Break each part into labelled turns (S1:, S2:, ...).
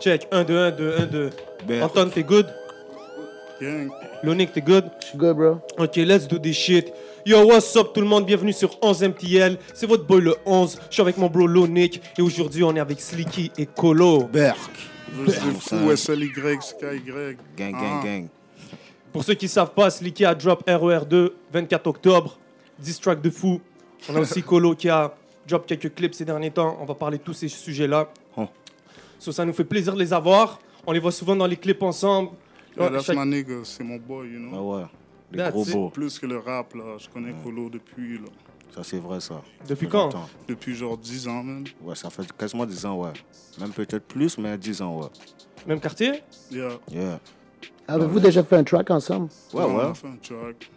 S1: Check. 1, 2, 1, 2, 1, 2.
S2: Bert.
S1: Anton, t'es good? Lonic, t'es good?
S3: Je suis good, bro.
S1: Ok, let's do this shit. Yo, what's up tout le monde? Bienvenue sur 11 MTL. C'est votre boy le 11. Je suis avec mon bro Lonic. Et aujourd'hui, on est avec Slicky et Colo.
S2: Berk.
S4: Je suis fou, SLY, SKY.
S2: Gang,
S4: Ah.
S2: gang, gang.
S1: Pour ceux qui savent pas, Slicky a drop RER2 24 octobre. 10 tracks de fou. On a aussi Colo qui a drop quelques clips ces derniers temps. On va parler de tous ces sujets-là.
S2: Oh.
S1: So, ça nous fait plaisir de les avoir. On les voit souvent dans les clips ensemble.
S4: Yeah, that's
S1: Chaque-
S4: my nigga, Ah, c'est mon boy, you
S2: Ah
S4: know.
S2: ouais. Les
S1: That's
S2: gros
S1: it.
S2: beaux.
S4: Plus que le rap, là, je connais Colo depuis, là,
S2: Ça, c'est vrai, ça.
S1: Depuis
S2: Ça fait
S1: quand
S2: longtemps.
S4: depuis genre 10 ans, man.
S2: Ouais, ça fait quasiment 10 ans, ouais. Même peut-être plus, mais 10 ans, ouais.
S1: Même quartier?
S4: Yeah.
S2: Yeah.
S3: Avez-vous déjà fait un track ensemble?
S2: Ouais,
S1: Mm.
S4: on
S2: ouais.
S4: a fait un track.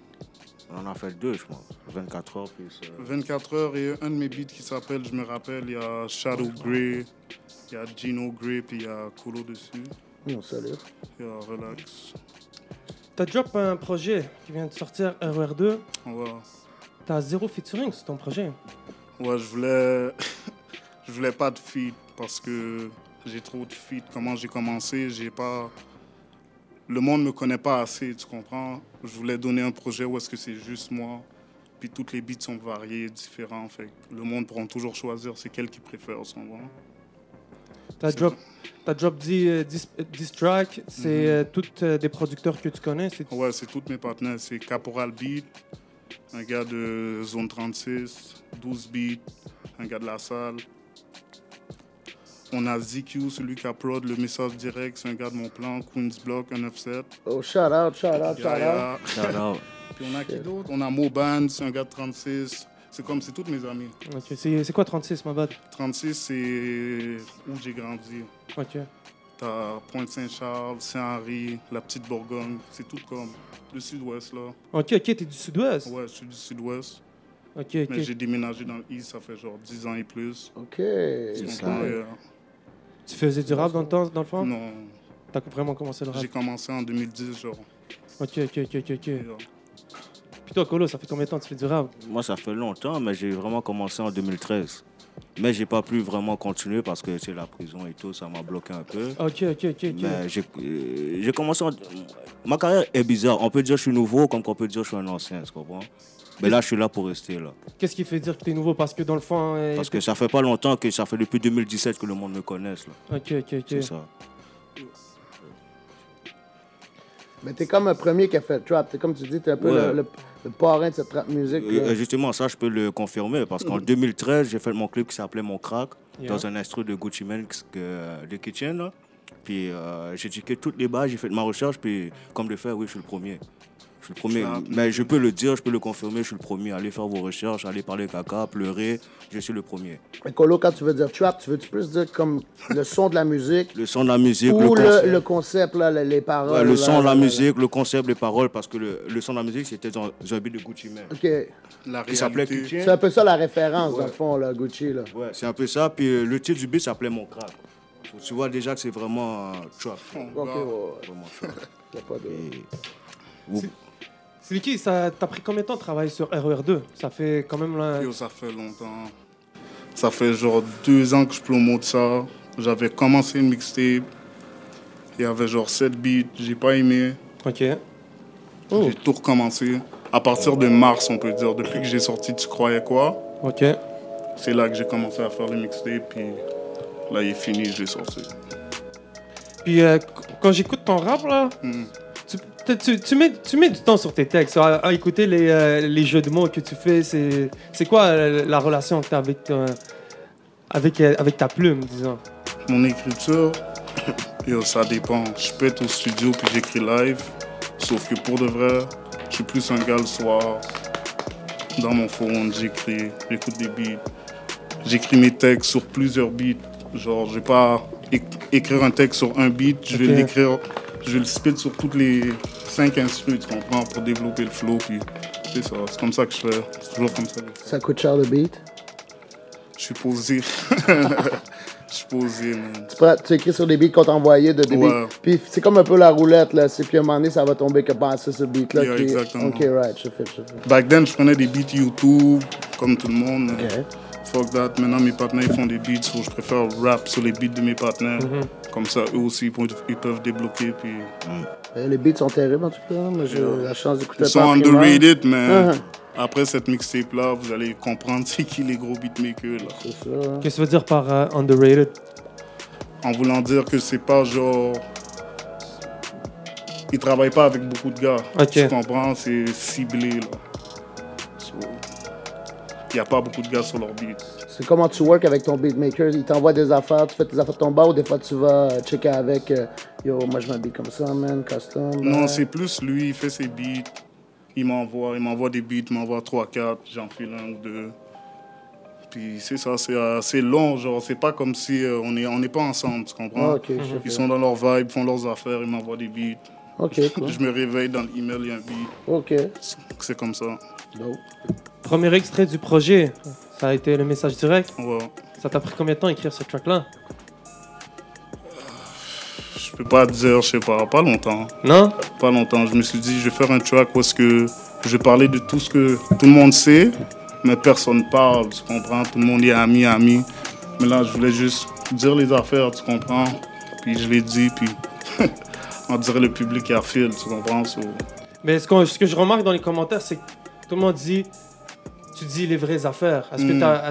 S2: On en a fait deux, je pense. 24 heures, plus. euh,
S4: 24 heures et un de mes beats qui s'appelle, je me rappelle, il y a Shadow Grey, il y a Gino Grey, puis il y a Colo dessus.
S3: Non, salut.
S4: Il y a Relax.
S1: T'as drop un projet qui vient de sortir, RER2.
S4: Ouais.
S1: T'as zéro featuring sur ton projet.
S4: Ouais, je voulais. je voulais pas de feat parce que j'ai trop de feat. Comment j'ai commencé, j'ai pas. Le monde me connaît pas assez, tu comprends? Je voulais donner un projet où est-ce que c'est juste moi. Puis toutes les beats sont variées, différents. Fait que le monde pourra toujours choisir c'est quel qu'il préfère, tu comprends?
S1: T'as
S4: C'est
S1: drop, t'as drop 10, euh, 10, euh, 10 tracks, c'est euh, toutes euh, des producteurs que tu connais. c'est-
S4: Mhm. Ouais, c'est tous mes partenaires. C'est Caporal Beat, un gars de Zone 36, 12 Beat, un gars de la salle. On a ZQ, celui qui a prod le message direct, c'est un gars de mon plan, Queens Block 197.
S3: Oh, shout out, shout out, shout out.
S4: Yaya.
S2: shout out.
S4: Puis on a qui d'autre On a Moban, c'est un gars de 36. C'est comme, c'est tous mes amis.
S1: Ok, c'est c'est quoi 36, ma bad
S4: 36, c'est où j'ai grandi.
S1: Ok.
S4: T'as Pointe-Saint-Charles, Saint-Henri, la Petite Bourgogne, c'est tout comme le sud-ouest là.
S1: Ok, ok, t'es du sud-ouest
S4: Ouais, je suis du sud-ouest.
S1: Ok, ok.
S4: Mais j'ai déménagé dans le East, ça fait genre 10 ans et plus.
S3: OK.
S4: Donc,
S2: ça.
S4: euh,
S1: Tu faisais du rap dans le temps, dans le fond
S4: non,
S1: T'as vraiment commencé le rap
S4: j'ai commencé en 2010, genre.
S1: Ok, ok, ok, ok. ok.
S4: Et, euh,
S1: Puis toi, Colo, ça fait combien de temps que tu fais du rap
S2: Moi, ça fait longtemps, mais j'ai vraiment commencé en 2013. Mais j'ai pas pu vraiment continuer parce que c'est la prison et tout, ça m'a bloqué un peu.
S1: Ok, ok, ok, ok.
S2: Mais j'ai euh, j'ai commencé. en- Ma carrière est bizarre. On peut dire que je suis nouveau, comme qu'on peut dire que je suis un ancien, tu comprends? Mais là, je suis là pour rester là.
S1: Qu'est-ce qui fait dire que t'es nouveau Parce que dans le fond. euh,
S2: Parce que ça fait pas longtemps que ça fait depuis 2017 que le monde me connaisse. Là.
S1: Ok, ok, ok.
S2: C'est ça.
S3: Mais t'es comme le premier qui a fait le trap. T'es comme tu dis, t'es un peu
S2: Ouais.
S3: le, le- le parrain de cette trap musique.
S2: Et,
S3: là.
S2: euh, justement, ça, je peux le confirmer parce
S3: Mm.
S2: qu'en 2013, j'ai fait mon clip qui s'appelait Mon Crack
S1: Yeah.
S2: dans un instru de Gucci Mane, que- euh, de Kitchen. là. Puis euh, j'ai checké toutes les bases, j'ai fait de ma recherche, puis comme de fait, oui, je suis le premier. Je suis le premier.
S4: Ah.
S2: Mais je peux le dire, je peux le confirmer, je suis le premier. Allez faire vos recherches, allez parler caca, pleurer, je suis le premier.
S3: Mais Colo, quand tu veux dire trap, tu veux-tu plus dire comme le son de la musique
S2: Le son de la musique,
S3: ou le,
S2: concept.
S3: le concept, là, les, les paroles?
S2: Ouais, le
S3: là,
S2: son,
S3: là,
S2: la
S3: là.
S2: musique, le concept, les paroles, parce que le, le son de la musique, c'était dans un beat de Gucci Mane.
S3: OK. C'est
S4: la
S2: Il s'appelait
S4: réalité.
S2: Kitchen.
S3: un peu ça la référence, dans le fond, là, Gucci. Là.
S2: Ouais, c'est un peu ça. Puis euh, le titre du beat s'appelait Mon Crack. Donc, Tu vois déjà que c'est vraiment euh, trap.
S3: OK, ouais, ouais.
S2: Vraiment trap.
S3: Y a pas de-
S2: Et vous-
S1: Slicky, ça t'as pris combien de temps de travail sur RER2 Ça fait quand même. là,
S4: Yo, ça fait longtemps. Ça fait genre deux ans que je promote ça. J'avais commencé une mixtape. Il y avait genre 7 beats, j'ai pas aimé.
S1: Ok. Oh.
S4: J'ai tout recommencé. À partir de mars, on peut dire, depuis que j'ai sorti Tu croyais quoi
S1: Ok.
S4: C'est là que j'ai commencé à faire le mixtape, puis là, il est fini, je l'ai sorti.
S1: Puis euh, qu- quand j'écoute ton rap, là,
S4: Hmm.
S1: tu, tu- tu- tu mets, tu mets du temps sur tes textes, à, à écouter les, euh, les jeux de mots que tu fais. C'est c'est quoi euh, la relation que tu as avec, ton- avec, euh, avec ta plume, disons
S4: Mon écriture, yo, ça dépend. Je peux être au studio puis j'écris live. Sauf que pour de vrai, je suis plus un gars le soir. Dans mon phone, j'écris, j'écoute des beats. J'écris mes textes sur plusieurs beats. Genre, je vais pas éc- écrire un texte sur un beat, je vais
S1: Ok.
S4: l'écrire, je vais le spit sur toutes les cinq instruments, tu comprends, pour développer le flow. Puis c'est ça, c'est comme ça que je fais. C'est toujours comme ça. que je fais.
S3: Ça coûte cher le beat.
S4: Je suis posé. Je suis posé, man.
S3: Tu, prends- tu écris sur des beats qu'on t'envoyait de des
S4: Ouais.
S3: beats. Puis c'est comme un peu la roulette, là. C'est puis à un moment donné, ça va tomber que bah, c'est ce beat-là.
S4: Yeah,
S3: qui-
S4: exactement.
S3: Ok, right, je fais, je fais.
S4: Back then, je prenais des beats YouTube, comme tout le monde.
S3: Ok.
S4: Fuck that, maintenant mes partenaires ils font des beats, so je préfère rap sur les beats de mes partenaires. Comme ça, eux aussi, ils peuvent- ils peuvent débloquer. Puis...
S3: Euh, Les beats sont terribles en tout cas. Moi, j'ai eu la chance d'écouter
S4: Ils sont
S3: ça en primaire.
S4: underrated, mais
S3: Ah,
S4: après cette mixtape-là, vous allez comprendre c'est qui les gros beatmakers. Là.
S3: C'est ça.
S1: Qu'est-ce que ça veut dire par euh, underrated
S4: En voulant dire que c'est pas genre. Ils travaillent pas avec beaucoup de gars.
S1: Ok.
S4: Tu comprends? C'est ciblé. là. So, Il n'y a pas beaucoup de gars sur leur beat.
S3: C'est comment tu work avec ton beatmaker. Il t'envoie des affaires, tu fais tes affaires de ton bar ou des fois tu vas euh, checker avec. euh, Yo, moi je m'habille comme ça, man, custom. ben.
S4: Non,
S3: man.
S4: c'est plus lui, il fait ses beats, il m'envoie, il m'envoie des beats, il m'envoie 3 4, j'en file un ou deux. Puis c'est ça, c'est assez long, genre c'est pas comme si euh, on est on n'est pas ensemble, tu comprends
S3: Ah, ok, je
S4: Ils
S3: sais
S4: sont dans leur vibe, font leurs affaires, ils m'envoient des beats.
S3: pas. Ok, cool.
S4: Je me réveille dans l'email, il y a un beat.
S3: Ok.
S4: C'est comme ça.
S3: Dope.
S1: Premier extrait du projet, ça a été le message direct.
S4: Ouais.
S1: Ça t'a pris combien de temps à écrire ce track-là
S4: Je peux pas dire, je sais pas, pas longtemps.
S1: Non
S4: Pas longtemps. Je me suis dit, je vais faire un track où est-ce que je parlais de tout ce que tout le monde sait, mais personne parle, tu comprends? Tout le monde est ami, ami. Mais là, je voulais juste dire les affaires, tu comprends? Puis je l'ai dit, puis on dirait le public à fil, tu comprends? So,
S1: Mais ce, qu'on- ce que je remarque dans les commentaires, c'est que tout le monde dit tu dis les vraies affaires. Est-ce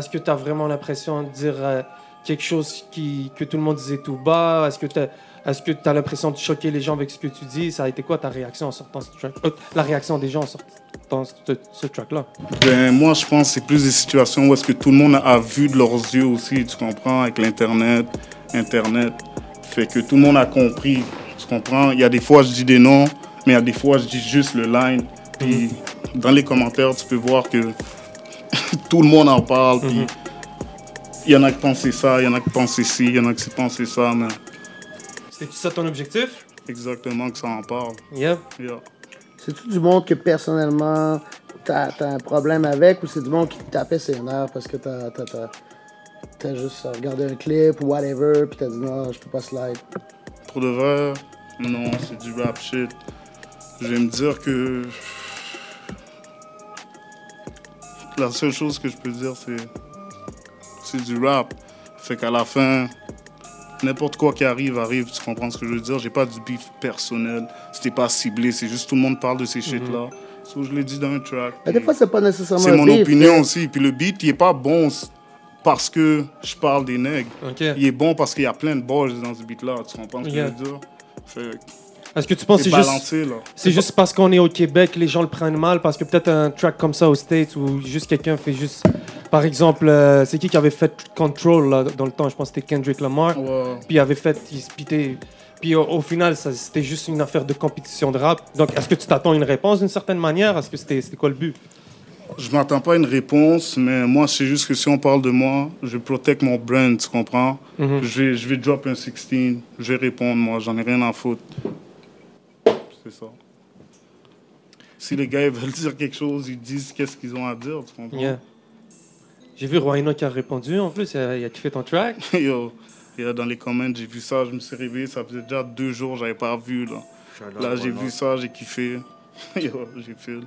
S1: que
S4: Mm.
S1: tu as, vraiment l'impression de dire euh, quelque chose qui, que tout le monde disait tout bas Est-ce que tu est-ce que tu as l'impression de choquer les gens avec ce que tu dis Ça a été quoi ta réaction en sortant ce track euh, La réaction des gens en sortant ce, ce track-là
S4: Ben, moi, je pense que c'est plus des situations où est-ce que tout le monde a vu de leurs yeux aussi, tu comprends, avec l'Internet. Internet fait que tout le monde a compris, tu comprends. Il y a des fois, je dis des noms, mais il y a des fois, je dis juste le line. Puis dans les commentaires, tu peux voir que tout le monde en parle. Puis il y en a qui pensent ça, il y en a qui pensent ci, il y en a qui pensent ça, mais
S1: C'était ça ton objectif
S4: exactement que ça en parle.
S1: Yep.
S4: Yeah.
S3: C'est-tu du monde que personnellement t'as t'as un problème avec ou c'est du monde qui te tapait ses nerfs parce que t'as t'as- t'as- t'as juste regardé un clip ou whatever puis t'as dit non, je peux pas slide.
S4: Pour de vrai, non, c'est du rap shit. Je vais me dire que. La seule chose que je peux dire, c'est. C'est du rap. Fait qu'à la fin, n'importe quoi qui arrive, arrive. Tu comprends ce que je veux dire? J'ai pas du beef personnel. C'était pas ciblé. C'est juste tout le monde parle de ces shit-là. So, je l'ai dit dans un track.
S3: Mais des
S4: puis-
S3: fois c'est pas nécessairement
S4: c'est
S3: un
S4: mon
S3: beef, hein.
S4: opinion
S3: mais-
S4: aussi. Puis le beat, il est pas bon parce que je parle des nègres.
S1: Ok.
S4: Il est bon parce qu'il y a plein de balles dans ce beat-là, tu comprends ce que
S1: Yeah.
S4: je veux dire? Fait que
S1: Est-ce que tu penses que
S4: c'est
S1: c'est juste
S4: balancé, là.
S1: C'est juste parce qu'on est au Québec, les gens le prennent mal, parce que peut-être un track comme ça aux States où juste quelqu'un fait juste. Par exemple, euh, c'est qui qui avait fait Control là, dans le temps Je pense que c'était Kendrick Lamar.
S4: Ouais.
S1: Puis il avait fait. Il se pitait. Puis au, au final, ça, c'était juste une affaire de compétition de rap. Donc est-ce que tu t'attends une réponse d'une certaine manière Est-ce que c'était, c'était quoi le but
S4: Je m'attends pas à une réponse, mais moi, c'est juste que si on parle de moi, je protège mon brand, tu comprends?
S1: Mm.
S4: je, vais, je vais drop un 16, je vais répondre, moi, j'en ai rien à foutre. C'est ça. Si les gars ils veulent dire quelque chose, ils disent qu'est-ce qu'ils ont à dire, tu comprends?
S1: Yeah. J'ai vu Royno qui a répondu en plus, il a, il a kiffé ton track.
S4: Yo, yo, dans les comments, j'ai vu ça, je me suis réveillé, ça faisait déjà deux jours, j'avais pas vu, là. Là, j'ai vu ça, j'ai kiffé. Yo, j'ai fait.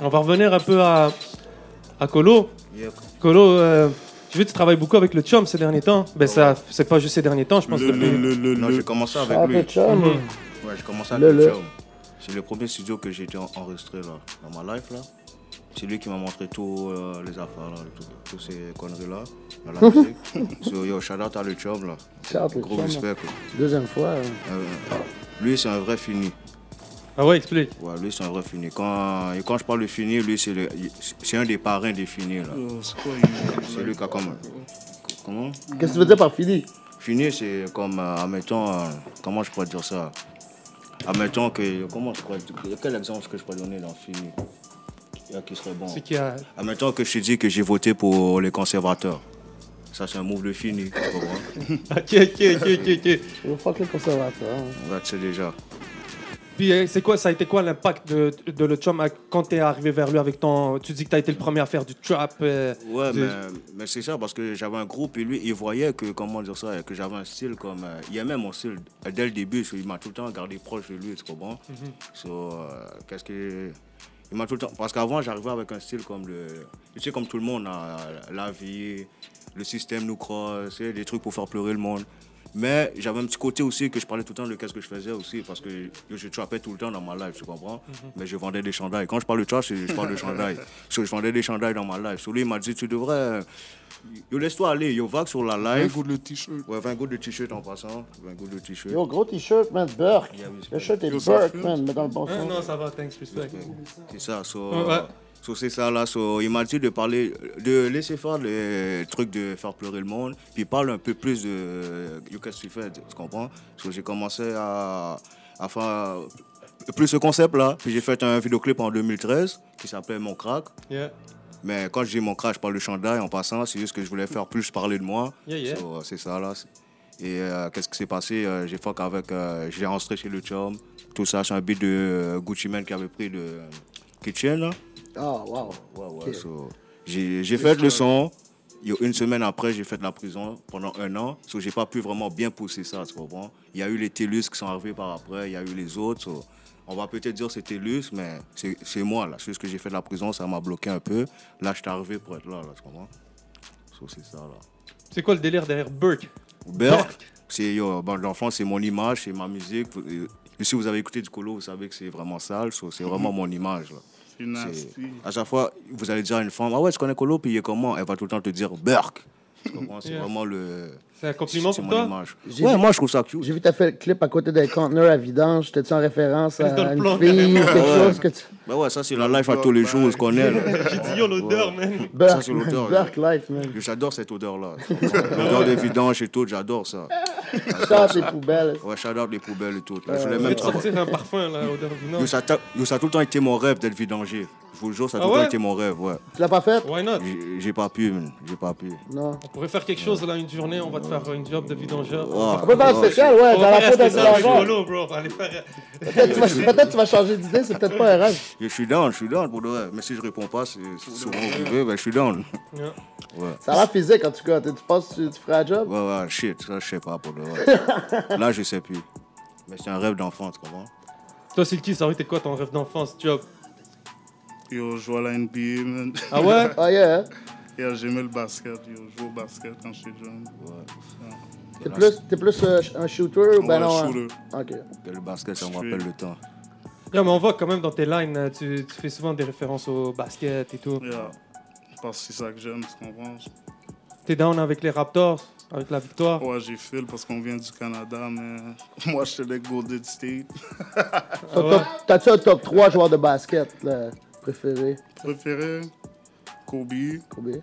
S1: On va revenir un peu à, à Colo.
S2: Yep.
S1: Colo, euh, j'ai vu que tu travailles beaucoup avec le Chum ces derniers temps. Ben, ça, c'est pas juste ces derniers temps, je pense.
S4: Le,
S1: depuis-
S4: le, le, le,
S2: Non,
S4: le-
S2: j'ai commencé avec
S3: Ah,
S2: lui.
S3: t'es chum.
S1: Mhm.
S2: Ouais, j'ai commencé
S3: Le-
S2: avec le
S3: le.
S2: Jam. C'est le premier studio que j'ai été en- enregistré là, dans ma life là. C'est lui qui m'a montré tous euh, les affaires là, tout- toutes ces conneries là, dans la musique. So, yo, shout out à le Chum là.
S3: Shout le
S2: Gros
S3: chum.
S2: respect. quoi.
S3: Deuxième fois. hein.
S2: Euh, lui c'est un vrai fini.
S1: Ah ouais, explique.
S2: Ouais, lui c'est un vrai fini. Quand, et quand je parle de fini, lui c'est le- c'est un des parrains des finis là.
S4: Oh, c'est quoi, il-
S2: C'est lui qui a comme. Comment
S3: Qu'est-ce que tu veux dire par fini?
S2: Fini, c'est comme, euh, admettons, euh, comment je pourrais dire ça Admettons que, comment je pourrais dire- quel exemple que je pourrais donner dans Fini euh, qui serait bon
S1: C'est qui a.
S2: Admettons que je te dis que j'ai voté pour les conservateurs. Ça, c'est un move de Fini, tu comprends
S1: Ok, ok, ok, ok, ok.
S3: Je fuck les conservateurs. hein.
S2: Là, tu sais déjà.
S1: Puis euh, c'est quoi, ça a été quoi l'impact de, de le Chum à- quand t'es arrivé vers lui avec ton. Tu dis que t'as été le premier à faire du trap. euh,
S2: Ouais,
S1: de-
S2: mais, mais c'est ça, parce que j'avais un groupe et lui, il voyait que, comment dire ça, que j'avais un style comme. euh, il aimait mon style dès le début, parce qu'il m'a tout le temps gardé proche de lui, tu comprends So, euh, qu'est-ce que. Il m'a tout le temps. Parce qu'avant, j'arrivais avec un style comme le. Tu sais, comme tout le monde, hein, la vie, le système nous croise, tu sais, des trucs pour faire pleurer le monde. Mais j'avais un petit côté aussi que je parlais tout le temps de qu'est-ce que je faisais aussi, parce que je, je trappais tout le temps dans ma live, tu comprends Mais je vendais des chandails. Quand je parle de trash, je je parle de chandails. Parce que je vendais des chandails dans ma live. So, lui, il m'a dit, tu devrais... Yo, laisse-toi aller, yo, vague sur la live.
S4: Écoute le t-shirt.
S2: Ouais, 20 gouttes de t-shirt en passant. 20 gouttes de t-shirt.
S3: Yo, gros t-shirt, man, Burke.
S2: Yeah, oui, c'est
S3: Le
S2: vrai.
S3: shirt est
S4: Yo, ça
S3: Burke,
S4: fume.
S3: man, mais dans le bon
S1: Hein,
S3: sens.
S1: non, ça va, thanks, respect.
S2: C'est ça, so,
S1: Ouais.
S2: so c'est ça là. So, il m'a dit de parler, de laisser faire le truc de faire pleurer le monde, puis parle un peu plus de yo, qu'est-ce que tu fais, tu comprends? So, j'ai commencé à, à faire plus ce concept là, puis j'ai fait un vidéoclip en 2013 qui s'appelait Mon Crack.
S1: Yeah.
S2: Mais quand je dis mon crack, je parle de chandail en passant, c'est juste que je voulais faire plus parler de moi.
S1: Yeah, yeah.
S2: So, euh, c'est ça là. Et euh, qu'est-ce qui s'est passé Euh, J'ai fuck avec. euh, j'ai rentré chez le chum, tout ça, c'est un beat de euh, Gucci Mane qui avait pris de euh, Kitchen là.
S3: Ah, wow.
S2: Ouais, ouais.
S3: Ok.
S2: so, j'ai j'ai fait le son. Yo, une semaine après, j'ai fait de la prison pendant un an. So, j'ai pas pu vraiment bien pousser ça, tu comprends? Il y a eu les TELUS qui sont arrivés par après, il y a eu les autres. so, on va peut-être dire c'est TELUS, mais c'est c'est moi, là. C'est juste que j'ai fait de la prison, ça m'a bloqué un peu. Là, je suis arrivé pour être là, là, tu comprends? So, c'est ça, là.
S1: C'est quoi le délire derrière Burke
S2: Berk, c'est yo, ben, l'enfant, c'est mon image, c'est ma musique. Euh, Si vous avez écouté du colo, vous savez que c'est vraiment sale, so, c'est vraiment mon image. Là.
S4: C'est nasty.
S2: C'est- À chaque fois, vous allez dire à une femme, ah ouais, je connais Colo, puis il est comment Elle va tout le temps te dire Burke. Tu comprends? C'est
S1: Yeah.
S2: vraiment le.
S1: C'est un compliment
S2: c'est
S1: pour
S2: mon
S1: toi
S2: image.
S3: J'ai
S2: Ouais,
S3: vu-
S2: moi je trouve ça cute.
S3: J'ai vu t'as fait le clip à côté des conteneurs à vidange. T'étais-tu en référence
S1: Dans le
S3: à une
S1: plan,
S3: fille ou
S1: carrément.
S3: quelque
S2: Ouais.
S3: chose que tu...
S2: Bah ouais, ça c'est la life à tous les jours, on se connaît. là.
S1: J'ai dit yo l'odeur, man.
S3: Burke,
S2: c'est l'auteur,
S3: man, Burke Life, man.
S2: J'adore cette odeur-là. tu comprends? L'odeur des vidanges et tout, j'adore ça.
S3: Sors tes poubelles.
S2: Ouais, j'adore les poubelles et tout. là. Je voulais
S1: Je vais
S2: même
S1: te
S2: travailler.
S1: sortir un parfum là, odeur du Nord.
S2: Yo, ça, t'a- yo, ça a tout le temps été mon rêve d'être vidangé. Je vous le jure, ça a
S1: Ah
S2: tout le
S1: ouais
S2: temps été mon rêve, ouais.
S3: Tu l'as pas fait?
S1: Why not
S2: J'ai- J'ai pas pu, man. j'ai pas pu.
S3: Non.
S1: On pourrait faire quelque chose là une journée, on va te faire une job de vidangeur.
S2: Ah,
S3: On peut faire un
S2: ah,
S3: spécial, Eh ouais,
S1: On
S3: dans la
S1: va
S3: peau
S1: faire
S3: d'un
S1: un spécial avec
S3: vidangeur.
S1: Polo, bro. Allez faire. euh,
S3: Peut-être tu, vas- peut-être tu vas changer d'idée, c'est peut-être pas un rêve.
S2: Je suis down, je suis down pour de vrai. Mais si je réponds pas, c'est c'est souvent privé, ben je suis down.
S1: Yeah.
S2: Ouais.
S3: Ça a l'air physique en tout cas. Tu tu penses que tu, tu feras un job?
S2: Ouais, ouais, shit, ça je sais pas pour de vrai. Là, je sais plus. Mais c'est un rêve d'enfant, tu comprends?
S1: Toi, Silky, ça aurait été quoi ton rêve d'enfance, job
S4: Yo, je joue à la NBA, man.
S1: Ah ouais
S3: Ah yeah, hein?
S4: Yo, j'aimais le basket. Yo, je joue au basket quand j'étais jeune.
S3: T'es plus, t'es plus euh, un shooter ou ben
S4: Ouais,
S3: non? hein?
S4: shooter.
S3: Ok.
S2: Que Le basket, ça me
S4: Je
S2: rappelle
S4: suis-
S2: le temps.
S1: Non, mais on voit quand même dans tes lines, euh, tu, tu fais souvent des références au basket et tout.
S4: Yeah. Parce que c'est ça que j'aime, tu comprends?
S1: T'es down avec les Raptors, avec la victoire.
S4: Ouais, j'ai fil parce qu'on vient du Canada, mais moi, je suis le Golden State.
S1: Ah
S3: Ton
S1: ouais.
S3: top- T'as-tu un top 3 joueur de basket là, préféré?
S4: Préféré, Kobe.
S3: Kobe?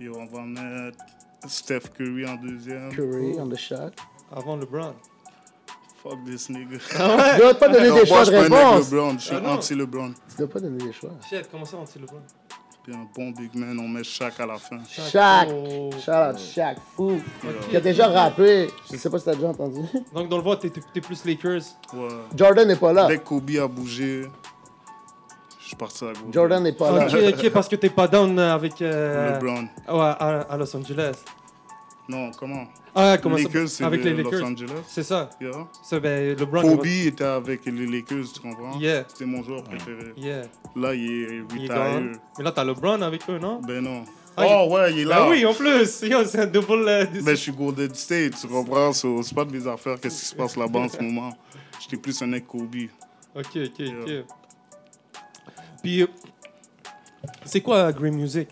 S4: Yo, on va mettre Steph Curry en deuxième.
S3: Curry, on the shot.
S1: Avant LeBron.
S4: Fuck this nigga.
S3: Tu dois pas donner
S4: Non,
S3: des choix
S4: Ah, moi, je suis
S3: de
S4: pas un mec
S3: réponse.
S4: LeBron, je suis
S1: Ah, non.
S4: anti-LeBron.
S3: Tu dois pas donner des choix.
S1: Shit, comment ça, anti-LeBron
S4: Puis un bon big man, on met Shaq à la fin. euh,
S3: Shaq!
S1: Oh.
S3: Shout out Shaq, fou!
S1: Ok.
S3: Qui a déjà rappé. Je sais pas si t'as déjà entendu.
S1: Donc, dans le vote, t'es- t'es t'es plus Lakers.
S4: Ouais.
S3: Jordan n'est pas là.
S4: Dès que Kobe a bougé, je suis parti à gauche.
S3: Jordan n'est pas là.
S1: Ok, ok, parce que t'es pas down euh, avec. euh,
S4: LeBron.
S1: ouais, à, à Los Angeles.
S4: Non, comment
S1: Ah, comment
S4: Lakers,
S1: ça
S4: c'est
S1: Avec
S4: les
S1: les
S4: Los
S1: Lakers.
S4: Angeles.
S1: C'est ça.
S4: Yeah.
S1: Ça, ben, LeBron. il
S4: Kobe
S1: va-
S4: était avec les Lakers, tu comprends
S1: Yeah.
S4: C'était mon joueur préféré.
S1: Yeah.
S4: Là, il est
S1: Il est
S4: retired.
S1: gone. Mais là, t'as LeBron avec eux, non
S4: Ben non.
S1: Ah,
S4: oh, ouais, euh. il est là.
S1: Ah oui, en plus. Yo, c'est un double. euh,
S4: Mais je suis Golden State, tu comprends so, C'est pas de mes affaires, qu'est-ce qui se passe là-bas en ce moment. J'étais plus un mec Kobe.
S1: Ok, ok, ok. Puis, euh, c'est quoi Green Music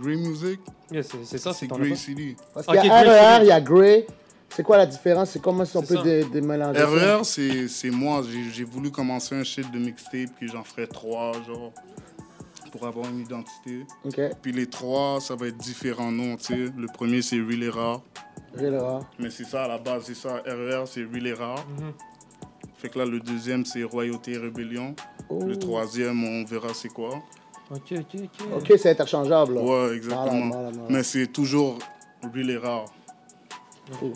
S4: Grey Music,
S1: Yeah, c'est c'est ça,
S4: c'est
S1: c'est ton
S4: Grey
S1: album.
S4: City.
S3: Parce qu'il y
S1: Ok, Grey,
S3: a RER,
S1: c'est-
S3: il y a Grey. C'est quoi la différence? C'est comment si on
S1: C'est
S3: peut
S1: ça.
S3: dé- démélanger ça?
S4: RER, c'est c'est moi. J'ai j'ai voulu commencer un shit de mixtape, puis j'en ferai trois, genre, pour avoir une identité.
S3: Ok,
S4: Puis les trois, ça va être différents noms, tu sais. Le premier, c'est Real et Rare.
S3: Grey E le rare.
S4: Mais c'est ça, à la base, c'est ça. RER, c'est Real et Rare.
S1: Mhm.
S4: Fait que là, le deuxième, c'est Royauté et Rébellion.
S3: Oh.
S4: Le troisième, on verra c'est quoi.
S1: Ok, ok, ok.
S3: Oh. Ok, c'est interchangeable. là.
S4: Ouais, exactement.
S3: Voilà, voilà, voilà.
S4: Mais c'est toujours Real et Rare.
S3: Fou.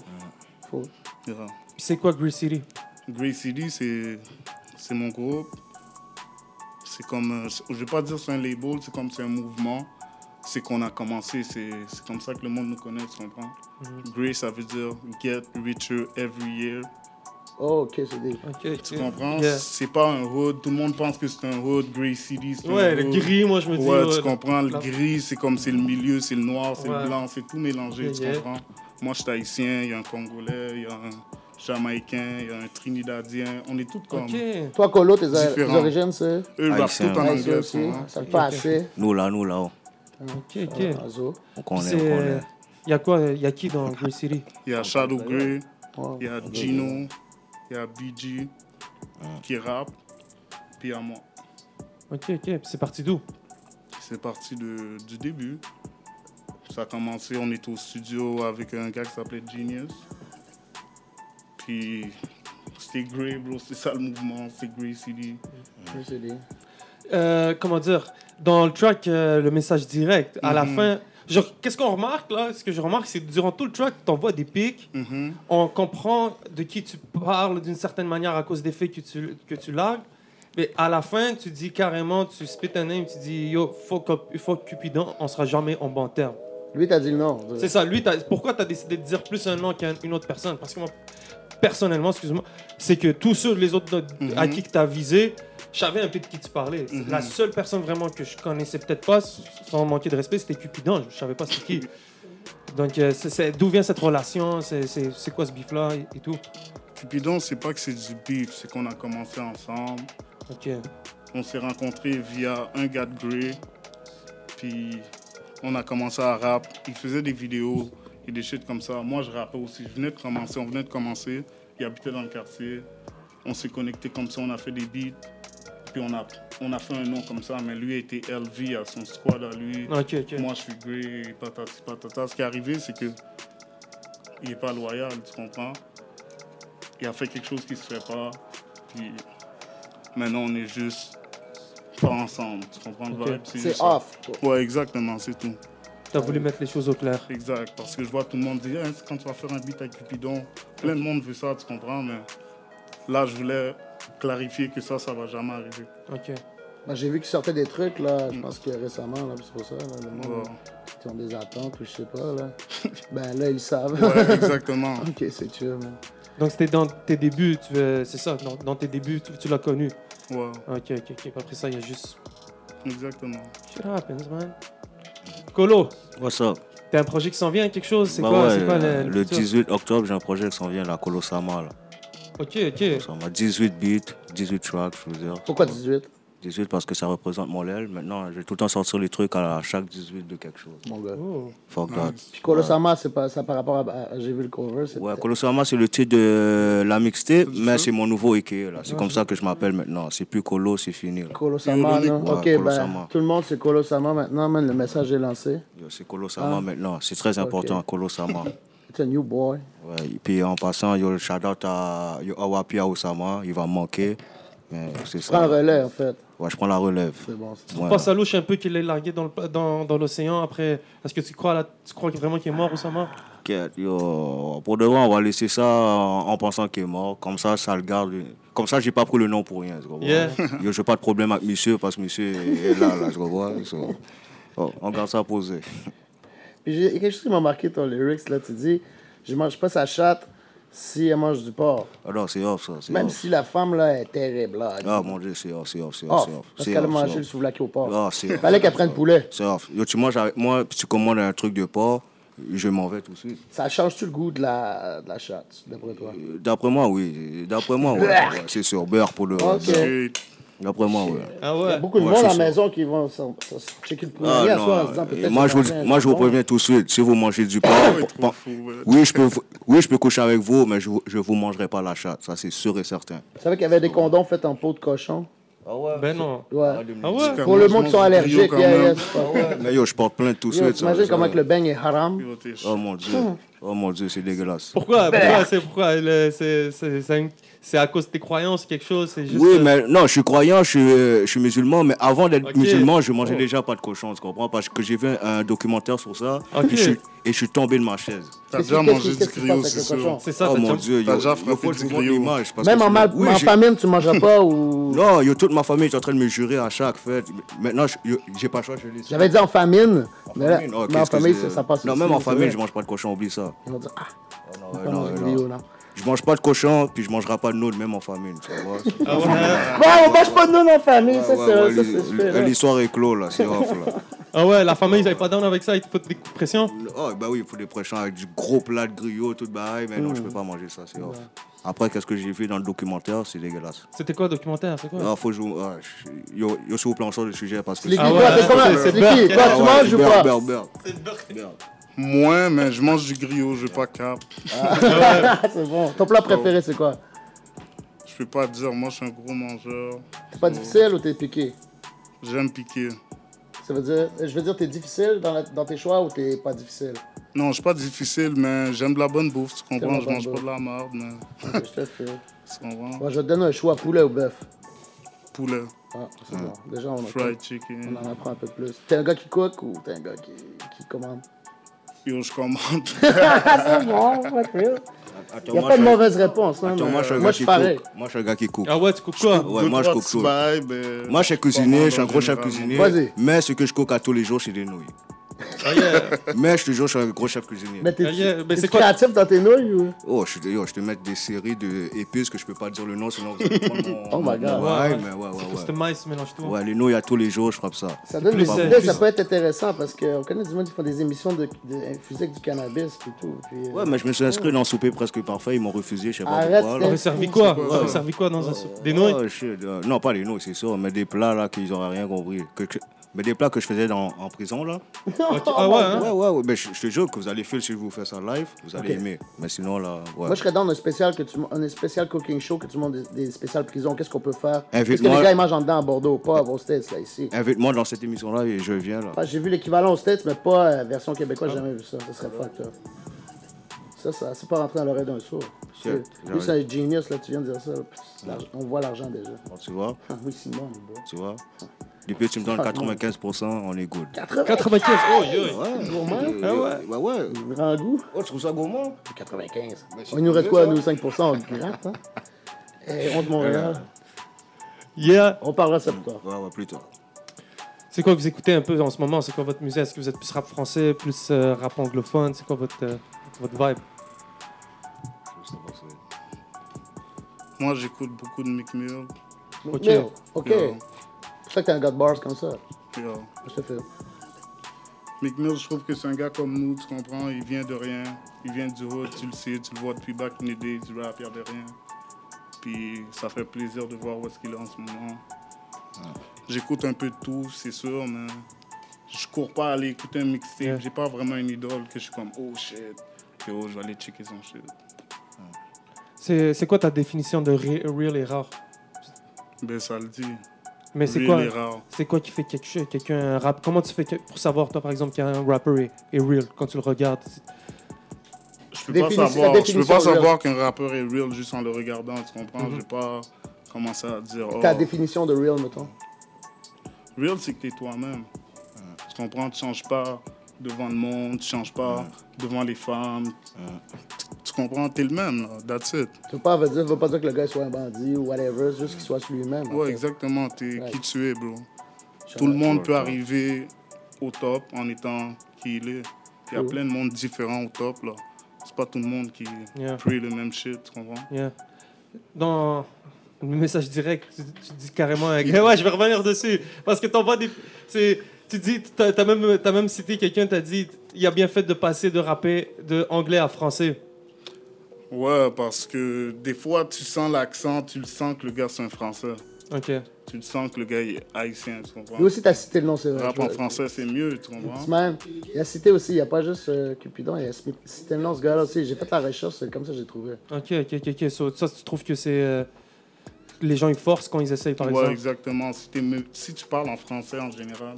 S3: Fou.
S4: Yeah.
S1: Puis c'est quoi Green City
S4: Grey City, c'est c'est mon groupe. C'est comme, euh, je vais pas dire c'est un label, c'est comme c'est un mouvement. C'est qu'on a commencé, c'est c'est comme ça que
S1: Mm-hmm.
S4: le monde nous connaît, tu comprends? Grey, ça veut dire Get Richer Every Year.
S3: Oh, ok, c'est des.
S1: Ok, ok.
S4: Tu comprends?
S1: Yeah.
S4: C'est pas un hood. Tout le monde pense que c'est un hood. Grey City, c'est
S1: Ouais,
S4: un
S1: le
S4: hood.
S1: gris, moi je me dis.
S4: Ouais,
S1: ouais,
S4: tu comprends? Le
S1: la-
S4: gris, c'est comme c'est le milieu, c'est le noir, c'est
S1: Ouais.
S4: le blanc, c'est tout mélangé,
S1: Yeah,
S4: tu
S1: yeah.
S4: comprends? Moi, je suis haïtien, il y a un Congolais, il y a un Jamaïcain, il y a un Trinidadien. On est tous comme.
S1: Ok.
S3: Toi, Colo, tes, tes
S4: Différent.
S3: origines, c'est.
S4: Eux, Ah, ils rappent
S2: Haïtien,
S4: tout en
S2: ouais.
S4: anglais,
S3: Haïtien
S4: tu
S3: aussi.
S4: comprends?
S3: Ça le fait assez.
S2: Nous là, nous là, oh.
S1: Ok, ok.
S3: Euh, Azo.
S2: on connaît, on
S1: C'est.
S2: connaît.
S1: Il y a quoi Il y a qui dans Grey City
S4: Il y a Shadow Grey,
S3: Ah, Ouais. Ah.
S4: il y a Gino, il y a BG qui rappe, puis il y a moi.
S1: Ok, ok. Puis C'est parti d'où
S4: C'est parti de- du début. Ça a commencé, on était au studio avec un gars qui s'appelait Genius. Puis c'était Grey, bro, c'est ça le mouvement, c'est Grey City.
S3: Je sais dire.
S1: Euh, comment dire, dans le track, euh, le message direct, à la
S4: Mhm.
S1: fin, genre, qu'est-ce qu'on remarque là Ce que je remarque, c'est que durant tout le track, t'envoies des pics,
S4: Mhm.
S1: on comprend de qui tu parles d'une certaine manière à cause des faits que tu, que tu largues, mais à la fin, tu dis carrément, tu spit un name, tu dis yo, fuck, up, fuck Cupidon, on sera jamais en bon terme.
S3: Lui, t'as dit le nom.
S1: C'est ça, lui, t'as- pourquoi t'as décidé de dire plus un nom qu'une autre personne Parce que moi, personnellement, excuse-moi, c'est que tous ceux, les autres
S4: Mhm.
S1: à qui que t'as visé, je savais un peu de qui tu parlais. C'est
S4: Mhm.
S1: La seule personne vraiment que je connaissais peut-être pas, s- sans manquer de respect, c'était Cupidon. Je savais pas c'était qui. Donc, euh, c'est- c'est- d'où vient cette relation C'est- C'est c'est quoi ce bif-là et, et tout
S4: Cupidon, c'est pas que c'est du beef, c'est qu'on a commencé ensemble.
S1: Ok.
S4: On s'est rencontrés via un gars de Grey. Puis on a commencé à rap. Il faisait des vidéos et des shit comme ça. Moi, je rappais aussi. Je venais de commencer. On venait de commencer. Il habitait dans le quartier. On s'est connectés comme ça. On a fait des beats. Puis on a, on a fait un nom comme ça. Mais lui était LV à son squad à lui.
S1: Ok, ok.
S4: Moi, je suis Grey, patati patata. Ce qui est arrivé, c'est que il n'est pas loyal, tu comprends? Il a fait quelque chose qui se fait pas. Puis maintenant, on est juste pas ensemble, tu comprends? le
S1: Ok.
S4: vibe? juste
S3: C'est
S4: ça.
S3: off.
S4: Ouais, exactement, c'est tout.
S1: T'as voulu mettre les choses au clair.
S4: Exact. Parce que je vois tout le monde dire, Hey, c'est quand tu vas faire un beat avec Cupidon, plein de monde veut ça, tu comprends? Mais là, je voulais clarifier que ça, ça va jamais arriver.
S1: Ok.
S3: Moi, J'ai vu qu'il sortait des trucs, là. Je pense que récemment, là, c'est pour ça. Là, le monde,
S4: Ouais.
S3: qui ont des attentes ou je sais pas, là. ben là, ils savent.
S4: Ouais, exactement.
S3: ok, c'est chill, man.
S1: Donc, c'était dans tes débuts, tu veux- c'est ça, dans, dans tes débuts, tu, tu l'as connu.
S4: Ouais,
S1: Ok, ok, ok. Après ça, il y a juste
S4: exactement.
S1: Shit happens, man. Colo,
S2: What's up?
S1: t'as un projet qui s'en vient, quelque chose C'est
S2: Bah
S1: quoi,
S2: ouais,
S1: c'est quoi
S2: euh,
S1: le-
S2: le 18 octobre, j'ai un projet qui s'en vient, la Colosama. Là.
S1: Ok, ok.
S2: Colosama, 18 beats, 18 tracks, je veux dire.
S3: Pourquoi 18,
S2: 18 parce que ça représente mon aile. Maintenant, je vais tout le temps sortir les trucs à la- à chaque 18 de quelque chose.
S3: mon gars?
S1: Oh,
S2: Fuck
S3: Puis Colosama, c'est pas ça par rapport à. à- J'ai vu le cover, c'est.
S2: that. Ouais, Colosama, c'est le titre de la mixtape,
S4: C'est
S2: mais
S4: ça.
S2: c'est mon nouveau Ikea. là. C'est comme ça que je m'appelle maintenant. C'est plus Colo, c'est fini. là.
S3: Colosama,
S4: Ironique,
S3: non?
S2: ouais,
S3: ok, ben,
S2: Colosama.
S3: tout le monde, c'est Colosama maintenant, man. Le message est lancé.
S2: Yo, C'est
S3: Ah.
S2: Colosama maintenant. C'est très important, Colosama.
S3: It's a new boy.
S2: Ouais, et puis en passant, yo, shout out à yo, Awapi Aosama, il va manquer. Mais c'est
S3: Prends
S2: ça.
S3: le relais, en fait.
S2: Ouais, je prends la relève.
S3: Ah, C'est bon, c'est
S2: Ouais.
S1: Passe à louche un peu qu'il est largué dans le- dans dans l'océan après. Est-ce que tu crois, là, tu crois vraiment qu'il est mort, Oussama
S2: T'inquiète, yo. Pour de vrai, on va laisser ça en, en pensant qu'il est mort. Comme ça, ça le garde. Comme ça, j'ai pas pris le nom pour rien. tu comprends?
S1: Yeah.
S2: Yo, j'ai pas de problème avec monsieur parce que monsieur est là, là, tu comprends? So, oh, on garde ça posé.
S3: Puis j'ai- il y a quelque chose qui m'a marqué ton lyrics, là. Tu dis, je mange pas sa chatte si elle mange du porc.
S2: Ah non, c'est off, ça. c'est
S3: Même
S2: off.
S3: si la femme, là, est terrible, là.
S2: Ah mon dieu, c'est off, c'est off, c'est off.
S3: Off,
S2: c'est off,
S3: Oh, parce
S2: c'est
S3: qu'elle a
S2: off,
S3: mangé
S2: c'est
S3: le
S2: off.
S3: souvlaki au porc.
S2: Ah, c'est off,
S3: Fallait qu'elle
S2: c'est
S3: prenne
S2: off.
S3: poulet.
S2: C'est off. Yo, tu manges avec moi, puis tu commandes un truc de porc, je m'en vais tout de suite.
S3: Ça change-tu le goût de la, de la chatte, d'après toi?
S2: Euh, D'après moi, oui. D'après moi, ouais.
S3: Beurk.
S2: Ouais, c'est sûr, beurre pour le.
S3: Ok.
S2: beurre.
S4: Et
S2: D'après moi, ouais.
S1: Ah
S3: Il y a
S1: ouais.
S3: beaucoup de
S2: Ouais,
S3: monde à
S2: c'est
S3: la
S2: ça.
S3: maison qui vont s'en- s'en- s'en checker le
S2: Ah,
S3: poulet à
S2: non,
S3: soir en se
S2: euh,
S3: disant peut-être.
S2: moi,
S3: que
S2: je vous,
S3: ça
S2: moi, je vous
S3: va bien,
S2: préviens tout de suite. Si vous mangez du porc,
S4: il est
S2: pan-
S4: trop
S2: pan-
S4: fou, ouais.
S2: oui, je peux, vous- oui, je peux coucher avec vous, mais je, vous- je vous mangerai pas la chatte. Ça, c'est sûr et certain.
S3: Tu savais qu'il y avait des condoms faits en peau de cochon?
S1: Ben non.
S3: Ah Ouais.
S1: Ah ouais
S3: Pour le monde
S4: Comment je mange
S3: qui sont
S4: du
S3: allergiques,
S4: brio
S3: yeah,
S4: quand
S3: yeah,
S4: même?
S3: c'est pas-
S2: Mais yo, je porte plein tout de
S3: Yo,
S2: suite. ça,
S3: T'imagines
S2: ça.
S3: comment que le Mmh. beigne est haram?
S4: Yo, t'es chaud.
S2: Oh mon dieu. Oh mon dieu, c'est dégueulasse.
S1: Pourquoi Pourquoi C'est pourquoi le- c'est- c'est- c'est une- c'est à cause de tes croyances, quelque chose C'est juste.
S2: Oui,
S1: euh,
S2: mais non, je suis croyant, je suis, euh, je suis musulman, mais avant d'être
S1: Ok.
S2: musulman, je mangeais
S1: Oh.
S2: déjà pas de cochon, tu comprends Parce que j'ai vu un, un documentaire sur ça,
S1: Ok.
S2: et, je suis, et je suis tombé de ma chaise.
S4: T'as
S3: Qu'est-ce
S4: déjà
S3: qui- qu'est-ce
S4: mangé
S3: qui-
S4: du
S3: qu'est-ce qui se
S4: griot,
S3: passe
S4: c'est
S3: avec le
S4: sûr.
S3: cochon?
S1: C'est ça,
S2: oh
S1: t'as
S2: mon
S1: jump-
S2: dieu,
S4: t'as
S2: yo,
S4: déjà
S2: yo,
S4: frappé
S2: faut que
S4: du
S2: je vous montre
S4: griot.
S2: l'image, parce
S3: Même
S2: que
S3: en,
S2: c'est-
S3: mal,
S2: oui,
S3: en
S2: j'ai-
S3: famine, tu mangeras pas ou.
S2: Non, yo, toute ma famille est en train de me jurer à chaque fête. Maintenant, je- yo, j'ai pas le choix, je laisse.
S3: J'avais dit en famine, mais, là,
S2: Famille, non,
S3: mais
S2: qu'est-ce
S3: en
S2: que
S3: famille,
S2: c'est-
S3: ça, ça passe
S2: euh, Non,
S3: aussi,
S2: même en
S3: c'est
S2: famille,
S3: vrai.
S2: je mange pas de cochon, oublie ça.
S3: Ils vont dire, ah,
S2: Non,
S3: on
S2: ouais,
S3: va
S2: non,
S3: manger
S2: ouais,
S3: du
S2: non.
S3: griot, là.
S2: je mange pas de cochon, puis je mangerai pas de noun, même en famine. Tu vois
S1: Ah ouais,
S3: Ouais, on mange pas de nous en famille,
S2: Ouais,
S3: ça,
S2: ouais,
S3: c'est
S2: ouais,
S3: ça,
S2: l'hi-
S3: c'est sûr, là.
S2: L'histoire est close, là, c'est off, là.
S1: ah ouais, la famille, ils avaient pas down avec ça, ils te foutent des coups de pression.
S2: Oh, bah oui, pour des prochains avec du gros plat de griot, tout bail, mais non,
S3: Mmh.
S2: je peux pas manger ça,
S3: Bah.
S2: c'est off. Après, qu'est-ce que j'ai vu dans le documentaire, c'est dégueulasse.
S1: C'était quoi, le documentaire C'est quoi
S2: Ah, faut jouer. ah, je- yo, yo, s'il vous plaît, on change de sujet parce que.
S3: C'est qui,
S1: Ah ouais,
S3: toi, t'es
S1: c'est-
S3: comment?
S1: c'est
S3: C'est qui?
S1: Burke.
S2: Ah
S3: Toi, tu manges ou pas?
S2: Beurre, beurre, beurre.
S4: Moins, mais je mange du griot, je pas cap.
S3: c'est bon. Ton plat préféré, c'est quoi?
S4: Je peux pas dire, moi je suis un gros mangeur.
S3: T'es
S2: Oh.
S3: pas difficile ou t'es piqué?
S4: J'aime piquer.
S3: Ça veut dire, je veux dire, t'es difficile dans, la- dans tes choix ou t'es pas difficile?
S4: Non, je suis pas difficile, mais j'aime de la bonne bouffe, tu comprends?
S3: la
S4: Je
S3: bonne
S4: mange pas
S3: bouffe.
S4: de la merde, mais
S3: Ok, je te fais.
S4: tu comprends?
S3: Bon, je vais te donner un choix poulet ou bœuf.
S4: Poulet,
S3: Ah, c'est
S2: Mm.
S3: bon. Déjà, on,
S4: fried
S3: on
S4: chicken.
S3: en apprend un peu plus. T'es un gars qui cook ou t'es un gars qui, qui commande?
S4: Yo, je commande.
S3: Ah, c'est bon, pas pire.
S2: Attends,
S3: Y a
S2: moi,
S3: pas de
S2: je-
S3: mauvaise réponse. hein,
S2: attends,
S3: mais-
S2: moi, je suis un
S3: moi,
S2: gars
S3: je suis
S2: qui
S3: pareil.
S2: cook. Moi, je suis un gars qui cook.
S1: Ah ouais, tu coupes quoi
S2: Ouais, moi, je cook chaud. Moi, je suis cuisinier, je suis un gros chef cuisinier.
S3: Vas-y.
S2: Mais ce que je coque à tous les jours, c'est des nouilles.
S1: Ah yeah.
S2: Mais je te jure, je suis un gros chef cuisinier.
S3: Mais t'es
S1: Ah, yeah, mais
S3: t'es
S1: c'est quoi-
S3: créatif dans tes nouilles ou?
S2: Oh, je, te- yo, je te mets des séries d'épices que je peux pas dire le nom, sinon vous allez prendre mon.
S3: Oh my God.
S2: Ouais,
S1: Ouais,
S2: mais ouais, ouais, ouais.
S1: Customize, mélange tout.
S2: Ouais, les nouilles à tous les jours, je frappe ça.
S3: Ça donne
S1: Plus,
S3: des
S1: euh,
S3: idées,
S1: plus-
S3: ça peut être intéressant parce qu'on connaît du monde qui font des émissions de, de infusées avec du cannabis et tout. Puis, euh,
S2: Ouais, mais je me suis inscrit dans Souper presque parfait, ils m'ont refusé, je sais pas
S3: Arrête,
S2: pourquoi.
S1: On
S2: là.
S1: aurait servi quoi
S4: Ouais.
S1: On aurait servi quoi dans un soupe Des nouilles
S2: Oh, shit, euh, non, pas les nouilles, c'est sûr, mais des plats là qu'ils auraient rien compris. Que- que- mais des plats que je faisais dans- en prison là.
S1: Ok, Ah ouais, hein
S2: Ouais, ouais, ouais, mais je, je te jure que vous allez faire si je vous fais ça live, vous allez
S3: Ok.
S2: aimer. Mais sinon là, ouais.
S3: Moi, je serais dans un spécial, que tu, un spécial cooking show que tu montes des, des spéciales prisons. Qu'est-ce qu'on peut faire? Parce que
S2: Invite-moi.
S3: les gars, ils mangent en dedans à Bordeaux, pas aux States, là, ici.
S2: Invite-moi dans cette émission là et je viens là.
S3: Enfin, Ah, j'ai vu l'équivalent aux States, mais pas euh, version québécoise, j'ai jamais vu ça. Ça serait fucked up. Ça, ça, c'est pas rentré dans l'oreille d'un sourd.
S2: Shit,
S3: Lui,
S2: j'arrive.
S3: c'est un genius, là, tu viens de dire ça. là. Pff, l'argent- On voit l'argent déjà.
S2: Tu vois,
S3: Ah oui, Simon, il boit.
S2: tu vois. Depuis que tu me donnes
S3: Ah,
S2: 95%, on est good.
S1: 95 Oh yo
S2: Ouais,
S3: Gourmand?
S2: euh,
S1: Ah
S2: Bah ouais.
S3: Grand goût?
S2: Oh, tu trouves ça gourmand
S3: 95.
S2: Mais c'est
S3: On nous reste quoi,
S2: mieux,
S3: nous, 5%? On gratte, hein? Eh, on de Montréal.
S1: Yeah
S3: On parlera de ça plus tard.
S2: Ouais, ouais, plus tard.
S1: C'est quoi que vous écoutez un peu en ce moment C'est quoi votre musée Est-ce que vous êtes plus rap français, plus euh, rap anglophone C'est quoi votre, euh, votre vibe
S2: Je sais pas, c'est-
S4: Moi, j'écoute beaucoup de Mick Mill.
S1: Ok.
S3: Merde, Ok.
S4: Yo,
S3: C'est pour ça que t'as un gars de bars comme ça.
S4: yo.
S3: Je te fais.
S4: Mick Mill, je trouve que c'est un gars comme nous, tu comprends? Il vient de rien. Il vient du hood, tu le sais, tu le vois depuis back in the day, du rap, il y avait rien. Puis ça fait plaisir de voir où est-ce qu'il est en ce moment. J'écoute un peu de tout, c'est sûr, mais je cours pas à aller écouter un mixtape.
S1: Yeah.
S4: J'ai pas vraiment une idole que je suis comme, oh shit, yo, oh, je vais aller checker son shit.
S1: C'est c'est quoi ta définition de ré- real et rare
S4: Ben ça le dit.
S1: Mais c'est
S4: Lui,
S1: quoi
S4: il est rare.
S1: C'est quoi qui fait quelque chose Quelqu'un un rap Comment tu fais que- pour savoir toi par exemple qu'un rapper est, est real quand tu le regardes C'est-
S4: Je peux
S3: Définition- la
S4: pas savoir, je peux
S3: définition
S4: pas
S3: real.
S4: savoir qu'un rappeur est real juste en le regardant, tu comprends? Je vais pas commencer à dire, oh,
S3: Ta définition de real, mettons.
S4: Real, c'est que t'es toi-même. Tu comprends? Tu changes pas devant le monde, tu changes pas devant les femmes. Tu, tu comprends? T'es le même, là. That's it.
S3: Tu veux pas, veut dire, veut pas dire que le gars soit un bandit ou whatever, c'est juste qu'il soit sur lui-même. en
S4: Ouais,
S3: fait.
S4: exactement. T'es
S3: Ouais.
S4: qui tu es, bro.
S3: Je
S4: Tout le
S3: sais
S4: monde peut arriver au top en étant qui il est. Il y a plein de monde différent au top, là. C'est pas tout le monde qui
S1: Yeah.
S4: prie le même shit, tu comprends?
S1: Yeah. Dans le message direct, tu, tu dis carrément un gars- Ouais, je vais revenir dessus. Parce que t'envoies des. c'est- Tu dis, t'as t'as même, t'as même cité quelqu'un, t'as dit, il a bien fait de passer de rapper de anglais à français.
S4: Ouais, parce que des fois, tu sens l'accent, tu le sens que le gars, c'est un Français.
S1: Ok.
S4: Tu le sens que le gars, il est haïtien, tu comprends?
S3: Lui aussi, t'as cité le nom, c'est
S4: Le
S3: vrai.
S4: rap
S3: Je-
S4: en français, c'est mieux, tu comprends?
S3: Sman, il a cité aussi, il y a pas juste euh, Cupidon, il a smi- cité le nom, ce gars-là aussi. J'ai fait la recherche, c'est comme ça que j'ai trouvé.
S1: Ok, ok, ok. ok. So, ça, tu trouves que c'est. euh, les gens, ils forcent quand ils essayent, par
S4: ouais,
S1: exemple.
S4: exactement. Si, t'es me- si tu parles en français en général,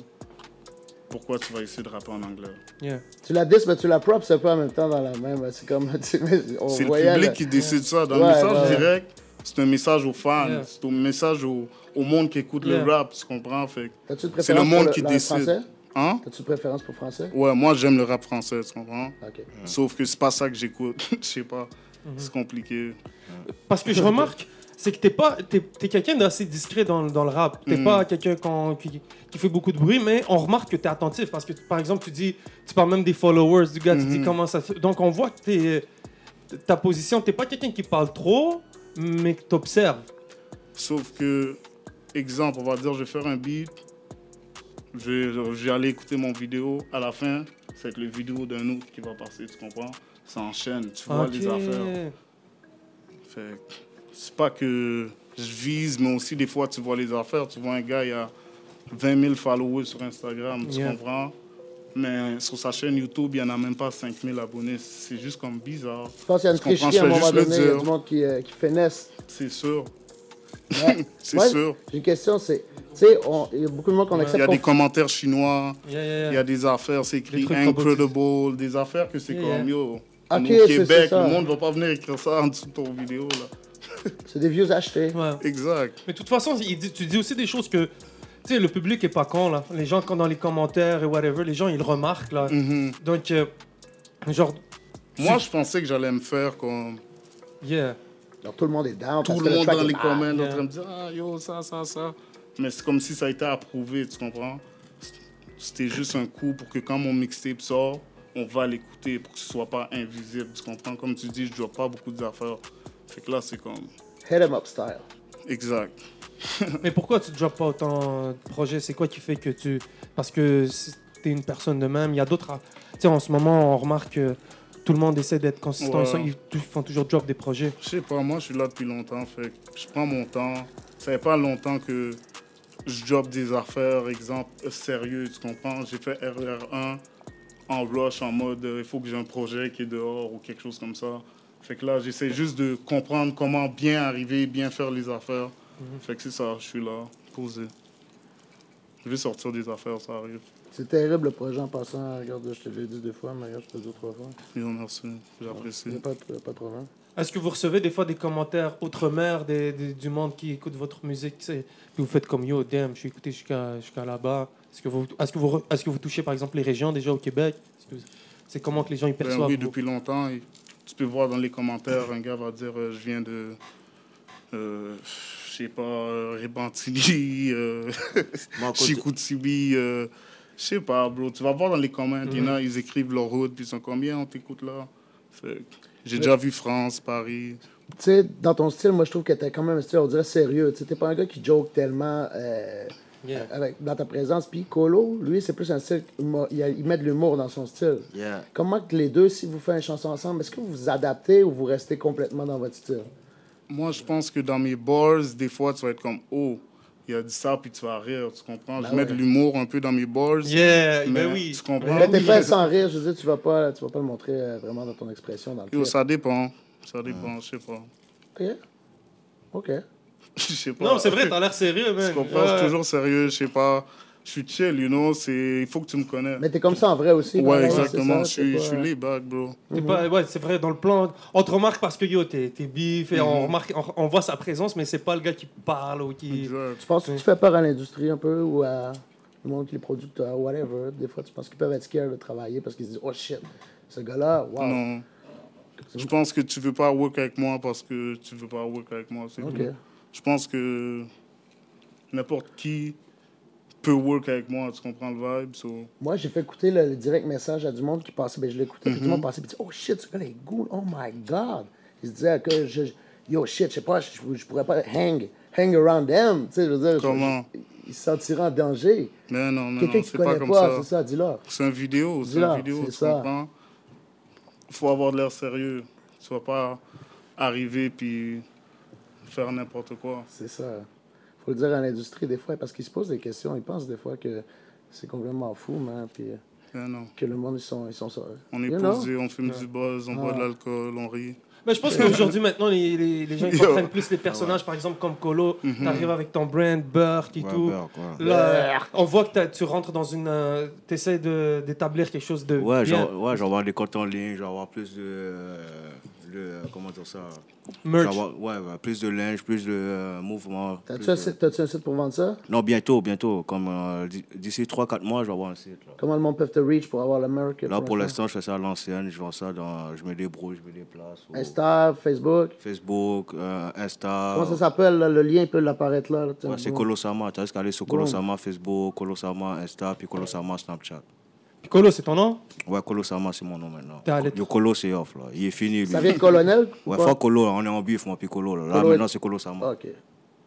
S4: pourquoi tu vas essayer de rapper en anglais
S1: Yeah.
S3: Tu la dis, mais tu la props un peu en même temps dans la même. C'est comme. tu sais, on
S4: C'est le
S3: voyait,
S4: public
S3: là.
S4: qui décide ça. Dans
S3: Ouais,
S4: le message
S3: ouais.
S4: direct, c'est un message aux fans,
S1: Yeah.
S4: c'est un message au, au monde qui écoute
S1: Yeah.
S4: le rap, tu comprends Fait que
S3: T'as-tu une
S4: C'est le
S3: préférence pour
S4: monde qui
S3: dans
S4: décide.
S3: français?
S4: Hein
S3: T'as-tu une préférence pour français?
S4: Ouais, moi j'aime le rap français, tu comprends
S3: Ok.
S4: Sauf que c'est pas ça que j'écoute. Je sais pas.
S1: Mm-hmm.
S4: C'est compliqué.
S1: Parce que je remarque, c'est que t'es pas, t'es, t'es quelqu'un d'assez discret dans, le- dans le rap. T'es
S4: Mhm.
S1: pas quelqu'un qu'on- qui, qui fait beaucoup de bruit, mais on remarque que t'es attentif parce que par exemple tu dis, tu parles même des followers du gars, tu dis
S4: Mhm.
S1: comment ça. se- Donc on voit que t'es ta position, t'es pas quelqu'un qui parle trop, mais que t'observes.
S4: Sauf que, exemple, on va dire, je vais faire un beat, je vais, je vais aller écouter mon vidéo. À la fin, c'est le vidéo d'un autre qui va passer, tu comprends Ça enchaîne, tu vois les
S1: Ok.
S4: affaires. Fait que c'est pas que je vise, mais aussi des fois, tu vois les affaires. Tu vois un gars, il a 20 000 followers sur Instagram, tu
S1: Yeah.
S4: comprends mais sur sa chaîne YouTube, il n'y en a même pas 5 000 abonnés. C'est juste comme bizarre.
S3: Je pense qu'il y a une
S4: Je comprends,
S3: tricherie à
S4: je
S3: un
S4: fais
S3: moment
S4: juste le
S3: donné, il y a
S4: dire.
S3: du monde qui, euh, qui finesse.
S4: C'est sûr.
S3: Ouais.
S4: C'est
S3: Ouais,
S4: sûr.
S3: J'ai une question, c'est, tu sais, on- il y a beaucoup de monde qu'on
S4: Il y
S3: accepte
S4: a
S3: qu'on
S4: des commentaires chinois,
S1: Yeah, yeah, yeah.
S4: il y a des affaires, c'est écrit
S1: Des trucs
S4: Incredible, des affaires que c'est
S1: Yeah,
S4: comme
S1: yeah.
S4: yo.
S3: Ah, Ok,
S4: on est
S3: c'est-
S4: au
S3: c'est
S4: Québec,
S3: ça.
S4: le monde va pas venir écrire ça en dessous de ton vidéo. Là.
S3: C'est des vieux achetés.
S1: Ouais.
S4: Exact.
S1: Mais de toute façon, il dit- tu dis aussi des choses que. Tu sais, le public est pas con, là. Les gens, quand dans les commentaires et whatever, les gens, ils remarquent, là.
S4: Mhm.
S1: Donc, euh, genre,
S4: Moi, je pensais que j'allais me faire comme
S1: yeah.
S3: Alors tout le monde est down.
S4: tout
S3: parce
S4: le
S3: que
S4: monde
S3: track
S4: dans
S3: est
S4: les
S3: bad.
S4: commentaires
S1: yeah.
S4: en train de dire Ah yo, ça, ça, ça. Mais c'est comme si ça a été approuvé, tu comprends? C'était juste un coup pour que quand mon mixtape sort, on va l'écouter pour que ce soit pas invisible, tu comprends? Comme tu dis, je dois pas beaucoup d'affaires. Fait que là, c'est comme.
S3: Hit 'em up style.
S4: Exact.
S1: Mais pourquoi tu ne drops pas autant de projets C'est quoi qui fait que tu. Parce que si t'es une personne de même. Il y a d'autres. à- Tu sais, en ce moment, on remarque que tout le monde essaie d'être consistant.
S4: Ouais.
S1: Ils, sont- ils tou- font toujours drop des projets.
S4: Je sais pas, moi je suis là depuis longtemps, fait que je prends mon temps. Ça fait pas longtemps que je job des affaires, exemple, euh, sérieux, tu comprends? J'ai fait RR1 en rush, en mode euh, il faut que j'ai un projet qui est dehors ou quelque chose comme ça. Fait que là, j'essaie juste de comprendre comment bien arriver, bien faire les affaires. Fait que c'est ça, je suis là, posé. Je vais sortir des affaires, ça arrive.
S3: C'est terrible le projet en passant. Regarde, je te l'ai dit deux fois, mais regarde, je te le dis trois fois.
S4: Ils ont merci,
S3: Il
S4: j'apprécie.
S3: n'y a pas de, pas de problème.
S1: Est-ce que vous recevez des fois des commentaires outre-mer des, des- du monde qui écoute votre musique tu sais, Puis vous faites comme Yo, damn, je suis écouté jusqu'à jusqu'à là-bas. Est-ce que, vous, est-ce, que vous, re- est-ce que vous touchez par exemple les régions déjà au Québec Est-ce que vous- C'est comment que les gens y
S4: Ben
S1: perçoivent
S4: oui,
S1: vos-
S4: depuis longtemps. et tu peux voir dans les commentaires, un gars va dire euh, Je viens de. euh, je sais pas, euh, Repentigny, euh,
S2: Moi, à cause de-
S4: Chicoutimi, euh, je sais pas, bro. Tu vas voir dans les commentaires, il y en a, ils écrivent leur route, puis ils sont combien on t'écoute là Fait que J'ai déjà vu France, Paris.
S3: Tu sais, dans ton style, moi, je trouve que t'es quand même un style, on dirait, sérieux. Tu sais, t'es pas un gars qui joke tellement euh,
S1: Yeah.
S3: avec, dans ta présence. Puis Colo, lui, c'est plus un style, humo- il, a- il met de l'humour dans son style.
S2: Yeah.
S3: Comment que les deux, si vous faites une chanson ensemble, est-ce que vous vous adaptez ou vous restez complètement dans votre style?
S4: Moi, je pense que dans mes bars, des fois, tu vas être comme Oh, il a dit ça, puis tu vas rire, tu comprends Je
S3: Ben
S4: mets
S3: ouais.
S4: de l'humour un peu dans mes bars.
S1: Bah Yeah,
S4: Mais
S1: ben oui.
S4: tu comprends?
S3: Mais
S4: oui.
S3: t'es pas sans rire, je veux dire, tu vas pas, tu vas pas le montrer euh, vraiment dans ton expression, dans le
S4: Yo,
S3: clip.
S4: ça dépend. Ça dépend, je sais pas.
S3: Ok. Ok.
S4: Je sais pas.
S1: Non, c'est vrai, t'as l'air sérieux, man.
S4: Tu comprends? Je
S1: Ouais.
S4: suis toujours sérieux, je sais pas. Je suis chill, you know, c'est... il faut que tu me connais.
S3: Mais t'es comme ça en vrai aussi. dans la
S4: Ouais,
S3: vie,
S4: exactement, je
S3: c'est ça, t'es
S4: suis, je
S3: pas-
S4: suis laid back, bro.
S1: T'es
S2: Mhm.
S1: pas- ouais, c'est vrai, dans le plan. On te remarque parce que yo, t'es t'es bif et
S2: Mhm.
S1: on, remarque, on, on voit sa présence, mais c'est pas le gars qui parle ou qui.
S4: Exact.
S3: Tu penses que tu fais peur à l'industrie un peu ou à le monde qui est producteur, whatever. Des fois, tu penses qu'ils peuvent être scared de travailler parce qu'ils se disent, oh shit, ce gars-là, wow.
S4: Non. Je pense que tu veux pas work avec moi parce que tu veux pas work avec moi, c'est
S3: Ok.
S4: tout. Je pense que n'importe qui peut work avec moi, tu comprends le vibe, so...
S3: Moi, j'ai fait écouter le, le direct message à du monde qui passait, ben, je l'écoutais,
S4: Mm-hmm.
S3: puis du monde passait, puis dit, oh shit, ce gars-là est cool, oh my god. Ils se disaient que je, je- yo shit, je sais pas, je, je pourrais pas hang, hang around them. Tu sais, je veux dire, je-
S4: Comment?
S3: je- ils se sentiraient en danger.
S4: Mais non, mais
S3: Quelqu'un
S4: non,
S3: qui
S4: c'est pas
S3: connaît
S4: comme
S3: pas,
S4: ça.
S3: c'est ça, dis-leur.
S4: C'est une vidéo, c'est
S3: Dis-leur,
S4: une vidéo,
S3: c'est
S4: tu
S3: ça.
S4: comprends? faut avoir de l'air sérieux. Tu vas pas arriver puis faire n'importe quoi.
S3: C'est ça. Faut le dire à l'industrie des fois, parce qu'ils se posent des questions, ils pensent des fois que c'est complètement fou, man, puis euh,
S4: Mais Eh non.
S3: que le monde, ils sont... Ils sont
S4: On est
S3: You know?
S4: posé, on fume du buzz, on boit de l'alcool, on rit.
S1: Mais je pense qu'aujourd'hui, maintenant, les, les, les gens ils
S4: Yo.
S1: comprennent plus les personnages, par exemple, comme Colo. T'arrives avec ton brand, Burke et
S2: Mhm. Ouais,
S1: tout.
S2: Burke, ouais.
S1: Là, on voit que t'as- tu rentres dans une. euh, T'essaies de- d'établir quelque chose de.
S2: Ouais,
S1: bien.
S2: genre, ouais, je vais avoir des comptes en ligne, je vais avoir plus de. euh, le, comment dire ça Je vais
S1: Merch.
S2: avoir- ouais, ouais, plus de linge, plus de euh, mouvement. plus
S3: T'as-tu
S2: de-
S3: un, site- t'as-tu un site pour vendre ça?
S2: Non, bientôt, bientôt. Comme euh, d- d'ici 3-4 mois, je vais avoir un site. Là,
S3: Comment le monde peut te reach pour avoir le merch?
S2: Là, pour
S3: l'instant?
S2: l'instant, je fais ça à l'ancienne. Je vends ça dans. Je me débrouille, je me déplace. au
S3: hein? Insta, Facebook.
S2: Facebook, euh, Insta.
S3: Comment ça s'appelle? là, Le lien peut l'apparaître là. là, tu sais,
S2: Ouais, c'est
S3: bon.
S2: Colosama. Tu as juste qu'à aller sur Colosama, Facebook, Colosama, Insta, puis Colosama, Snapchat.
S1: Piccolo, c'est ton nom
S2: Ouais, Colo Sama, c'est mon nom maintenant.
S1: T'es allé-
S2: Le Colo, c'est off, là. Il est fini, lui.
S3: Ça vient de colonel ou
S2: Ouais,
S3: pas?
S2: fuck Colo, là. on est en bif, moi, puis Colo, là. Là,
S3: Colo-
S2: maintenant, c'est Colo
S1: Ah.
S2: Sama.
S3: Ok.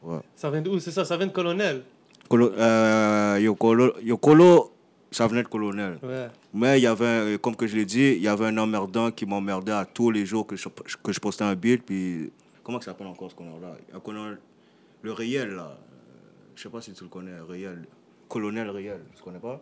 S2: Ouais.
S1: Ça vient d'où C'est ça, ça vient de Colonel.
S2: Colo, euh, yo, Colo, yo, Colo, ça venait de colonel.
S1: Ouais.
S2: Mais il y avait, euh, comme que je l'ai dit, il y avait un emmerdant qui m'emmerdait à tous les jours que je, que je postais un beat. Puis, comment que ça s'appelle encore ce connard-là Un connard- Le réel, là. Euh, Je sais pas si tu le connais, réel. Colonel réel, tu connais pas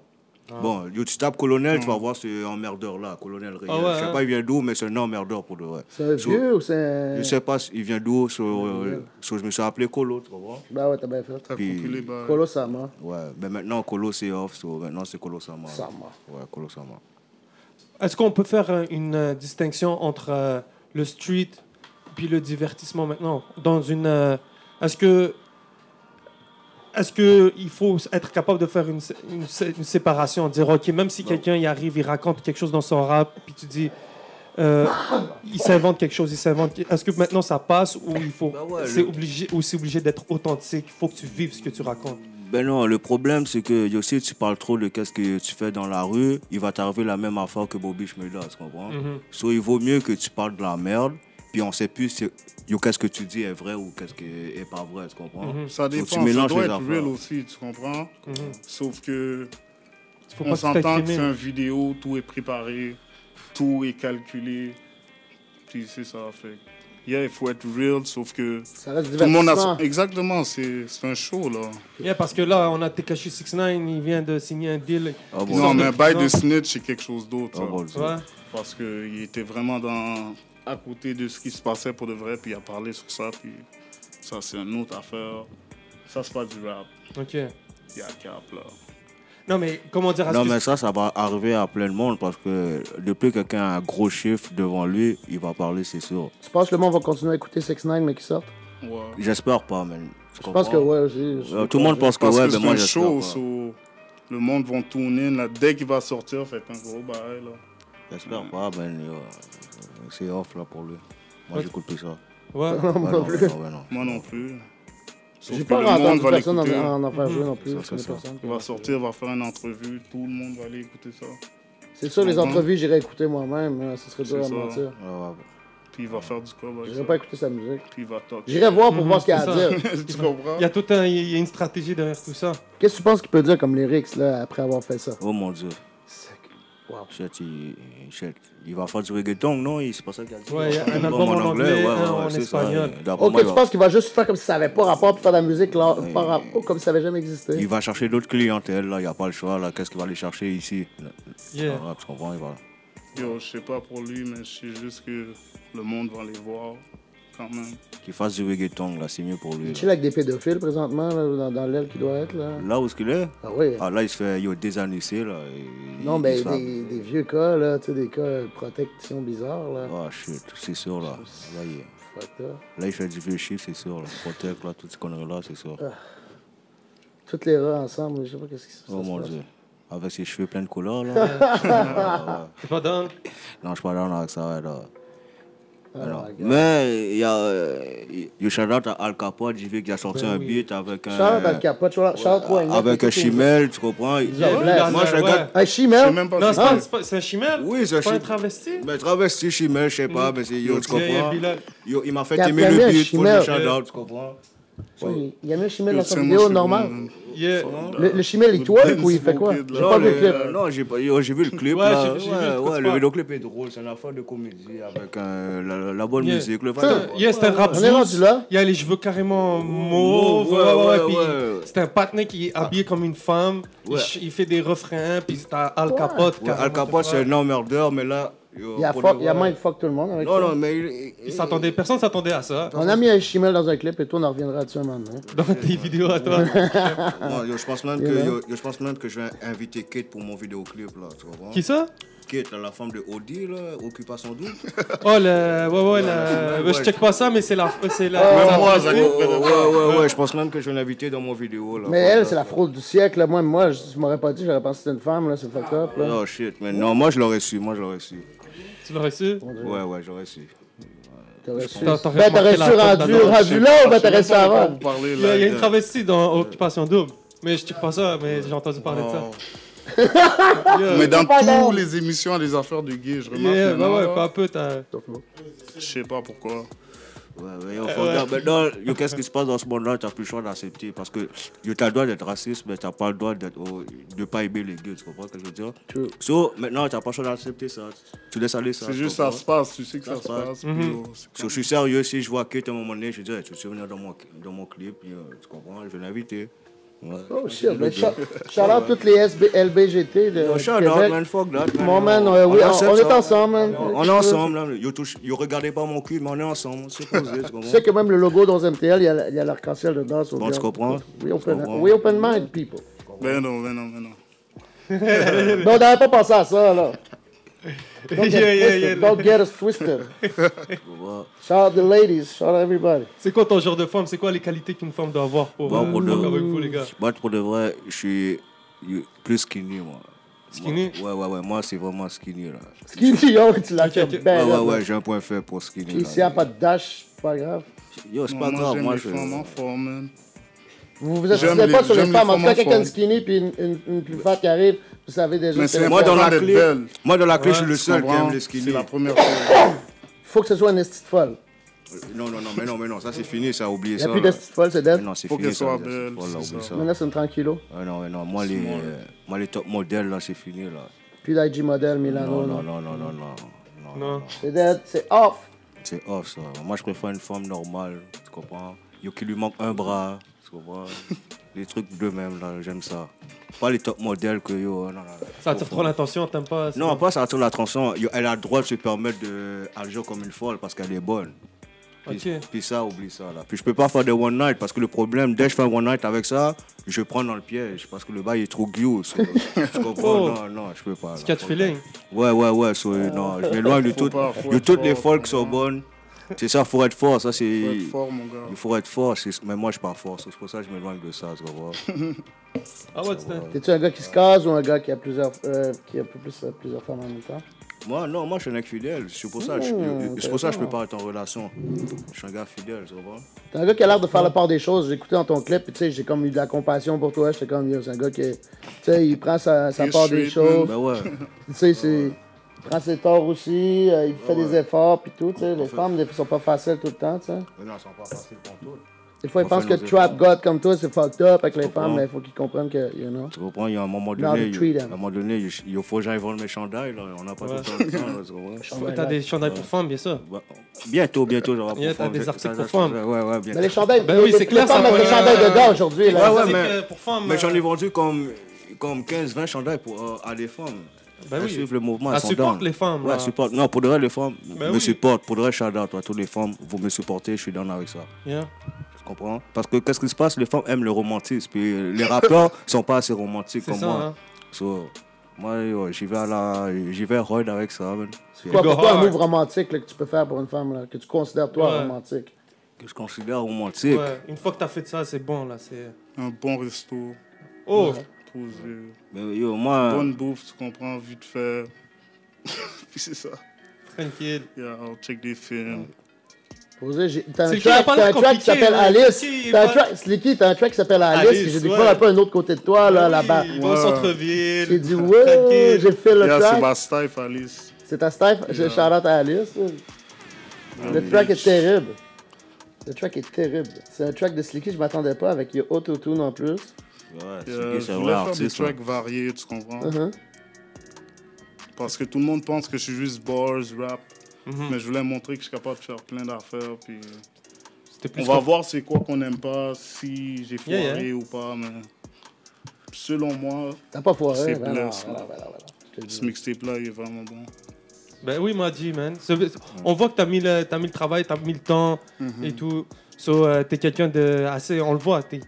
S1: Ah.
S2: Bon, yo, tu tapes colonel, tu vas voir ce emmerdeur-là, colonel
S1: Hmm.
S2: réel.
S1: Ah ouais,
S2: je sais
S1: hein.
S2: pas, il vient d'où, mais c'est un emmerdeur pour de vrai.
S3: C'est un
S2: So,
S3: vieux ou c'est un.
S2: Je sais pas, il vient d'où, so, euh, so, je me suis appelé Colo, tu comprends
S3: Ben ouais, t'as bien fait.
S4: T'as
S2: Puis-
S4: compris les bails.
S3: Colo Sama.
S2: Ouais, mais maintenant Colo c'est off, so maintenant c'est Colo Sama.
S3: Sama.
S2: Ouais, Colo Sama.
S1: Est-ce qu'on peut faire euh, une euh, distinction entre euh, le street puis le divertissement maintenant dans une euh, est-ce que est-ce que il faut être capable de faire une, sé- une sé- une séparation dire OK même si quelqu'un y arrive il raconte quelque chose dans son rap puis tu dis euh, il s'invente quelque chose il s'invente est-ce que maintenant ça passe ou il faut
S2: Bah ouais,
S1: c'est
S2: le-
S1: obligé ou c'est obligé d'être authentique il faut que tu vives ce que tu racontes
S2: Ben non, le problème c'est que yo, si tu parles trop de qu'est-ce que tu fais dans la rue, il va t'arriver la même affaire que Bobby Schmeider, tu comprends
S1: Mhm.
S2: So il vaut mieux que tu parles de la merde, puis on sait plus si, yo, qu'est-ce que tu dis est vrai ou qu'est-ce que est pas vrai, tu comprends
S1: Mhm.
S4: Ça
S2: tu
S4: dépend, ça
S2: mélanges
S4: doit
S2: les
S4: être real
S2: affaires.
S4: aussi, tu comprends?
S1: Mhm.
S4: Sauf que
S1: faut
S4: on
S1: pas que tu
S4: s'entend que
S1: t'incrimites.
S4: c'est un vidéo, tout est préparé, tout est calculé. Puis c'est ça, fait. que, Yeah, il faut être real, sauf que
S3: Ça reste
S4: tout le monde a.
S3: divertissant.
S4: Exactement, c'est c'est un show, là.
S1: Yeah, parce que là, on a Tekashi 69, il vient de signer un deal.
S2: Ah bon.
S1: Ils
S4: Non,
S1: sortent
S4: mais
S1: de
S4: By
S1: prison.
S4: the Snitch, c'est quelque chose d'autre.
S2: Ah
S4: ça.
S2: bon,
S1: Tu vois?
S4: Parce qu'il était vraiment dans, à côté de ce qui se passait pour de vrai, puis il a parlé sur ça, puis ça, c'est une autre affaire. Ça, c'est pas du rap.
S1: Ok.
S4: Il y a cap, là.
S1: Non, mais comment dire à
S2: Non, mais ça, ça va arriver à plein de monde parce que depuis que quelqu'un a un gros chiffre devant lui, il va parler, c'est sûr.
S3: Tu penses que le monde va continuer à écouter 6 9 mais qu'il sorte
S4: Ouais.
S2: J'espère pas, man. Tu
S3: Je pense
S2: comprends
S3: que ouais. j'ai- j'ai-
S2: Euh, tout le monde pense que
S4: Parce
S2: ouais,
S4: que
S2: mais
S4: c'est
S2: moi
S4: une
S2: j'espère
S4: show,
S2: pas.
S4: so, le monde va tourner là. Dès qu'il va sortir, c'est un gros bail, là.
S2: J'espère pas, ben yo, c'est off là pour lui. Moi
S1: Ok.
S2: j'écoute plus ça.
S1: Ouais.
S2: Ouais, non, ouais, non, ouais, non.
S4: Moi non plus. Sauf
S3: J'ai
S4: que
S3: pas
S4: le monde
S3: entendu
S4: va
S3: personne en,
S4: l'écouter.
S3: en en faire jouer non plus.
S2: Ça,
S3: je connais
S2: c'est ça.
S3: personne.
S4: Il va sortir, il va faire une entrevue, tout le monde va aller écouter ça.
S3: C'est sûr, les
S4: Mhm.
S3: entrevues, j'irai écouter moi-même. hein, Ce serait dur
S4: C'est
S3: à
S4: ça.
S3: mentir.
S2: Ouais, ouais, ouais.
S4: Puis il va faire du cover avec
S3: J'irai
S4: ça.
S3: pas écouter sa musique.
S4: Puis il va talker.
S3: J'irai voir pour
S1: Mhm,
S3: voir ce qu'il y a
S1: c'est
S3: à
S1: ça.
S3: dire.
S4: tu comprends?
S1: Il y a tout un, il y a une stratégie derrière tout ça.
S3: Qu'est-ce que tu penses qu'il peut dire comme lyrics là, après avoir fait ça
S2: Oh mon dieu,
S3: C'est- Wow.
S2: shit, il, shit. il va faire du reggaeton, non Il- C'est pas ça qu'il a dit.
S1: Ouais, il y a un album en anglais, un en
S2: c'est ça.
S1: espagnol.
S2: D'après
S3: Ok,
S2: moi, il
S3: tu
S2: va-
S3: penses qu'il va juste faire comme si ça n'avait pas rapport pour faire de la musique là, par rapport, comme si ça n'avait jamais
S2: il
S3: existé
S2: va chercher d'autres clientèles, là, il n'y a pas le choix, là. Qu'est-ce qu'il va aller chercher ici
S1: Yeah.
S2: Ah, Tu comprends, il va.
S4: Yo, je sais pas pour lui, mais je sais juste que le monde va les voir quand même.
S2: Qu'il fasse du reggaeton, là, c'est mieux pour lui.
S3: Il
S2: Là,
S3: chill avec des pédophiles présentement là, dans, dans l'aile qui doit être là.
S2: Là où est-ce qu'il est
S3: Ah oui.
S2: Ah, là, il se fait yo, désannuler, là. et-
S3: non,
S2: il
S3: mais
S2: se fait-
S3: des, des vieux cas là, tu sais, des cas de protection bizarre là.
S2: Ah, shit, c'est sûr, là. Là, il,
S3: Fuck, là.
S2: là, il fait du vieux chiffre, c'est sûr, là. Protect, là, toutes ces conneries-là, c'est sûr.
S3: Ah, Toutes les rats ensemble, je sais pas qu'est-ce qui se
S2: Oh
S3: ça se
S2: mon
S3: passe.
S2: dieu. Avec ses cheveux pleins de couleurs, là.
S1: T'es pas down?
S2: non, je suis pas down avec ça, là.
S3: Oh
S2: Alors,
S3: my God.
S2: mais il y a. euh, il- shout out à Al Capote, j'ai vu qu'il a sorti
S1: Ben
S2: un
S1: oui.
S2: beat avec un.
S3: Charles dans le capote, Charles- Charles Troignac,
S2: avec un
S3: écoute, il-
S2: chimel, tu comprends Il-
S3: Yeah,
S1: yeah,
S2: Moi, je
S1: ouais.
S2: regarde.
S3: Un
S4: Je
S3: chimel
S4: sais même pas
S1: Non,
S4: si
S1: c'est pas,
S4: c'est-
S1: c'est pas- c'est un chimel?
S2: Oui, c'est un Bah,
S1: C'est pas un
S2: chimel.
S1: travesti?
S2: Mais travesti, chimel, je sais pas, mais c'est yo, tu
S1: Yeah, yeah,
S2: comprends
S1: puis là-
S2: Yo, Il m'a fait
S3: Il a
S2: aimer
S3: permis
S2: le
S3: un
S2: beat, faut
S3: chimel.
S2: le shout out, tu comprends
S3: Oui, Il y a mis un chimel
S4: Yo,
S3: dans
S4: tu sais,
S3: sa
S4: moi,
S3: vidéo
S4: je suis bah,
S3: normale.
S4: bon.
S1: Yeah.
S3: Le, le chimel, il twerk ou il fait quoi J'ai
S4: Benz
S3: pas
S2: Non,
S3: vu le
S2: le- euh,
S3: clip.
S2: non, j'ai pas- yo, j'ai vu le clip.
S1: Ouais,
S2: là.
S1: j'ai- j'ai vu de
S2: ouais,
S1: quoi
S2: ouais,
S1: tu
S2: le
S1: parles.
S2: vidéoclip est drôle, c'est une affaire de comédie avec euh, la, la bonne
S1: Yeah.
S2: musique. Le
S1: Yeah, c'est un rap
S3: On est rendu
S1: zouz.
S3: là.
S1: Il y a les cheveux carrément mauves.
S2: ouais,
S1: ouais, ouais,
S2: ouais,
S1: puis
S2: ouais.
S1: C'est un patiné qui est habillé comme une femme. Il
S2: Ouais.
S1: ch- Il, fait des refrains, puis c'est un Al Capote.
S2: Ouais, Al
S1: carrément,
S2: Capote,
S1: tu
S2: c'est
S1: vois.
S2: un homme-merdeur, mais là. yo,
S3: Il y a,
S2: pour
S3: fuck,
S2: de
S3: il y a
S2: vrai-
S3: mind fuck tout le monde avec
S2: Non,
S3: ça.
S2: non, mais. il-
S1: Il s'attendait- Personne s'attendait à ça.
S3: On a mis un chimel dans un clip et tout, on en reviendra dessus hein. un moment donné.
S1: Dans tes vidéos à toi.
S2: Non, yo, je pense même que
S3: Yeah,
S2: yo, yo, je pense même que je vais inviter Kate pour mon vidéoclip là, tu comprends?
S1: Qui ça?
S2: Kate, là, la femme de Audi là, Occupation double.
S1: Oh, le... ouais, ouais, le...
S2: ouais,
S1: ouais, je
S2: ouais.
S1: check pas ça, mais c'est la. C'est la...
S4: Même
S1: la-
S4: moi,
S1: la-
S4: ça
S2: ouais, ouais, ouais, ouais, je pense même que je vais l'inviter dans mon vidéo là.
S3: Mais
S2: Fuck
S3: elle,
S2: that.
S3: c'est la fraude du siècle. là. Moi, moi je, tu m'aurais pas dit, j'aurais pensé que c'était une femme, là, c'est fuck up. Là.
S2: Oh shit, mais non, moi je l'aurais su, moi je l'aurais su.
S1: Tu l'aurais su?
S2: Ouais, ouais, j'aurais su.
S3: T'aurais su.
S1: T'as- t'aurais
S3: Ben, t'aurais
S1: remarqué
S3: su
S1: la tête
S3: rendu,
S1: d'un homme,
S3: rendu là ou ben t'aurais su
S4: Je sais même pas de
S3: avant
S4: quoi vous parlez,
S1: Il y a
S4: là.
S1: il y a une travestie dans Occupation Double. Mais je check pas ça, mais j'ai entendu parler de ça. Yeah.
S4: Mais dans
S5: pas d'or.
S4: toutes les émissions, les affaires de gay, je remarque.
S1: Yeah, bah
S4: maintenant,
S1: ouais,
S4: là,
S1: pas un peu, t'as.
S4: Je sais pas pourquoi.
S2: Ouais, mais
S3: Euh,
S2: on faut dire, Maintenant, yo, qu'est-ce qui se passe dans ce monde-là Tu n'as plus le choix d'accepter. Parce que tu as le droit d'être raciste, mais tu n'as pas le droit d'être, oh, de ne pas aimer les gays. Tu comprends ce que je veux dire
S3: True.
S2: So, maintenant, tu n'as pas le choix d'accepter ça. Tu laisses aller ça.
S4: C'est
S2: tu
S4: juste ça
S2: comprends?
S4: se passe, tu sais que
S2: Ça
S4: ça,
S2: se
S4: se
S2: passe.
S4: passe. puis, oh, c'est
S2: So, je suis sérieux, si je vois Kate à un moment donné, je dis, Hey, tu te souviens dans mon, dans mon clip, puis, euh, tu comprends, je vais l'inviter. Ouais.
S3: Oh shit, mais shout shout out toutes les SB, LBGT de
S2: Yo,
S3: du
S2: shout out,
S3: Québec.
S2: man, fuck that, man.
S3: Mon man, euh, oui, on,
S2: accepte
S3: on est
S2: ça.
S3: ensemble, man.
S2: On est ensemble, là. Yo, touche- yo, regardez pas mon cul, mais on est ensemble. C'est posé, tu
S3: Tu
S2: comprends
S3: sais que même le logo dans MTL, il y a, la- il y a l'arc-en-ciel dedans. so
S2: Bon,
S3: we
S2: tu
S3: are-
S2: comprends.
S3: We
S2: Tu
S3: open,
S2: comprends.
S3: we open mind, people.
S4: ça. Ben non, ben non, ben non.
S3: Mais on n'avait pas pensé à ça, là. Don't get,
S1: Yeah, yeah, yeah.
S3: twisted. Don't get us twisted.
S2: Tu comprends?
S3: Shout out the ladies, shout out everybody.
S1: C'est quoi ton genre de femme C'est quoi les qualités qu'une femme doit avoir pour.
S2: Bon,
S1: euh,
S2: pour de-
S1: fuck avec vous, les gars.
S2: Moi, pour de vrai, je suis je- plus skinny, moi.
S1: Skinny
S2: Moi, Ouais, ouais, ouais. Moi, c'est vraiment skinny, là.
S3: Skinny Young, tu l'as
S1: Ok,
S3: fait
S1: ok.
S2: Ouais,
S3: bad,
S2: ouais,
S3: là.
S2: ouais, j'ai un point faible pour skinny.
S3: Puis
S2: là.
S3: s'il n'y a pas de dash, c'est pas grave.
S2: Yo, c'est
S4: Non,
S2: pas
S4: moi,
S2: grave,
S4: j'aime
S2: moi,
S4: les
S2: je.
S4: femmes hein. en forme, man.
S3: Vous vous
S4: J'aime
S3: assistez pas
S4: les-
S3: sur les
S4: j'aime les
S3: femmes. En tout
S4: femmes
S3: cas,
S4: en
S3: quelqu'un de
S4: forme.
S3: skinny puis une, une- une plus fat qui arrive, vous savez déjà
S4: Mais
S3: que
S4: c'est
S3: c'est
S2: Moi, dans la
S4: D'être
S2: clé,
S4: belle.
S2: moi, dans la clé, je suis
S4: Ouais,
S2: le
S4: tu
S2: seul qui
S4: comprends?
S2: aime les skinny.
S4: C'est la première fois.
S3: faut que ce soit une estite folle.
S2: Non, non, non, mais non, mais non, ça, c'est fini, ça, oublié
S3: Il n'y
S2: ça.
S3: a plus
S2: là.
S3: d'estite folle, c'est
S2: Mais
S3: dead.
S2: Non, c'est
S4: Faut
S2: fini.
S4: qu'elle
S2: ça,
S4: soit
S2: là,
S4: belle,
S2: voilà,
S4: c'est
S2: oublie
S4: ça.
S2: ça.
S3: Maintenant, c'est une tranquillo.
S2: Ah non, mais non, moi les,
S4: moi, là.
S2: euh, moi les top modèles là, c'est fini là.
S3: Puis l'IG model, Milano.
S2: Non, non, non,
S3: non.
S2: non, non, non. non,
S1: Non.
S3: C'est dead, c'est off.
S2: C'est off ça. Moi je préfère une femme normale, tu comprends Yo qui lui manque un bras, tu comprends Les trucs d'eux-mêmes là, j'aime ça. Pas les top modèles que yo, oh, non, non. non.
S1: Ça attire trop l'attention, t'aimes pas c'est
S2: Non,
S1: pas-
S2: pas ça attire l'attention. Yo, Elle a le droit de se permettre de agir comme une folle parce qu'elle est bonne.
S1: Ok.
S2: Puis, puis ça, oublie ça là. Puis je peux pas faire de one night parce que le problème, dès que je fais un one night avec ça, je prends dans le piège parce que le bail est trop guillot. so, tu comprends
S1: Oh.
S2: Non, non, je peux pas. là.
S1: Catch feeling.
S2: Ouais, ouais, ouais, so, euh, non, je m'éloigne de,
S4: Faut
S2: tout-
S4: pas, faut
S2: de
S4: être
S2: toutes les
S4: fort,
S2: folles qui
S4: faut
S2: sont
S4: pas.
S2: bonnes. C'est ça, faut être fort, ça c'est.
S4: Faut être fort, mon gars.
S2: Il faut être fort, c'est- mais moi je suis pas fort, so, c'est pour ça que je m'éloigne de ça, tu comprends.
S1: Ah ouais, tu t'es-
S3: T'es-tu un gars qui se case ou un gars qui a plusieurs, euh, qui a plus, plus- plusieurs femmes en même temps?
S2: moi, non, moi je suis un mec fidèle, c'est pour ça que je,
S3: Hmm,
S2: c'est pour ça que je peux pas être en relation. Je suis un gars fidèle, tu comprends.
S3: T'es un gars qui a l'air de faire la part des choses. J'ai écouté dans ton clip, puis tu sais, j'ai comme eu de la compassion pour toi. J'étais comme, yo, c'est un gars qui, est- tu sais, il prend sa, sa
S4: Il est
S3: part des
S4: straight,
S3: choses.
S2: Ben ouais,
S3: Tu sais, c'est. Il prend ses torts aussi, euh, il fait des efforts, puis tout, tu sais. Les femmes, des fois, sont pas faciles tout le temps, tu sais.
S2: mais non, ils sont pas faciles pour tout.
S3: Des fois,
S2: On
S3: ils pensent
S2: fait
S3: que
S2: nos
S3: Trap God comme toi, c'est fucked up avec les
S2: comprends.
S3: femmes, mais il faut qu'ils comprennent que, you know.
S2: Tu comprends, il y a un moment
S3: Now
S2: donné,
S3: to
S2: il,
S3: treat
S2: à un
S3: them.
S2: moment donné, il, il faut que j'aille vendre mes chandails, là, on n'a pas
S1: Ouais.
S2: tout le temps, là, tu comprends.
S1: Faut- T'as des chandails pour femmes, bien sûr.
S2: Bah, Bientôt, bientôt, j'aurai
S1: Il y a
S2: pour
S1: des
S2: ça,
S1: articles
S2: ça,
S1: pour femmes.
S2: Ouais, ouais, ouais, bientôt.
S3: Mais les chandails,
S1: Ben oui,
S3: les-
S1: c'est
S3: les
S1: clair, ça
S3: femmes mettent
S1: pourrait-
S3: des chandails dedans aujourd'hui,
S2: Ouais,
S3: là.
S2: ouais,
S1: C'est
S2: mais-
S1: que Ah pour femmes.
S2: Mais j'en ai
S1: euh,
S2: vendu comme, comme 15-20 chandails pour, euh, à des femmes.
S1: Ben
S2: Elles
S1: oui.
S2: suivent le mouvement.
S1: Elles
S2: elles sont
S1: supportent
S2: down.
S1: les femmes,
S2: Ouais,
S1: là.
S2: elles supportent. Non, pour de vrai, les femmes
S1: Ben
S2: me
S1: oui.
S2: supportent. Pour de vrai, shout out à toutes les femmes. Vous me supportez, je suis down avec ça.
S1: yeah.
S2: Tu comprends Parce que qu'est-ce qui se passe Les femmes aiment le romantisme. Puis euh, les rappeurs sont pas assez romantiques
S1: C'est
S2: comme
S1: ça,
S2: moi.
S1: hein.
S2: So, moi, yo, j'y vais à la... J'y vais hard avec ça, man.
S3: C'est quoi
S1: Go
S3: pour toi un
S1: hard.
S3: move romantique là, que tu peux faire pour une femme, là, que tu considères toi
S1: Ouais.
S3: romantique?
S2: Que je considère romantique.
S1: Ouais, Une fois que t'as fait ça, c'est bon, là. c'est...
S4: Un bon resto,
S1: Oh,
S4: tous yeux.
S2: Mais yo, moi...
S4: Bonne bouffe, tu comprends, vite fait. Puis c'est ça.
S1: tranquille.
S4: Yeah, on check des films.
S3: Posé, j'ai- T'as
S1: C'est
S3: un
S1: qui, il a
S3: track,
S1: pas
S3: t'as
S1: l'air
S3: un track qui
S1: compliqué,
S3: s'appelle
S1: là.
S3: Alice.
S1: Qui, il
S3: T'as un
S1: pas-
S3: track, Slicky, t'as un track qui s'appelle Alice,
S1: Alice,
S3: que j'ai
S1: ouais.
S3: découvert un peu un autre côté de toi, Oh là,
S1: Oui,
S3: là-bas.
S1: Il va au
S4: Ouais.
S1: centre-ville.
S3: J'ai dit, ouais,
S1: tranquille.
S3: j'ai fait le
S4: Yeah, c'est
S3: track.
S4: ma Steph, Alice.
S3: C'est ta Steph, je shout out à Alice.
S4: Ah
S3: Le track est terrible. Le track est terrible. C'est un track de Slicky, je m'attendais pas avec Yo Autotune en plus.
S2: Ouais, c'est
S4: Yeah,
S2: qui,
S4: Euh, je
S2: c'est un
S4: voulais
S2: vrai
S4: faire des
S2: artiste. hein.
S4: tracks variés, tu comprends?
S3: Mhm.
S4: Parce que tout le monde pense que je suis juste bars, rap.
S1: Mhm.
S4: Mais je voulais montrer que je suis capable de faire plein d'affaires. Puis
S1: C'était plus
S4: on va
S1: comme-
S4: voir c'est quoi qu'on n'aime pas, si j'ai foiré
S1: Yeah, yeah.
S4: ou pas. Mais selon moi,
S3: T'as pas foiré.
S4: C'est
S3: voilà,
S4: blessant.
S3: voilà, voilà, voilà. Je te le dis.
S4: ce mixtape-là, il est vraiment bon.
S1: Ben oui, m'a dit, man. C'est- On voit que t'as mis, le- t'as mis le travail, t'as mis le temps
S3: Mm-hmm.
S1: et tout. So, euh, t'es quelqu'un de assez. On le voit, t'es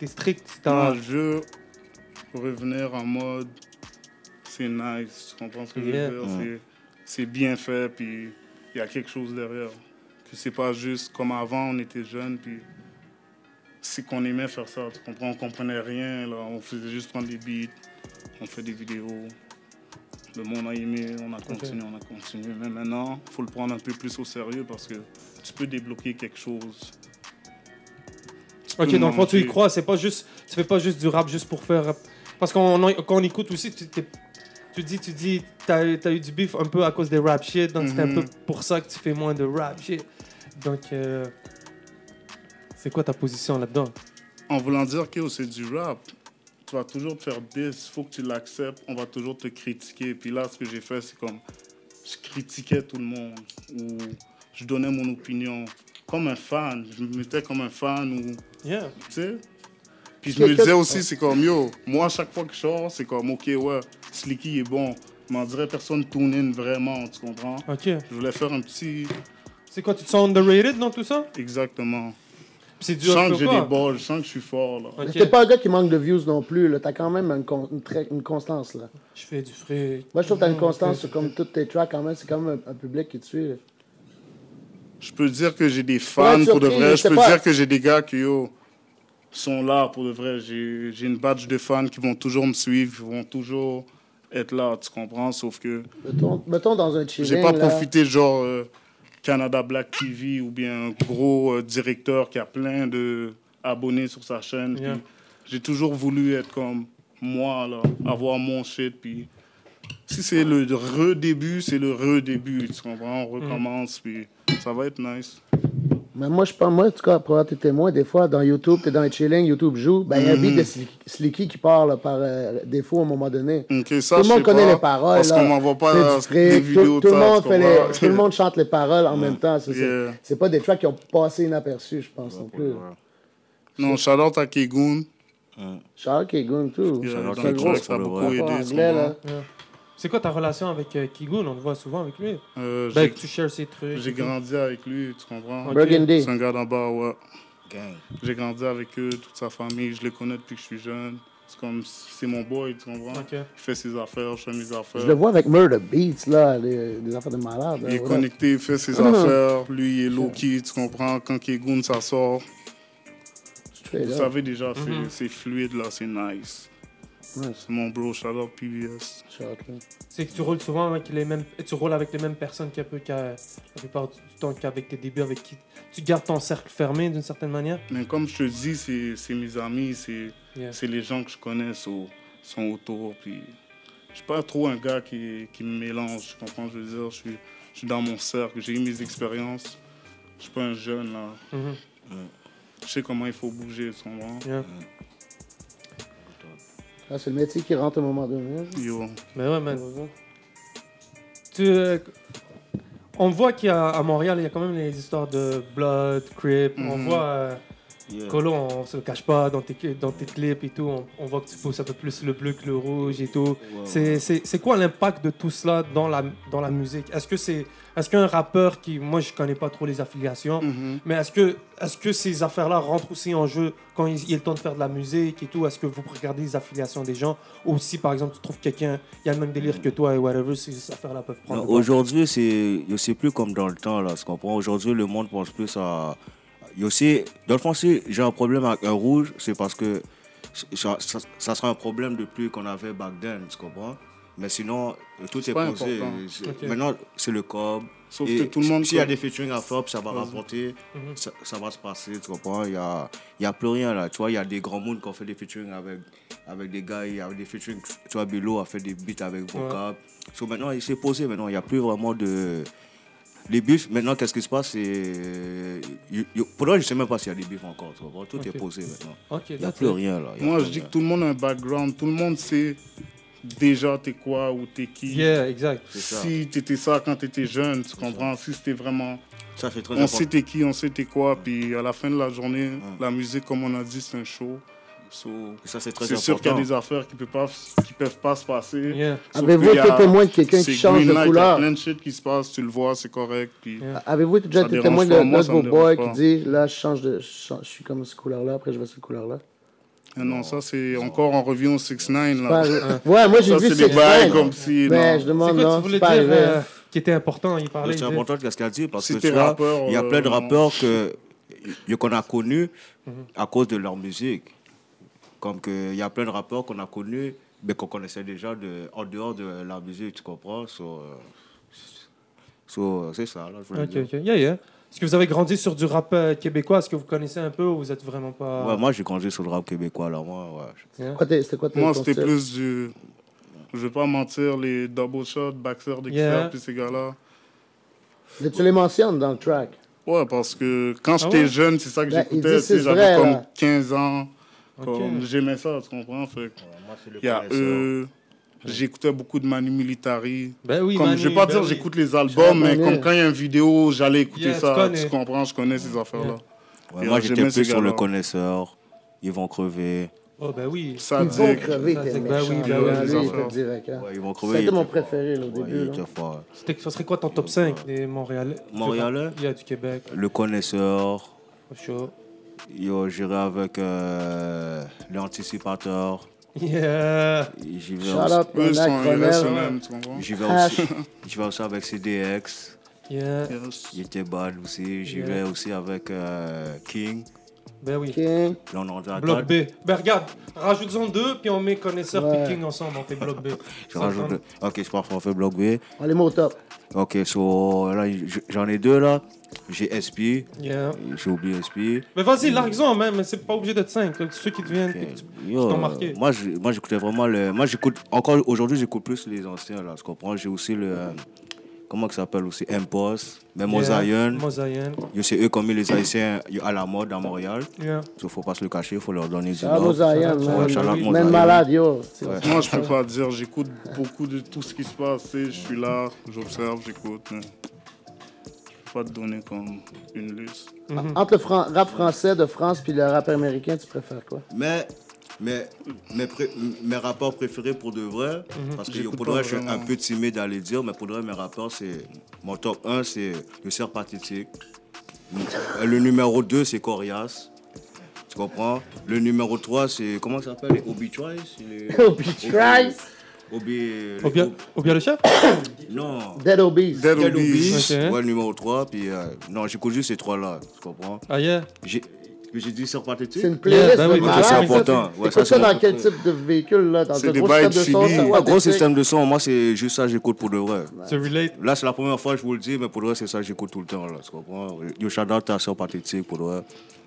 S1: es, strict. t'as-
S4: Moi, je veux revenir en mode c'est nice, tu comprends ce que
S1: Yeah.
S4: je veux dire? C'est- C'est bien fait, puis il y a quelque chose derrière. Que c'est pas juste comme avant, on était jeunes, puis c'est qu'on aimait faire ça, tu comprends? On comprenait rien, là. on faisait juste prendre des beats, on fait des vidéos. Le monde a aimé, on a continué, on a continué. Mais maintenant, il faut le prendre un peu plus au sérieux parce que tu peux débloquer quelque chose. Tu
S1: Ok,
S4: peux
S1: dans le fond, tu y
S4: monter.
S1: crois. C'est pas juste. Tu fais pas juste du rap juste pour faire. Parce qu'on quand on écoute aussi, tu, t'es- tu dis, tu dis, t'as eu t'as eu du beef un peu à cause des rap shit, donc c'est un
S3: Mm-hmm.
S4: Mhm.
S1: peu pour ça que tu fais moins de rap shit. Donc, euh, c'est quoi ta position là-dedans?
S4: En voulant dire que c'est du rap, tu vas toujours te faire il faut que tu l'acceptes, on va toujours te critiquer. Puis là, ce que j'ai fait, c'est comme je critiquais tout le monde ou je donnais mon opinion comme un fan, je me mettais comme un fan ou
S1: Yeah.
S4: tu sais. Puis je me disais aussi, c'est comme yo, moi, chaque fois que je sors, c'est comme ok, ouais, Slicky est bon, mais on dirait personne tune in vraiment, tu comprends?
S1: OK.
S4: Je voulais faire un petit.
S1: C'est quoi, tu te sens underrated dans tout ça?
S4: Exactement.
S1: C'est
S4: Je
S1: dur
S4: sens que j'ai des balles, je sens que je suis fort, là.
S1: OK.
S3: T'es pas un gars qui manque de views non plus, là. T'as quand même une, con- une très- une constance, là.
S1: Je fais du fric.
S3: Moi, je trouve que t'as une
S1: Ouais,
S3: constance
S1: je
S3: sur
S1: fais-
S3: comme tous tes tracks, quand même. C'est quand même un, un public qui te suit. là.
S4: Je peux dire que j'ai des fans
S3: Ouais,
S4: pour de
S3: surprise,
S4: vrai.
S3: je sais
S4: Je peux
S3: pas.
S4: dire que j'ai des gars qui yo, sont là pour de vrai. J'ai j'ai une badge de fans qui vont toujours me suivre, qui vont toujours être là, tu comprends? Sauf que
S3: Mettons, mettons dans un chilling,
S4: j'ai pas
S3: là.
S4: profité, genre, euh, Canada Black TV ou bien un gros euh, directeur qui a plein de abonnés sur sa chaîne.
S1: Yeah.
S4: Puis J'ai toujours voulu être comme moi, là, avoir mon shit. Puis si c'est le redébut, c'est le redébut, tu comprends? On recommence, puis ça va être nice.
S3: Mais moi, je pense, moi, en tout cas, pour avoir tes témoins, des fois, dans YouTube, t'es dans un chilling, YouTube joue. Ben, il y a un
S4: Mm-hmm.
S3: beat de Slick- Slicky qui part là, par euh, défaut à un moment donné.
S4: Ok, ça,
S3: tout le
S4: je
S3: monde
S4: sais
S3: connaît
S4: pas,
S3: les paroles.
S4: Parce
S3: là.
S4: qu'on m'envoie pas
S3: C'est du
S4: euh,
S3: fric,
S4: des
S3: tout-
S4: vidéos
S3: tout,
S4: de
S3: le
S4: ça,
S3: monde
S4: tu
S3: fait les-
S4: comprends?
S3: tout le monde chante les paroles en même temps. ça, C'est
S4: Yeah.
S3: c'est pas des tracks qui ont passé inaperçus, je pense non plus.
S4: Non, shout-out à Kegoon.
S2: Mm.
S3: Charles Kegun, tout.
S4: Yeah,
S2: Shout-out
S4: dans
S2: à
S4: le
S2: Kegoon,
S4: track, ça a
S2: pour le
S4: beaucoup
S2: vrai.
S4: aidé.
S3: Pas
S4: tu
S3: anglais,
S4: comprends?
S3: là.
S1: Yeah. C'est quoi ta relation avec euh, Kigun? On le voit souvent avec lui.
S4: Euh,
S1: Ben,
S4: j'ai-
S1: que tu cherches ses trucs.
S4: J'ai
S1: et tout.
S4: grandi avec lui, tu comprends?
S1: Ok.
S3: Burgundy.
S4: C'est un gars d'en bas, ouais.
S2: Gang.
S4: J'ai grandi avec eux, toute sa famille. Je les connais depuis que je suis jeune. C'est comme, c'est mon boy, tu comprends?
S1: Ok.
S4: Il fait ses affaires, je fais mes affaires.
S3: Je le vois avec Murder Beats, là, les- des affaires de malade. là,
S4: Il est
S3: voilà.
S4: connecté, il fait ses
S3: Ah
S4: affaires. Lui, il est low-key, tu comprends? Quand Kegoon, ça sort.
S3: C'est
S4: Vous
S3: là. Mm-hmm.
S4: savez déjà, c'est c'est fluide, là, c'est nice.
S3: Ouais,
S4: C'est mon bro, shout-out PBS.
S3: c'est short, là.
S1: C'est que tu roules souvent avec les mêmes, tu roules avec les mêmes personnes qu'un peu qu'à- la plupart du temps qu'avec tes débuts, avec qui tu gardes ton cercle fermé d'une certaine manière.
S4: Mais comme je te dis, c'est c'est mes amis, c'est
S1: Yeah.
S4: c'est les gens que je connais sont, sont autour. Puis, je suis pas trop un gars qui, qui me mélange, tu comprends? Je veux dire, je suis, je suis dans mon cercle, j'ai eu mes expériences. Je suis pas un jeune, là.
S1: Mhm.
S4: Je sais comment il faut bouger, tu comprends?
S1: Yeah.
S3: Ah, c'est le métier qui rentre au moment donné.
S4: Yo.
S1: Mais Ben ouais, man. Tu, euh, on voit qu'il y a à Montréal, il y a quand même les histoires de Blood, Crip. On
S4: Mhm.
S1: voit euh,
S2: Yeah.
S1: Colo, on se le cache pas dans tes, dans tes clips et tout. On, on voit que tu pousses un peu plus le bleu que le rouge et tout.
S2: Ouais,
S1: C'est- C'est c'est quoi l'impact de tout cela dans la, dans la musique Est-ce que c'est est-ce qu'un rappeur qui moi je connais pas trop les affiliations,
S2: Mm-hmm.
S4: Mhm.
S1: mais est-ce que est-ce que ces affaires-là rentrent aussi en jeu quand il, il est le temps de faire de la musique et tout Est-ce que vous regardez les affiliations des gens ou si par exemple tu trouves quelqu'un il y a le même délire que toi et whatever ces affaires-là peuvent prendre
S2: Non,
S1: le bord.
S2: Aujourd'hui, c'est je sais plus comme dans le temps là, tu comprends. Aujourd'hui, le monde pense plus à il y a aussi dans le fond si j'ai un problème avec un rouge, c'est parce que ça, ça- ça sera un problème de plus qu'on avait back then, tu comprends. Mais sinon, tout est
S4: pas
S2: posé.
S4: important.
S2: C'est-
S1: Ok.
S2: Maintenant, c'est le cob.
S4: Sauf
S2: Et
S4: que tout le monde.
S2: S'il y a
S4: comme-
S2: des featuring à faire, puis ça va rapporter,
S1: Mhm.
S2: ça, ça va se passer, tu comprends? Il n'y a, il y a plus rien là, tu vois. Il y a des grands mondes qui ont fait des featuring avec, avec des gars, il y a des featuring, tu vois, Bilo a fait des beats avec Vocab. So, maintenant, il s'est posé, maintenant, il n'y a plus vraiment de. Les bifs, maintenant, qu'est-ce qui se passe? C'est- il- il- Pour moi, je ne sais même pas s'il y a des bifs encore, tu comprends? Tout
S1: Ok.
S2: est posé maintenant.
S1: Ok,
S2: Il n'y a
S1: that's
S2: plus
S1: it.
S2: rien là. Il y a
S4: Moi,
S2: plus
S4: je dis
S2: rien.
S4: que tout le monde a un background. Tout le monde sait déjà t'es quoi ou t'es qui.
S1: Yeah, exact.
S2: C'est ça.
S4: Si t'étais ça quand t'étais jeune, tu comprends? Si c'était vraiment.
S2: Ça, c'est très
S4: On
S2: important.
S4: sait t'es qui, on sait t'es quoi. Puis à la fin de la journée, la musique, comme on a dit, c'est un show. So,
S2: Ça, c'est très
S4: c'est sûr qu'il y a
S2: important.
S4: des affaires qui ne peuvent, pas- qui peuvent pas se passer.
S1: Yeah.
S4: Sauf
S3: Avez-vous
S4: qu'il y a-
S3: été témoin de quelqu'un qui
S4: c'est
S3: change
S4: Green
S3: de
S4: Light,
S3: couleur?
S4: Il y a plein de shit qui se passe, tu le vois, c'est correct. Puis
S1: Yeah.
S3: Avez-vous déjà
S4: Ça
S3: été
S4: me
S3: témoin
S4: dérange pas,
S3: de
S4: moi,
S3: l'un de
S4: ça
S3: vos
S4: me
S3: boys
S4: dérange
S3: qui
S4: pas.
S3: dit là, je change de. Je change- je suis comme ce couleur-là, après je vais cette couleur-là?
S4: Ah non, ça c'est encore, on revient au 6 9
S3: Pas-
S4: là.
S3: Ouais, moi j'ai
S4: Ah. Ça
S3: vu
S4: c'est des
S3: c'est
S4: bails
S3: dingue.
S4: comme si. non.
S3: Mais je
S1: C'est
S3: demande,
S1: quoi
S3: non,
S1: tu voulais
S3: c'est pas
S1: dire
S3: arrivé.
S1: euh, qui était important Il parlait.
S2: C'est
S1: il disait-
S2: important qu'est-ce qu'elle dit parce
S4: Si
S2: que
S4: t'es
S2: tu vois,
S4: rappeur,
S2: il y a
S4: euh,
S2: plein de
S4: non.
S2: rappeurs que y- qu'on a connus à cause de leur musique. Comme que il y a plein de rappeurs qu'on a connus mais qu'on connaissait déjà de, en dehors de la musique, tu comprends So, euh, so, c'est ça là, je voulais
S1: Ok,
S2: dire.
S1: ok. Yeah, yeah. Est-ce que vous avez grandi sur du rap euh, québécois Est-ce que vous connaissez un peu ou vous êtes vraiment pas. hein?
S2: Ouais, moi, j'ai grandi sur le rap québécois, alors moi, ouais.
S1: Yeah.
S3: Quoi, t'es- C'était quoi ton
S4: Moi,
S3: ton
S4: c'était
S3: style?
S4: plus du. Je vais pas mentir, les double shots, backser, de
S1: Yeah.
S4: puis ces gars-là.
S3: Mais tu les mentionnes dans le track.
S4: Ouais, parce que quand
S1: Ah
S4: j'étais
S1: ouais?
S4: jeune, c'est ça que
S3: Ben, ils
S4: j'écoutais.
S3: disent
S4: tu sais,
S3: c'est vrai,
S4: J'avais comme
S3: là.
S4: 15 ans.
S1: Ok.
S4: Comme J'aimais ça, tu comprends? Fait que
S2: Moi, c'est le
S4: il y a euh, eux. J'écoutais beaucoup de Manu Militari.
S1: Ben oui,
S4: comme,
S1: Manu,
S4: je vais pas
S1: ben
S4: dire
S1: oui.
S4: j'écoute les albums, mais
S3: Manu.
S4: comme quand il y a une vidéo, j'allais écouter
S1: Yeah, tu
S4: ça.
S1: connais.
S4: Tu comprends? Je connais ces affaires-là.
S2: Ouais,
S4: Et
S2: moi,
S4: alors,
S2: j'étais
S4: j'aimais
S2: plus
S4: ces
S2: sur le
S4: gars-là.
S2: connaisseur. Ils vont crever.
S1: Oh, ben oui.
S4: Ça
S3: Ils
S4: dit-
S3: vont crever,
S1: Ça,
S3: t'es
S1: c'est-
S3: méchant.
S1: ben oui, ben
S3: Lui,
S4: oui,
S3: il
S4: les
S3: était
S4: enfants.
S3: direct, hein.
S2: Ouais, ils vont crever. ils
S3: C'était mon
S2: étaient forts.
S3: préféré là, au
S2: Ouais,
S3: début.
S2: ils
S3: là.
S2: étaient forts.
S1: C'était- Ça serait quoi ton top 5 des Montréalais
S2: Montréalais
S1: Il y a du Québec.
S2: Le connaisseur.
S1: Au chaud.
S2: Yo, j'irai avec euh, l'anticipateur.
S1: Yeah.
S2: J'y vais,
S3: Shout
S2: aussi-
S3: out,
S4: Eux
S3: mon
S4: sont
S3: acronyme.
S4: irrationnels, tu comprends?
S2: j'y vais
S3: H.
S2: aussi. J'y vais aussi avec CDX.
S1: Yeah.
S4: Yes.
S2: Il était bad aussi. J'y
S1: Yeah.
S2: vais aussi avec euh, King.
S1: Ben oui.
S3: King.
S2: Là, on est en train
S1: Bloc B. Ben regarde, rajoute-en deux, puis on met connaisseur
S3: Ouais.
S1: picking ensemble, on fait bloc B.
S2: Je rajoute. Ok, je pars on fait bloc B.
S3: On les met au top.
S2: Ok, so, là, j- j'en ai deux là. J'ai SP.
S1: Yeah.
S2: J'ai oublié SP.
S1: Mais vas-y, largue-en même, mais c'est pas obligé d'être 5. Ceux qui deviennent.
S2: Ok,
S1: qui-
S2: yo,
S1: t'ont marqué.
S2: Moi, je- moi, j'écoutais vraiment le. Moi, j'écoute. Encore aujourd'hui, j'écoute plus les anciens, là. Tu comprends? J'ai aussi le. euh, Comment que ça s'appelle aussi? Impulse, même
S1: Yeah.
S2: Mosaïen.
S1: Mosaïen.
S2: Yo, c'est eux comme les Haïtiens yo, à la mode à Montréal.
S1: Yeah.
S2: Il faut pas se le cacher, il faut leur donner du
S3: Ah,
S2: love.
S3: Mosaïen,
S1: shout out,
S2: Ouais, shout out
S3: man.
S1: Mosaïen.
S3: Même
S2: Mosaïen.
S3: malade, yo.
S4: Moi, je peux pas dire. J'écoute beaucoup de tout ce qui se passe. tu sais, Je suis là, j'observe, j'écoute. mais Je peux pas te donner comme une liste.
S3: Mm-hmm. Entre le fran- rap français de France puis le rap américain, tu préfères quoi?
S2: Mais. Mais mes, pré- mes rappeurs préférés pour de vrai, parce que
S4: J'écoute
S2: pour de vrai,
S4: pas
S2: je suis un
S4: vraiment.
S2: peu timide à les dire, mais pour de vrai, mes rappeurs, c'est. Mon top 1, c'est Le Cerf Pathétique. Le numéro 2, c'est Corias. Tu comprends Le numéro 3, c'est. Comment ça s'appelle Les Obi Trice les-
S3: Obi Trice.
S2: Obi.
S1: Au bien, au bien le chef
S2: Non
S3: Dead Obese.
S4: Dead
S2: Quel
S4: Obese.
S2: Obis,
S1: Ok.
S2: ouais, le numéro 3, puis. euh, non, j'écoute juste ces trois-là, tu comprends
S1: Ah yeah.
S2: J'ai j'ai dit Cerf Pathétique
S3: C'est une playlist.
S1: Yeah, ben
S3: de
S1: oui, mais
S3: malade,
S1: ça, c'est
S3: ça,
S2: important.
S3: tu-
S2: Ouais,
S3: t'écoutes
S2: ça,
S3: ça
S2: c'est
S3: dans
S2: important.
S3: quel type de véhicule, là? Dans
S4: C'est
S3: un
S4: des
S3: gros
S4: bails
S3: système de son,
S4: finis.
S3: ça,
S4: Un
S3: ouais,
S2: Un Ah, gros
S3: t'écoutes.
S2: système de son, moi, c'est juste ça que j'écoute pour de vrai.
S1: To relate.
S2: Là, c'est la première fois que je vous le dis, mais pour de vrai, c'est ça que j'écoute tout le temps, là, tu comprends Yo, shout out ta soeur pathétique, pour de vrai.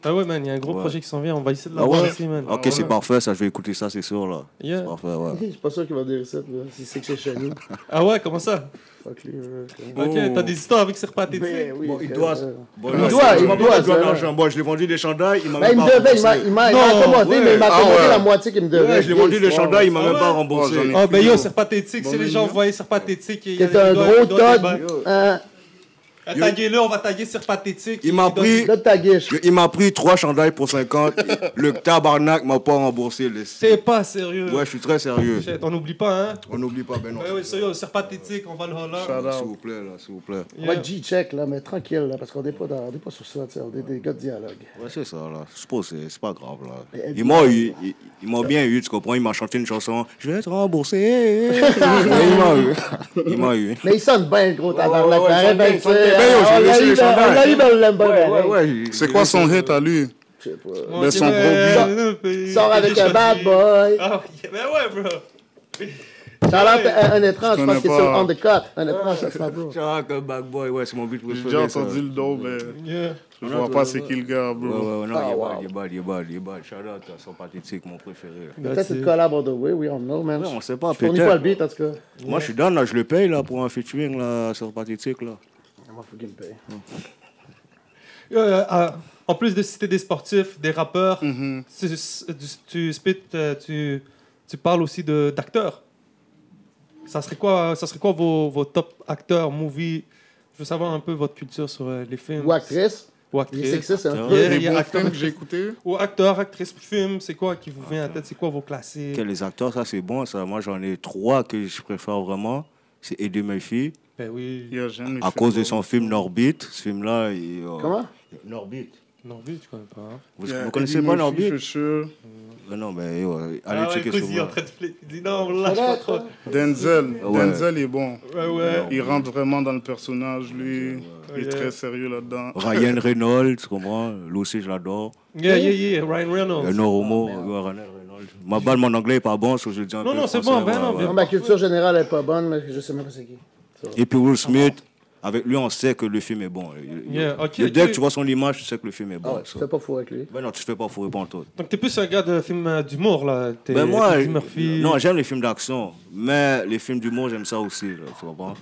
S1: Ah ouais, man, il y a un gros
S2: Ouais.
S1: projet qui s'en vient, on va essayer de
S2: Ah
S1: l'avoir
S2: ouais
S1: aussi, man.
S2: Ok, c'est parfait, ça, je vais écouter ça, c'est sûr, là.
S1: Yeah.
S2: C'est parfait, ouais.
S3: Je suis pas sûr qu'il va dire ça, là. Si c'est que c'est chez nous.
S1: Ah ouais, comment ça
S3: Fuck lui, là.
S1: Ok,
S4: Oh.
S1: t'as des histoires avec Serpa Tété.
S3: Ben oui,
S2: Bon, il
S3: quand
S2: doit.
S3: même.
S2: Bon,
S3: Il
S2: là,
S3: doit,
S2: c'est-
S3: il
S2: m'a
S3: doit,
S2: pas
S3: c'est
S2: donné
S3: vrai.
S2: l'argent. Bon, je l'ai vendu les chandails, il m'a
S3: Ben,
S2: même
S3: il
S2: pas
S3: me devait, il m'a-
S2: remboursé.
S3: il m'a il
S1: Non,
S3: m'a commandé, mais il m'a
S2: ouais.
S3: commandé
S2: Ah ouais.
S3: la moitié qu'il me devait.
S2: Ouais, je l'ai vendu les
S3: Histoire,
S2: chandails, il
S3: ouais.
S2: m'a même
S1: Ah
S2: pas
S1: ouais.
S2: remboursé.
S4: Ah, j'en ai-
S1: Ah ben yo,
S4: Yo.
S1: Serpa Tétique, si les gens voyaient Serpa Tétique, il
S3: Qui est un gros Todd. hein,
S1: Taguez-le, on va taguer Serpa Tétique.
S2: Il m'a pris.
S3: De ta guiche.
S2: Il m'a pris trois chandails pour 50. Le tabarnak m'a pas remboursé. le-
S1: C'est pas sérieux.
S2: Ouais, je suis très sérieux.
S1: Shit, On n'oublie pas, hein
S2: On n'oublie pas, ben non.
S1: Ouais, ouais, sérieux, Serpa Tétique, on va le holler.
S2: S'il vous plaît, là, s'il vous plaît.
S3: On va G-check, là, mais tranquille, là, parce qu'on n'est pas, dans- on est pas sur ça, tu sais, on est des gars de dialogue.
S2: Ouais, c'est ça, là. Je suppose que c'est- c'est pas grave, là.
S3: Et-
S2: Ils m'ont eu, ils, ils m'ont bien eu, tu comprends? Ils m'ont chanté une chanson. Je vais te rembourser. Ouais, ils m'ont eu. Ils m'ont eu.
S3: Mais il sonne bien, le gros tabarnak.
S2: ouais, ouais,
S3: Arrête
S2: ils sonnent bien,
S3: avec ça.
S2: ils sonnent bien. Ben, yo, j'ai
S3: On l'a
S2: laissé
S3: eu,
S2: les
S3: ben- on l'a eu, ben, on l'aime pas, ben, hey.
S4: C'est quoi son hit à lui
S3: Je sais pas.
S4: Mais son gros
S1: but.
S3: Sors avec un bad boy.
S1: Ah, ouais, ben ouais, bro.
S3: Shout out à un étrange, je
S4: Je
S3: pense qu'il est
S4: connais
S3: sur
S4: pas.
S3: On the Cut. Un étrange, ça se passe, bro.
S2: Jack, Backboy, ouais, c'est mon but
S4: J'ai
S2: préféré.
S4: déjà
S2: ça.
S4: entendu le dos, mais
S1: Yeah.
S4: je vois pas c'est qui le gars,
S2: Ouais, ouais,
S4: bro.
S2: ouais, non, il est
S3: wow.
S2: bad, il est bad, il est bad, il est bad. Shout out à son pathétique, mon préféré. là.
S3: Peut-être c'est une collab on the way, we don't know, man.
S2: Ouais, on sait pas,
S3: Je fournis
S2: peut-être.
S3: pas le beat, en tout cas.
S2: Moi, je suis down, là, je le paye, là, pour un featuring, là, sur pathétique, là.
S3: Moi, faut qu'il me paye.
S1: Euh, euh, en plus de citer des sportifs, des rappeurs, tu, tu- tu spit, euh, tu, tu parles aussi de- d'acteurs. Ça serait quoi, ça serait quoi vos, vos top acteurs, movies Je veux savoir un peu votre culture sur euh, les films.
S3: Ou actrice.
S1: Ou
S3: Il
S1: actrice.
S3: est sexiste, hein.
S1: Yeah,
S4: Les
S1: il y a
S4: bons
S1: acteur-
S4: films que j'ai écoutés,
S1: Ou acteur, actrice, film, c'est quoi qui vous vient à la tête C'est quoi vos classiques
S2: Ok, les acteurs, ça c'est bon, ça. Moi j'en ai trois que je préfère vraiment. C'est Eddie Murphy,
S1: Ben oui,
S4: yo, j'aime les
S2: à
S4: films,
S2: cause de
S4: bro.
S2: son film Norbit. Ce film-là. il, euh,
S3: Comment?
S2: Norbit.
S1: Norbit, je connais pas. hein.
S2: Vous,
S4: Yeah,
S2: vous connaissez
S4: Eddie
S2: pas
S4: Murphy,
S2: Norbit
S4: for sure.
S2: Mais Non, mais euh, allez
S1: Ah ouais,
S2: checker
S1: le
S2: sur
S1: cousin, il est en
S2: moi.
S1: train de flipper. Il dit non, lâche pas trop.
S4: Denzel.
S2: Ouais.
S4: Denzel est bon.
S1: Ouais, ouais.
S4: Il rentre vraiment dans le personnage, lui. Il
S1: Ouais.
S4: est très sérieux là-dedans.
S2: Ryan Reynolds, tu comprends Lui aussi, je l'adore.
S1: Yeah, yeah, yeah, Ryan
S2: Le
S1: Reynolds.
S2: Noromo, ouais, Ryan Reynolds. Ma balle, mon anglais est pas bon, so je le dis un
S1: Non,
S2: peu
S1: non, c'est
S2: français,
S1: bon, ben non,
S2: ouais,
S1: ben
S2: ouais.
S1: Ah
S3: Non, ma culture générale est pas bonne, mais je sais même pas c'est qui.
S2: Et puis Will Smith, avec lui, on sait que le film est bon. Il-
S1: Yeah,
S2: il-
S1: ok,
S2: le- dès
S1: ok.
S2: que tu vois son image, tu sais que le film est
S3: Ah
S2: bon.
S3: ouais, tu
S2: so.
S3: fais pas fourrer avec lui.
S2: Ben non, tu te fais pas fourrer pour toi.
S1: Donc, t'es plus un gars de film euh, d'humour, là. T'es
S2: Ben moi,
S1: Eddie Murphy.
S2: non, j'aime les films d'action, mais les films d'humour, j'aime ça aussi. là, tu comprends?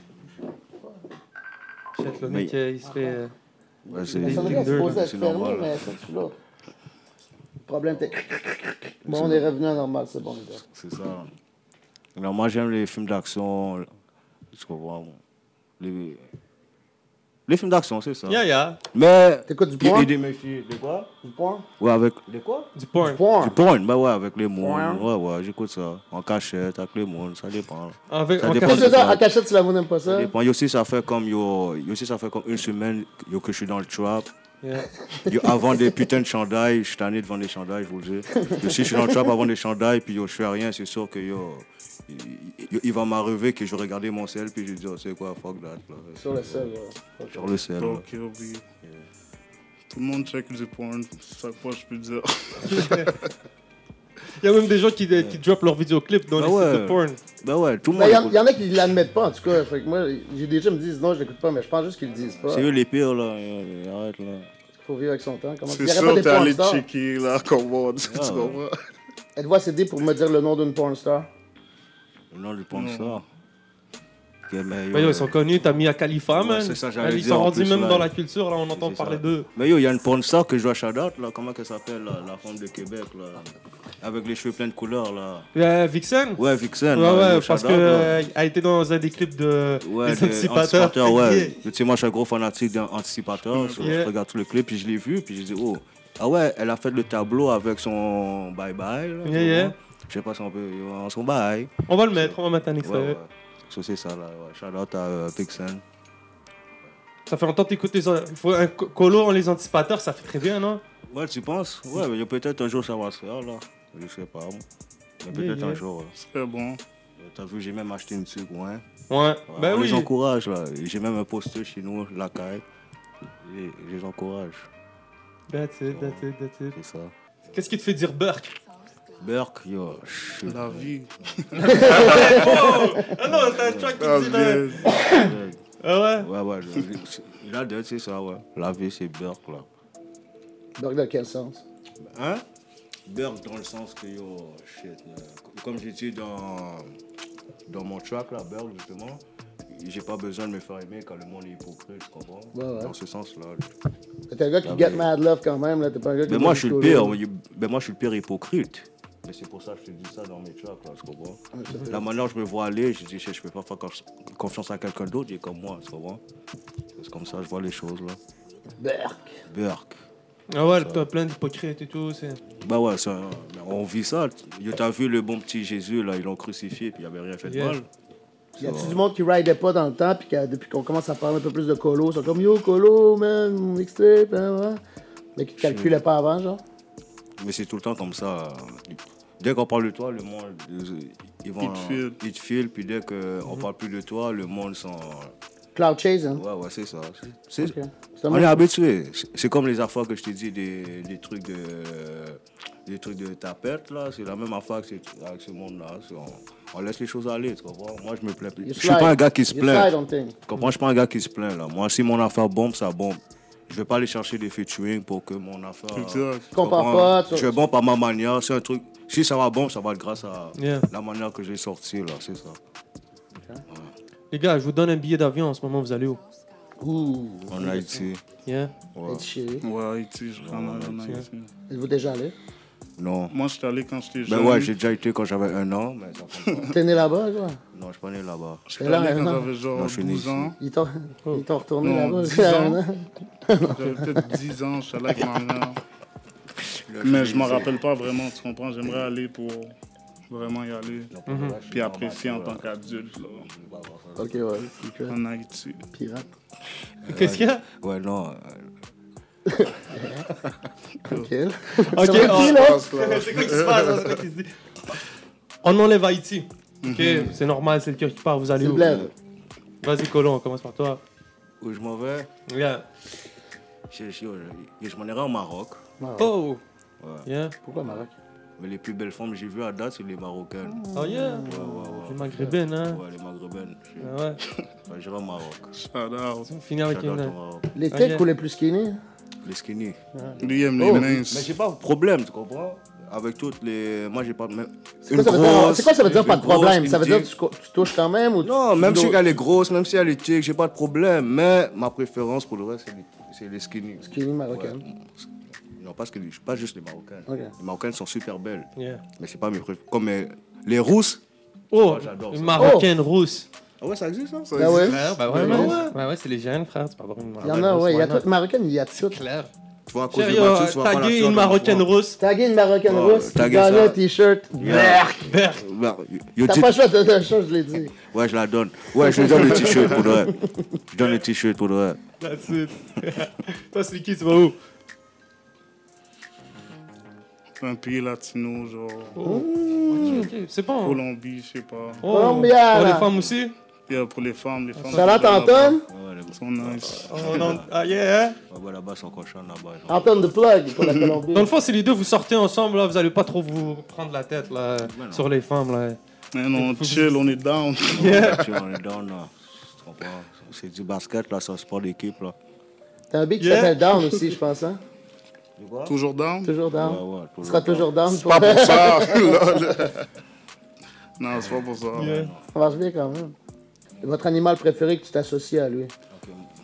S1: Shit,
S2: Oh,
S1: le mec, euh, il se fait. euh,
S2: Ouais, c'est-
S1: Mais
S3: Ça
S1: ça devrait
S3: devrait être
S1: Tinder,
S2: supposé là, être
S3: supposé être
S2: c'est fermé,
S3: fermé,
S2: normal, là.
S3: mais c'est tout là. Problème technique. Bon, on est revenu à normal, c'est bon, les gars.
S2: C'est ça. Alors moi, j'aime les films d'action. Tu comprends? Les, les films d'action, c'est ça.
S1: Ah. Yeah, yeah.
S2: Mais.
S3: T'écoutes du
S2: Il y a
S3: porn?
S2: des messieurs. De quoi?
S3: Du porn?
S2: Ouais, avec.
S3: Du quoi?
S1: Du porn.
S3: Du porn.
S2: Du porn, bah ouais, avec les mots.
S3: Porn.
S2: Ouais, ouais, j'écoute ça. En cachette, avec les mots, ça dépend.
S1: Avec,
S2: Ça
S1: en
S2: dépend
S1: cachette.
S2: du-
S3: Qu'est-ce que En cachette, si la vous n'aime pas
S2: Ça
S3: ça?
S2: dépend. Yo, si ça fait comme, yo, yo, si ça fait comme une semaine yo, que je suis dans le trap.
S1: Yeah.
S2: Yo, avant des putains de chandails, je suis tanné devant des chandails, je vous le dis. Yo, si je suis dans le trap avant des chandails, puis yo, je fais rien, c'est sûr que yo, il- il- il va m'arriver que je regardais mon sel, puis je dis, oh, c'est quoi, fuck that. Là.
S3: Sur le sol,
S2: Sur le sel.
S1: Oh.
S2: ouais.
S4: Donc, euh, oui. Tout le monde check du porn, chaque fois je peux dire.
S1: Il y a même des gens qui, euh, qui drop leurs vidéoclips dans
S2: Ah
S1: les sites de
S2: ouais.
S1: porn.
S2: Ben ouais, tout le
S3: Mais
S2: monde.
S3: il y, en-
S2: écoute.
S3: y en a qui l'admettent pas, en tout cas. Fait que moi, j'ai des gens qui me disent non, je l'écoute pas, mais je pense juste qu'ils le disent pas.
S2: C'est eux les pires, là. Yo, yo, Arrête, là.
S3: Faut vivre avec son temps. Comment
S4: C'est
S3: y aurait pas
S4: sûr,
S3: des
S4: t'es allé
S3: porn stars?
S4: checker là, comment
S2: Ah,
S4: tu comprends?
S3: Êtes-vous assez dé pour me dire le nom d'une porn star?
S2: Le nom du pornstar. Ok, mais yo,
S1: Mm. Mais Bah, yo, ils sont connus, t'as mis à Khalifa,
S2: Ouais,
S1: man.
S2: c'est ça, j'allais
S1: Ils
S2: dire,
S1: sont
S2: en
S1: rendus
S2: plus,
S1: même
S2: là,
S1: dans
S2: il-
S1: la culture, là, on entend
S2: c'est ça.
S1: parler d'eux.
S2: Mais ben, yo, il y a une pornstar que je dois shout out, là. Comment qu'elle s'appelle, là, la femme de Québec, là. Avec les cheveux pleins de couleurs, là.
S1: Euh, Vixen
S2: Ouais, Vixen.
S1: Ouais,
S2: là,
S1: ouais,
S2: yo,
S1: parce euh,
S2: shout out, là.
S1: qu'elle a été dans un des clips de
S2: Ouais,
S1: des
S2: des
S1: Anticipateurs.
S2: anticipateurs, ouais.
S1: Yeah.
S2: Tu sais, moi, je suis un gros fanatique d'anticipateurs.
S1: Yeah.
S2: Je regarde tout le clip, puis je l'ai vu, puis je dis, oh, ah ouais, elle a fait le tableau avec son bye-bye. là, tu
S1: Yeah, yeah.
S2: vois. Je sais pas si on peut. euh, Son bye.
S1: On va le mettre, on va mettre un
S2: Ouais,
S1: extrait.
S2: ouais. So, c'est ça, là. Ouais. Shout out à euh, Vixen.
S1: Ça fait longtemps que t'écoutes les. an- Faut un co- colo en les anticipateurs, ça fait très bien, non
S2: Ouais, tu penses Ouais, mais peut-être un jour ça va se faire, là. Je sais pas. moi. Mais peut-être
S1: yeah.
S2: un jour. là.
S4: Très bon.
S2: T'as vu, j'ai même acheté une tuque, ouais.
S1: Ouais,
S2: Ouais,
S1: ben
S2: on
S1: oui.
S2: les encourage, là. J'ai même un poster chez nous, la caille. Et Je les encourage,
S1: That's it, that's it, that's it.
S2: c'est ça.
S1: Qu'est-ce qui te fait dire Burke
S2: Burke, yo, shoot.
S4: La vie.
S1: Ah non, t'as un track
S4: Ah,
S1: qui dit là.
S4: bien.
S1: Ah ouais
S2: Ouais, ouais, la- la dette, c'est ça, ouais. La vie, c'est Burke, là.
S3: Donc, dans quel sens?
S2: Hein Burke, dans le sens que, yo, shit, là. Comme j'étais dans, dans mon track, là, Burke, justement, j'ai pas besoin de me faire aimer quand le monde est hypocrite, tu comprends
S3: Ouais, ouais.
S2: Dans ce sens-là.
S3: T'es un gars qui
S2: Ah,
S3: get
S2: mais-
S3: mad love quand même, là. T'es pas un gars qui.
S2: Mais moi, je suis le
S3: Ouais,
S2: pire, mais moi, je suis le pire hypocrite. Mais c'est pour ça que je te dis ça dans mes tracks, là, tu comprends
S3: c'est vrai.
S2: Là, maintenant, je me vois aller, je dis, je je peux pas faire conf- confiance à quelqu'un d'autre, il est comme moi, tu comprends C'est comme ça, je vois les choses, là.
S3: Berk.
S2: Burke.
S1: Ah ouais, t'as plein d'hypocrites et tout. c'est-
S2: Bah ouais, ça, on vit ça. Yo, T'as vu le bon petit Jésus, là, ils l'ont crucifié, puis il avait rien fait de
S1: Yeah.
S2: mal.
S3: Y a-tu du monde qui ridait pas dans le temps, puis que, depuis qu'on commence à parler un peu plus de colo, ils sont comme yo, colo, man, mon mixtape, hein, ouais. Mais qui calculaient pas avant, genre.
S2: Mais c'est tout le temps comme ça. Dès qu'on parle de toi, le monde, ils- ils vont...
S4: Ils te filent.
S2: Ils te filent, puis dès qu'on parle plus de toi, le monde s'en...
S3: Cloud Chasing.
S2: Ouais, ouais, c'est ça. C'est-
S3: Ok. C'est
S2: On est
S3: un
S2: habitué. C'est- C'est comme les affaires que je t'ai dit, des, des trucs de... Des trucs de tapette, là, c'est la même affaire que c'est- avec ce monde-là. C'est- On, on laisse les choses aller, tu comprends Moi, je me plains. plus.
S3: You
S2: Je suis pas un
S3: slide.
S2: gars qui se
S3: You
S2: plaint.
S3: slide on thing.
S2: Tu comprends? Je suis pas un gars qui se plaint là. Moi, si mon affaire bombe, ça bombe. Je vais pas aller chercher des featuring pour que mon affaire.
S4: Exact.
S2: Tu
S3: Compare
S2: comprends?
S3: pas, tu-
S2: Je vais bon par ma manière. C'est un truc. Si ça va bombe, ça va être grâce à
S1: Yeah.
S2: la manière que j'ai sorti là. C'est ça.
S1: Les gars, je vous donne un billet d'avion en ce moment, vous allez où
S3: Ouh.
S2: En Haïti.
S1: Yeah.
S2: Ouais.
S3: Être chéri.
S4: Ouais, Haïti, je ramène en Haïti.
S3: Êtes-vous déjà allé?
S2: Non.
S4: Moi, je suis allé quand j'étais jeune.
S2: Ben ouais, j'ai déjà été quand j'avais un an, mais ça compte pas.
S3: T'es né là-bas, quoi?
S2: Non, je suis pas né là-bas.
S4: Je suis
S3: Là,
S4: allé quand
S3: maintenant.
S4: j'avais genre
S2: Non, je suis né
S4: 12 ans.
S3: Ils t'ont ils t'ont retourné
S4: Non,
S3: là-bas.
S4: 10
S3: c'est un
S4: ans.
S3: an.
S4: J'avais peut-être 10 ans, je suis allé avec ma mère. Mais je m'en rappelle pas vraiment, tu comprends? J'aimerais aller pour vraiment y aller. Mhm. Puis apprécier en tant qu'adulte, là,
S3: Ok, ouais. Secret.
S4: en Haïti.
S3: Pirate.
S2: Oh.
S1: Qu'est-ce qu'il y a
S2: Ouais, non. euh,
S3: Tranquille.
S1: Ok,
S3: Ça va
S1: on-
S3: qui, là?
S1: C'est quoi qui se passe hein, c'est quoi qui se dit On enlève Haïti. Ok, c'est normal, c'est le cœur qui part, vous allez
S3: C'est
S1: où
S3: bled.
S1: Vas-y, Colon, on commence par toi.
S2: Où je m'en vais
S1: Yeah.
S2: Je, je- je- je m'en irai au Maroc.
S3: Maroc.
S1: Oh
S2: Ouais.
S1: Yeah.
S3: Pourquoi Maroc?
S2: Mais les plus belles femmes que j'ai vues à date, c'est les marocaines.
S4: Mm.
S1: Oh yeah.
S2: Ouais, ouais, ouais.
S1: Les maghrébines, hein.
S2: Ouais, les maghrébines. Je-
S1: Ah Ouais.
S2: Enfin, J'irai au Maroc.
S4: Shout out.
S1: On finit avec
S2: J'adore ton
S1: une.
S2: Maroc.
S3: Les têtes
S1: Ok.
S3: ou les plus skinny?
S2: Les skinny.
S4: Lui il aime les
S2: Oh, mais
S4: minces.
S2: j'ai pas de problème, tu comprends Avec toutes les. Moi, j'ai pas de même.
S3: C'est quoi, ça veut dire- c'est quoi ça veut dire pas de problème? Ça veut dire que
S2: que
S3: tu, co- tu touches quand même ou tu-
S2: Non,
S3: tu
S2: même si
S3: dois-
S2: elle est grosse, même si elle est tique, j'ai pas de problème. Mais ma préférence pour le reste, c'est les, c'est les skinny.
S3: Skinny marocaines.
S2: Ouais. Mm. Non, pas skinny, je suis pas juste les marocaines.
S3: Ok.
S2: Les marocaines sont super belles.
S1: Yeah.
S2: Mais c'est pas mes préférées. Comme euh, les rousses.
S1: Oh,
S2: Oh, j'adore
S1: une
S2: ça.
S1: marocaine rousse.
S2: Ah ouais, ça existe, ça, ça
S3: Ah ouais?
S5: Frère, bah ouais,
S1: Ouais,
S5: non.
S1: ouais. Ouais, ouais, c'est les jeunes, frère. Tu peux avoir une
S3: Il y
S1: marocaine.
S3: en a,
S1: rousse,
S3: ouais. Il y a
S1: why not?
S3: toutes marocaines, il y a toutes.
S5: Claire.
S2: Tu vois, à cause de
S1: Sérieux,
S2: Mathieu, tu
S1: euh,
S2: vas pas la
S1: taguer
S2: tuer
S1: une
S2: dans le
S1: marocaine
S2: coin.
S1: rousse.
S3: Taguer une marocaine
S2: Ouais,
S3: rousse,
S2: taguer
S3: gagner
S2: ça.
S3: un t-shirt. Berk.
S1: Berk.
S2: Bah, yo,
S3: T'as
S2: tu-
S3: pas le choix de donner un choix, je l'ai dit.
S2: Ouais, je la donne. Ouais, je lui donne le t-shirt pour de vrai. Je donne le t-shirt pour de vrai.
S1: That's it. Toi, c'est qui, tu vas où
S4: Un pays latino, genre
S1: Ok, ok, C'est bon.
S4: Colombie, je sais pas.
S1: Oh,
S3: Colombienne.
S1: Pour les femmes aussi
S4: Yeah, pour les femmes, les femmes.
S3: Ça là,
S4: sont belles là-bas.
S3: t'entends?
S2: Ouais, les-
S4: Elles sont nice.
S1: Oh, non. Ah yeah, hein
S2: Ouais, ouais, là-bas, c'est encore chiant là-bas.
S4: Ah,
S2: genre.
S3: Entendre de plug pour la Colombie.
S1: Dans le fond, si les deux vous sortez ensemble, là, vous allez pas trop vous prendre la tête là,
S2: non.
S1: sur les femmes. Là.
S4: Mais non, chill, on est down.
S2: Tu vois, on est down, là. Tu comprends? C'est du basket, là, c'est un sport d'équipe, là.
S3: T'as un beat qui
S1: Yeah.
S3: s'appelle Down aussi, je pense, hein?
S2: Tu vois?
S4: Toujours down?
S3: Toujours Down.
S2: Ouais, ouais,
S3: Tu seras toujours Down.
S4: C'est pas pour ça. lol. non, c'est pas pour ça.
S1: Yeah.
S3: Ça marche bien quand même. Votre animal préféré que tu t'associes à lui?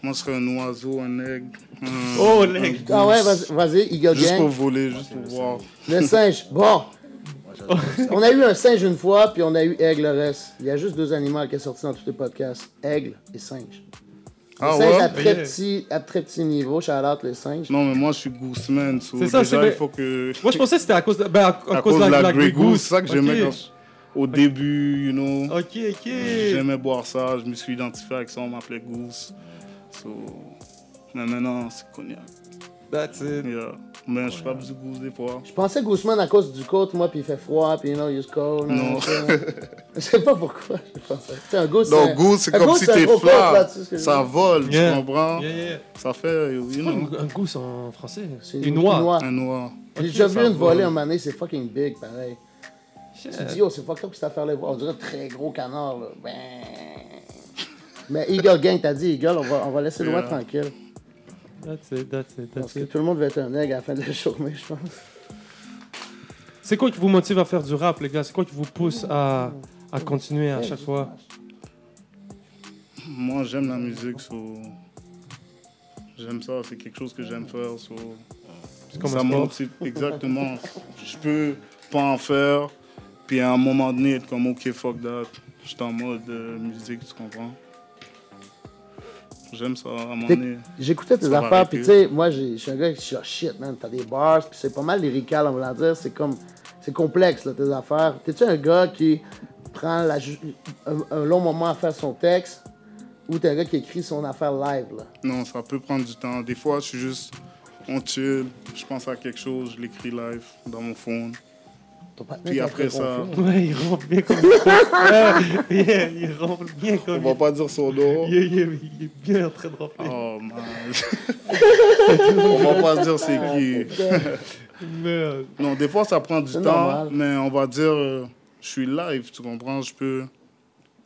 S4: Moi, ce serait un oiseau, un aigle. un-
S1: Oh,
S4: un
S1: l'aigle.
S4: goose.
S3: Ah ouais, vas-y, vas-y, Eagle
S4: Juste pour
S3: Gang.
S4: voler, juste pour voir.
S3: Le singe. Bon. On a eu un singe une fois, puis on a eu aigle le reste. Il y a juste deux animaux qui sont sortis dans tous les podcasts. Aigle et singe. Le
S4: Ah
S3: singe à
S4: ouais?
S3: très,
S1: Yeah.
S3: petit, à très petit niveau, shout out le singe.
S4: Non, mais moi, je suis gooseman. so
S1: C'est ça,
S4: déjà,
S1: c'est-
S4: il faut que...
S1: Moi, je pensais que c'était à cause de, ben, à, à cause de la, la Grey Goose.
S4: C'est ça que j'aimais
S1: Ok.
S4: quand je- au début, you know.
S1: Ok, ok.
S4: J'aimais boire ça, je me suis identifié avec ça, on m'appelait Goose. So, Mais maintenant, c'est cognac.
S1: That's it.
S4: Yeah. Mais je suis pas du Goose des fois.
S3: Je pensais Guzman à cause du côte, moi, puis il fait froid, puis you know, use cold.
S4: Non.
S3: hein, Je sais pas pourquoi je pensais. Tu sais, un goose,
S4: Donc,
S3: un-
S4: Goose, c'est
S3: un
S4: comme
S3: goose,
S4: si
S3: c'est un
S4: t'es
S3: gros pote
S4: flat.
S3: là-dessus, ce que je
S4: Ça
S3: veux dire.
S4: vole,
S1: Yeah.
S4: tu comprends?
S1: Yeah, yeah.
S4: Ça fait, you
S1: C'est quoi
S4: know,
S1: une- un goose en français
S3: C'est
S1: Une noix.
S4: un noir.
S3: J'ai déjà vu
S1: ça
S3: une
S1: va.
S3: volée un moment donné, c'est fucking big, pareil.
S1: Shit.
S3: Tu dis, oh, c'est fucked up cette affaire-là. On dirait un très gros canard, là. Ben. Mais Eagle Gang, t'as dit Eagle, on va, on va laisser le roi
S4: Yeah.
S3: tranquille.
S1: That's it, that's it,
S3: Parce
S1: that's
S3: que
S1: it.
S3: tout le monde va être un aigle à la fin de la journée, je pense.
S1: C'est quoi qui vous motive à faire du rap, les gars C'est quoi qui vous pousse à, à continuer à chaque fois
S4: Moi, j'aime la musique, so... J'aime ça, c'est quelque chose que j'aime faire, so...
S1: C'est comme
S4: ça
S1: un
S4: me
S1: sport.
S4: motive, exactement. Je peux pas en faire, puis à un moment donné, être comme OK, fuck that. Je suis en mode euh, musique, tu comprends? J'aime ça, à un moment
S3: T'es-
S4: donné.
S3: J'écoutais tes
S4: Ça va
S3: affaires,
S4: arrêter.
S3: puis tu sais, moi, j'ai- je suis un gars qui suis oh, shit, man. T'as des bars, puis c'est pas mal lyrical, on va dire. C'est comme. C'est complexe, là, tes affaires. T'es-tu un gars qui prend la ju- un, un long moment à faire son texte, ou t'es un gars qui écrit son affaire live, là?
S4: Non, ça peut prendre du temps. Des fois, je suis juste, on chill, je pense à quelque chose, je l'écris live dans mon phone.
S3: Ton partenaire
S4: Puis
S3: qui a
S4: après
S3: fait
S4: ça,
S3: confiance.
S1: Ouais, il ronfle bien comme il faut. Ouais, yeah, il ronfle bien
S4: on
S1: comme
S4: va
S1: il
S4: pas dire son nom.
S1: faut. Yeah, yeah, mais il est bien en train de ronfler.
S4: Oh man. on va pas dire c'est qui.
S1: Merde.
S4: Non, des fois, ça prend du
S3: C'est
S4: temps,
S3: normal.
S4: mais on va dire, euh, je suis live, tu comprends? Je peux,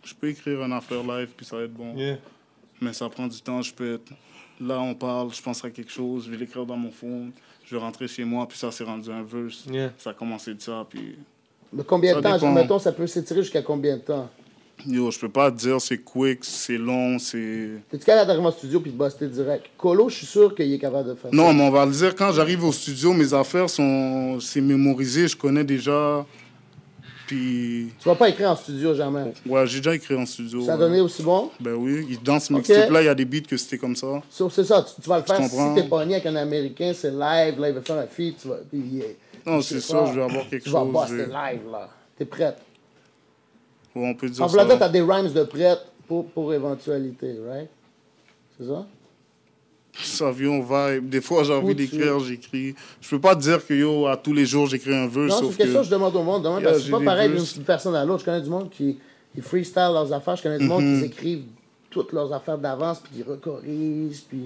S4: je peux écrire un affaire live, puis ça va être bon.
S1: Yeah.
S4: Mais ça prend du temps, je peux être... Là, on parle, je pense à quelque chose, je vais l'écrire dans mon phone, je vais rentrer chez moi, puis ça s'est rendu un verse.
S1: Yeah.
S4: Ça a commencé de ça, puis...
S3: Mais combien de
S4: Ça
S3: temps,
S4: dépend.
S3: mettons, ça peut s'étirer jusqu'à combien de temps?
S4: Yo, je peux pas te dire c'est quick, c'est long, c'est...
S3: T'es-tu capable d'arriver en studio puis de bosser direct? Colo, je suis sûr qu'il est capable de faire ça.
S4: Non, mais on va le dire, quand j'arrive au studio, mes affaires sont... C'est mémorisé, je connais déjà, puis...
S3: Tu vas pas écrire en studio jamais.
S4: Ouais, j'ai déjà écrit en studio.
S3: Ça a
S4: ouais.
S3: donné aussi bon?
S4: Ben oui, il danse ce
S3: Ok.
S4: mixtape-là, il y a des beats que c'était comme ça.
S3: So, C'est ça, tu, tu vas le faire si
S4: comprends.
S3: t'es pogné avec un Américain, c'est live, là, il veut faire un feat, tu vas... puis il est-
S4: Non,
S3: tu
S4: c'est
S3: vas-
S4: ça, je vais avoir quelque
S3: Tu vas
S4: chose.
S3: bosser
S4: je-
S3: live, là. T'es prête.
S4: Ouais, on peut dire
S3: En voulant dire,
S4: ça.
S3: t'as des rhymes de prête pour, pour éventualité, right? C'est ça?
S4: Ça vient, on vibe. Des fois, j'ai
S3: Où
S4: envie d'écrire, j'écris. Je peux pas te dire que yo, à tous les jours, j'écris un vœu,
S3: Non, c'est une
S4: sauf
S3: question
S4: que.
S3: que je demande au monde. Demain,
S4: Yeah,
S3: parce que c'est
S4: j'ai
S3: pas
S4: des
S3: pareil
S4: verses.
S3: d'une personne à l'autre. Je connais du monde qui, qui freestyle leurs affaires. Je connais du
S4: Mm-hmm.
S3: monde qui écrivent toutes leurs affaires d'avance, puis qui recorrigent, puis...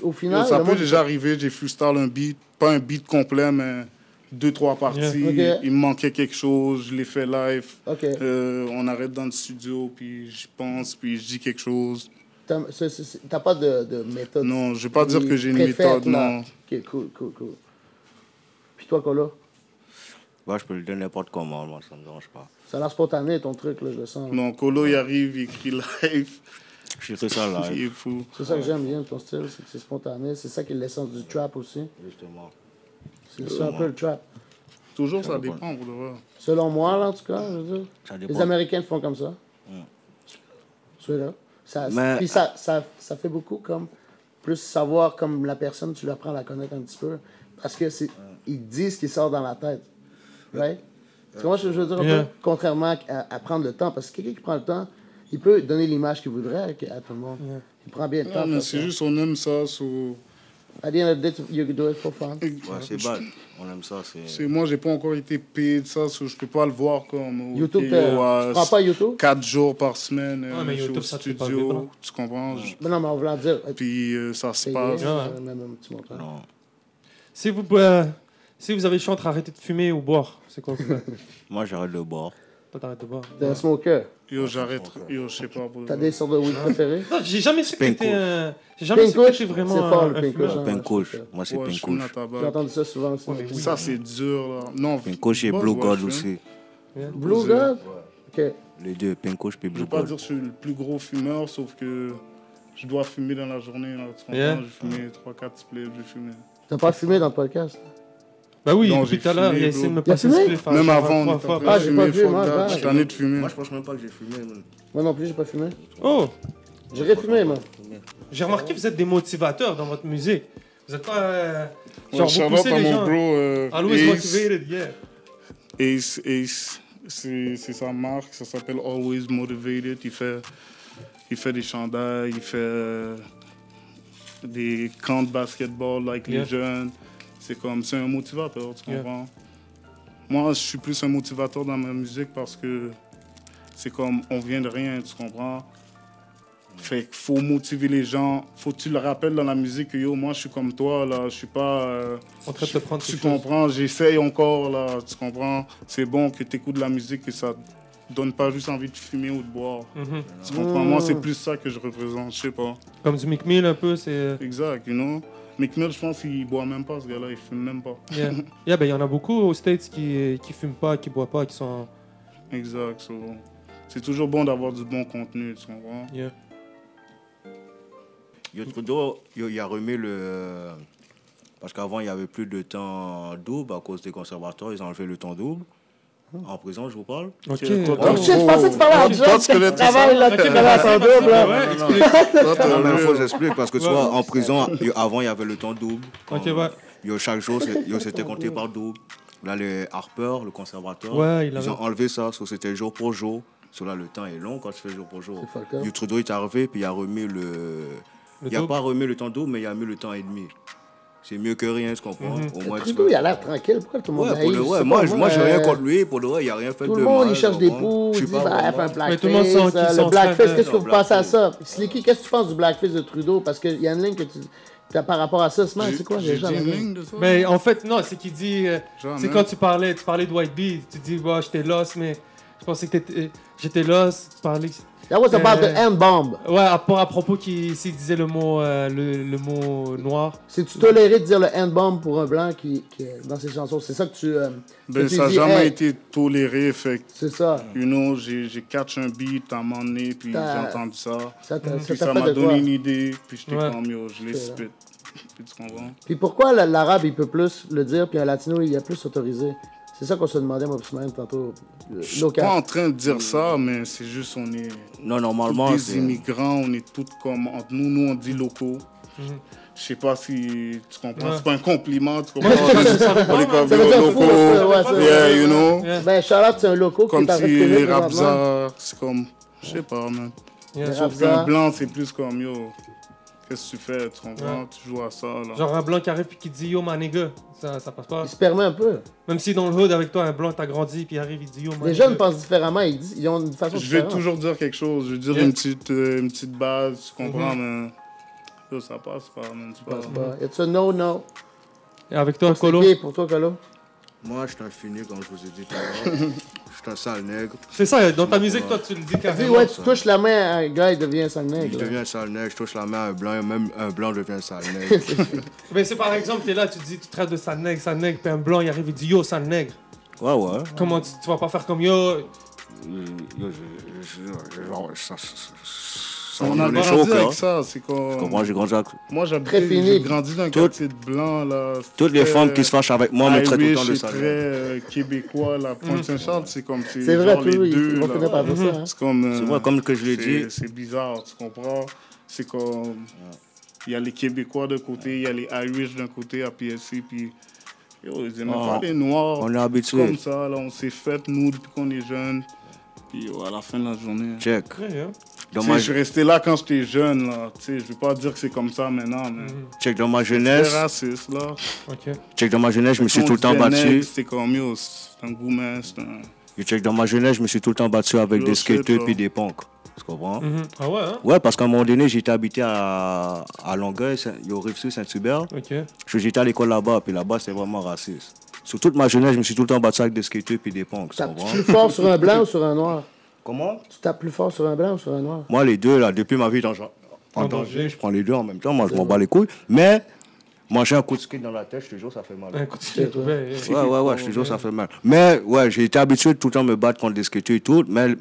S3: Au
S4: Yo,
S3: final,
S4: ça
S3: le
S4: peut
S3: monde...
S4: déjà arriver, j'ai freestyle un beat, pas un beat complet, mais deux, trois parties.
S3: Yeah. Ok.
S4: Il me manquait quelque chose, je l'ai fait live.
S3: Ok.
S4: Euh, on arrête dans le studio, puis je pense, puis je dis quelque chose.
S3: T'as c'est- c'est- c'est- t'as pas de, de méthode.
S4: Non, je vais pas dire que j'ai une
S3: préfète,
S4: méthode,
S3: là.
S4: non.
S3: Ok, cool, cool, cool. Puis toi, Cola,
S2: Ouais, Bah, je peux le dire n'importe comment, moi, ça me dérange pas.
S3: ça a l'air spontané ton truc, là, je le sens.
S4: Non, Colo, il arrive, il écrit live.
S2: Je suis très ça
S4: Il
S2: live,
S4: est fou.
S3: C'est ça que j'aime bien de ton style, c'est que c'est spontané. C'est ça qui est l'essence du trap aussi.
S2: justement.
S3: C'est ça
S4: Euh,
S3: un peu le trap.
S4: Toujours, ça dépend, pour le voir.
S3: Selon moi, là, en tout cas, je veux dire.
S2: Ça
S3: Les
S2: dépend. Hmm.
S3: Américains le font comme ça. Celui-là. Ça,
S2: Mais-
S3: Puis ça, ça, ça fait beaucoup comme plus savoir comme la personne, tu l'apprends à la connaître un petit peu. Parce que c'est
S2: Hmm.
S3: ils disent ce qui sort dans la tête. Right? Tu comprends ce que je veux dire? un peu?
S1: Yeah.
S3: Contrairement à, à prendre le temps. Parce que quelqu'un qui prend le temps, il peut donner l'image qu'il voudrait à, à tout le monde. Il prend bien le temps.
S4: Ah, mais
S3: parce
S4: c'est
S3: que-
S4: juste, on aime ça. so-
S3: At the end of the day, you can do it for fun.
S2: Ouais, c'est bad. On aime ça, c'est.
S4: C'est- moi, j'ai pas encore été payé de ça, so je peux pas le voir comme.
S3: YouTube,
S4: ok,
S3: t'as-
S4: ouais,
S3: tu prends pas YouTube?
S4: 4 jours par semaine, euh,
S1: mais
S4: je suis
S1: YouTube,
S4: au
S1: ça, tu peux pas
S4: studio,
S1: vivre. hein.
S4: tu comprends? je-
S3: Mais non, mais on veut en dire. euh,
S4: Puis euh, ça se
S3: payer,
S4: passe.
S1: Ah ouais.
S3: euh, même un petit montant.
S2: Non.
S1: Si vous, euh, si vous avez le choix entre arrêter de fumer ou boire, c'est quoi vous faites
S2: Moi, j'arrête le bord.
S1: Toi, t'arrêtes de boire.
S3: T'es un smoker.
S4: Yo, j'arrête. Yo, je sais pas. pour-
S3: T'as des sortes de weed préférées?
S1: Non, j'ai jamais su que
S2: Pink
S1: t'étais
S2: Kush.
S1: un. J'ai jamais su que
S3: Kush,
S1: t'étais vraiment
S3: c'est fort,
S1: un,
S3: le
S1: un
S3: Pink
S1: fumeur.
S3: Kush, hein.
S2: Pin couche. Moi, c'est
S4: Ah, Ouais,
S2: pin
S4: je fume la
S2: couche.
S3: J'ai
S4: tabac.
S3: entendu ça souvent aussi.
S1: Ouais, mais oui.
S4: Ça, c'est dur, là. Non,
S2: Pin couche et
S4: bon,
S2: Blue
S4: ouais,
S2: God
S4: je fume.
S2: aussi.
S1: hein.
S3: Blue God? Ok.
S2: Les deux, pin couche et
S4: Je
S2: Blue
S4: veux pas
S2: God.
S4: dire que je suis le plus gros fumeur, sauf que je dois fumer dans la journée. Là, tu comprends?
S1: Yeah.
S4: J'ai fumé 3-4 splits, j'ai fumé.
S3: T'as pas fumé dans le podcast?
S1: Bah oui,
S4: Non,
S1: depuis
S4: j'ai
S1: tout à l'heure,
S4: fumé,
S1: il a essayé de me
S4: bro.
S3: Il a
S1: passer
S3: fumé
S1: ce cliff.
S4: Même avant,
S1: trois
S4: on était en
S1: fois.
S4: train
S3: Ah,
S4: de
S3: j'ai
S4: fumer,
S3: pas vu,
S4: fuck
S3: moi,
S4: that,
S3: ouais.
S4: Je suis tanné de fumer.
S2: je pense même pas que j'ai fumé.
S3: Moi non plus, j'ai pas fumé.
S1: Oh,
S3: J'ai refumé, moi.
S1: j'ai remarqué que vous êtes des motivateurs dans votre musique. Vous êtes pas. euh,
S4: Ouais,
S1: genre,
S4: shout
S1: vous
S4: out
S1: poussez
S4: à
S1: les
S4: mon
S1: gens.
S4: bro. euh,
S1: Always
S4: Ace,
S1: motivated, yeah.
S4: Ace, Ace, c'est c'est sa marque, ça s'appelle Always Motivated. Il fait, il fait des chandails, il fait euh, des camps de basketball avec
S1: Yeah.
S4: les jeunes. C'est comme, c'est un motivateur, tu
S1: Yeah.
S4: comprends? Moi, je suis plus un motivateur dans ma musique parce que c'est comme, on vient de rien, tu comprends? Fait qu'il faut motiver les gens. Faut que tu le rappelles dans la musique que yo, moi je suis comme toi, là, je suis pas. euh,
S1: On traite de prendre
S4: tu
S1: quelque chose.
S4: comprends, j'essaye encore là, tu comprends. C'est bon que tu écoutes de la musique, que ça te donne pas juste envie de fumer ou de boire.
S1: Mhm.
S4: Tu comprends, moi
S3: Mm.
S4: c'est plus ça que je représente, je sais pas.
S1: Comme du McMill un peu, c'est. euh,
S4: Exact, you know. Mick Mill, je pense qu'il boit même pas ce gars-là, il fume même pas.
S1: Yeah, Yeah, ben il y en a beaucoup aux States qui, qui fument pas, qui boivent pas, qui sont.
S4: Exact, so, c'est toujours bon d'avoir du bon contenu, tu comprends.
S1: Yeah.
S2: Yo Trudeau, yo, il a remis le. Parce qu'avant, il n'y avait plus de temps double à cause des conservateurs. Ils ont enlevé le temps double. En prison, je vous parle.
S1: Ok. ben,
S4: Tiens, toi,
S3: Oh
S4: Oh,
S3: shit, je pensais que tu parlais à
S4: oh,
S3: John.
S4: toi,
S3: qui
S4: tu connais tout ça.
S3: travaille là, qui connaît à son double, là.
S1: Ouais,
S2: non,
S1: explique.
S4: Toi, t'as
S2: Non, mais
S4: vu,
S2: faut que
S4: euh,
S2: j'explique parce que tu vois, en prison, yo, avant, il y avait le temps double.
S1: Ok,
S2: Quand-
S1: ouais.
S2: Yo, chaque jour, c'est- yo, c'était compté par double. Là, les Harper, le conservateur,
S1: Ouais, il
S2: ils
S1: avait-
S2: ont enlevé ça. So, c'était jour pour jour. So, là, le temps est long quand tu fais jour pour jour.
S3: hein. C'est fucked up.
S2: Yo Trudeau est arrivé, puis il a remis le.
S1: Le
S2: il n'a
S1: double.
S2: pas remis le temps double, mais il a mis le temps et demi. C'est mieux que rien, tu comprends? Au moins, tu
S3: Trudeau,
S2: vas-
S3: il a l'air tranquille. Pourquoi tout le monde
S2: Ouais,
S3: haït?
S2: pour
S3: Je
S2: le,
S3: sais
S2: ouais,
S3: pas,
S2: moi, je- moi, j'ai rien
S3: euh,
S2: contre lui. Pour le vrai, il n'y a rien fait
S3: Tout
S2: de
S3: le monde,
S2: mal,
S3: il cherche des
S2: tu comprends?
S3: poux,
S2: Je
S3: il
S2: suis
S3: dit,
S2: pas
S3: bah,
S2: vraiment-
S3: fais un blackface.
S1: tout le monde sent qu'ils
S3: euh,
S1: sont
S3: le blackface,
S1: très-
S3: qu'est-ce que vous pensez à
S2: blackface.
S3: ça? Slicky, qu'est-ce que tu penses du blackface de Trudeau? Parce qu'il y a une ligne que tu. T'as par rapport à ça, ce man, c'est quoi, j'ai
S4: dit
S3: jamais.
S4: une ligne de ça.
S1: Mais en fait, non, c'est qu'il dit. euh,
S4: Genre,
S1: c'est
S4: man.
S1: quand tu parlais, tu parlais de White Bee, tu dis, bah, j'étais lost, mais je pensais que t'étais- euh, j'étais lost, tu parlais.
S3: That was about the
S1: Euh,
S3: N-bomb.
S1: Ouais, à, pour- à propos qu'il s'il disait le mot, euh, le, le mot noir.
S3: C'est-tu toléré de dire le N-bomb pour un blanc qui, qui est dans ses chansons? C'est ça que tu. euh, que
S4: Ben,
S3: tu
S4: ça n'a
S3: dis,
S4: jamais
S3: hey,
S4: été toléré, fait que,
S3: C'est ça.
S4: you know, j'ai j'ai catch un beat à un moment donné, puis j'ai
S3: T'as-
S4: entendu ça.
S3: Ça t'a ça
S4: Puis
S3: t'a
S4: ça
S3: fait
S4: m'a
S3: de quoi?
S4: donné une idée, puis j'étais
S1: Ouais.
S4: comme yo, je les
S3: C'est
S4: spit. Puis tu comprends?
S3: Puis pourquoi la- l'arabe, il peut plus le dire, puis un latino, il est plus autorisé? C'est ça qu'on se demandait, moi, plus même, tantôt. euh,
S4: Je suis
S3: Local.
S4: pas en train de dire ça, mais c'est juste on est
S2: Non, normalement,
S4: tous des
S2: c'est.
S4: immigrants, on est tous comme entre nous, nous on dit locaux. Je sais pas si tu comprends,
S1: Ouais.
S4: c'est pas un compliment, tu comprends? on est comme
S3: Ça veut
S4: yo,
S3: dire fou, ouais, ouais,
S4: locaux,
S3: ça-
S4: yeah, you know?
S1: Yeah.
S3: Ben, Charlotte, c'est un loco qui
S4: Comme
S3: est en train
S4: si
S3: de filmer
S4: les
S3: présentement.
S4: rapzars, c'est comme, je sais pas, man.
S1: Yeah.
S3: Genre-
S4: Sauf qu'un
S3: Rapzars.
S4: blanc, c'est plus comme yo, qu'est-ce que tu fais, tu comprends? Tu joues à ça, là.
S1: Genre un blanc qui arrive puis qui dit yo, ma nigga, ça, ça passe pas.
S3: Il se permet un peu.
S1: Même si dans le hood avec toi, un blanc t'as grandi puis il arrive, il dit oh yo, ma
S3: Les
S1: nigga.
S3: jeunes pensent différemment, ils, disent- ils ont une façon
S4: Je vais
S3: différente.
S4: toujours dire quelque chose, je vais dire
S1: Yeah.
S4: une, petite, euh, une petite base, tu comprends,
S3: Mhm.
S4: mais yo, ça passe pas, man, tu
S3: Je pense
S4: vois.
S3: pas. It's a no-no.
S1: Et avec toi,
S3: C'est
S1: Colo.
S3: gay pour toi, Colo.
S2: Moi, je suis un fini, comme je vous ai dit tout à l'heure. Je suis un sale nègre.
S1: C'est ça, dans ta musique, toi, tu le dis
S3: Tu dis,
S1: carrément.
S3: ouais, tu touches la main à un gars, il devient sale
S2: Je
S3: nègre. là.
S2: deviens un sale nègre, je touche la main à un blanc, et même un blanc devient un sale nègre.
S1: Mais c'est par exemple, t'es là, tu dis, tu traites de sale nègre, sale nègre, puis un blanc, il arrive, il dit yo, sale nègre.
S2: Ouais, ouais.
S1: Comment tu, tu vas pas faire comme yo
S2: Euh, yo, je- je- je- genre, ça- ça- ça- ça
S4: On
S2: me
S4: a
S2: donne des
S4: grandi
S2: chocs,
S4: avec
S2: hein.
S4: ça, c'est qu'on-
S2: Tu comprends, j'ai grandi avec-
S4: Moi,
S3: Très
S4: j'habitais,
S3: fini.
S4: j'ai grandi dans un
S2: Tout-
S4: quartier de blanc, là.
S2: Toutes les
S4: C'était,
S2: femmes qui se fâchent avec moi me
S4: Irish
S2: traitent tout le temps de
S4: et
S2: sale
S4: très
S2: nègre.
S4: euh, québécois, la Pointe-Saint-Charles, c'est comme c'est
S3: Mhm. C'est vrai,
S4: genre les
S3: toujours,
S4: deux.
S3: ils- on
S4: là.
S3: finit par faire ça. hein.
S4: C'est comme. euh,
S2: C'est vrai, comme que je l'ai dit.
S4: c'est- C'est bizarre, tu comprends? C'est comme. Il y a les Québécois d'un côté, il y a les Irish d'un côté à PSC, puis. Yo, ils aiment
S2: Ah,
S4: pas les Noirs.
S2: on est habitué.
S4: Comme ça, là, on s'est fait, nous, depuis qu'on est jeunes. Puis, yo, à la fin de la journée. hein.
S2: Check.
S1: hein.
S2: Dans
S4: Tu
S2: ma,
S4: sais, je suis resté là quand j'étais jeune, là. Tu sais, je veux pas dire que c'est comme ça maintenant, mais.
S1: Mm-hmm.
S2: check dans ma
S4: C'est
S2: jeunesse,
S4: raciste, là.
S1: Ok.
S2: check dans ma jeunesse, je me suis
S4: Quand
S2: tout le
S4: on
S2: temps
S4: disait
S2: battu.
S4: nègre, C'était comme, yo, c'est un gourmet, c'est un.
S2: Je check dans ma jeunesse, je me suis tout le temps battu avec
S4: Yo,
S2: des
S4: shit,
S2: skateurs
S4: bro.
S2: puis des punks. Tu comprends?
S1: Mhm. Ah ouais, hein
S2: Ouais, parce qu'à un moment donné, j'étais habité à, à Longueuil, Saint- au Rive-Sud, Saint-Hubert.
S1: Ok.
S2: Je- J'étais à l'école là-bas, puis là-bas, c'est vraiment raciste. Sur toute ma jeunesse, je me suis tout le temps battu avec des skateurs puis des punks. Tu
S3: Tu tapes
S2: comprends?
S3: plus fort sur un blanc ou sur un noir
S2: Comment?
S3: Tu tapes plus fort sur un blanc ou sur un noir
S2: Moi, les deux, là, depuis ma vie dans- en
S1: En
S2: danger,
S1: danger.
S2: je prends les deux en même temps. Moi, je m'en bats les couilles. Mais manger un coup de skate dans la tête, je te jure, ça fait mal.
S1: Un coup de pied,
S3: toi.
S1: ouais, ouais.
S2: Ouais, ouais, ouais, je te jure, ça fait mal. Mais ouais, j'ai été habitué de tout le temps me battre contre les skateurs et tout. Mais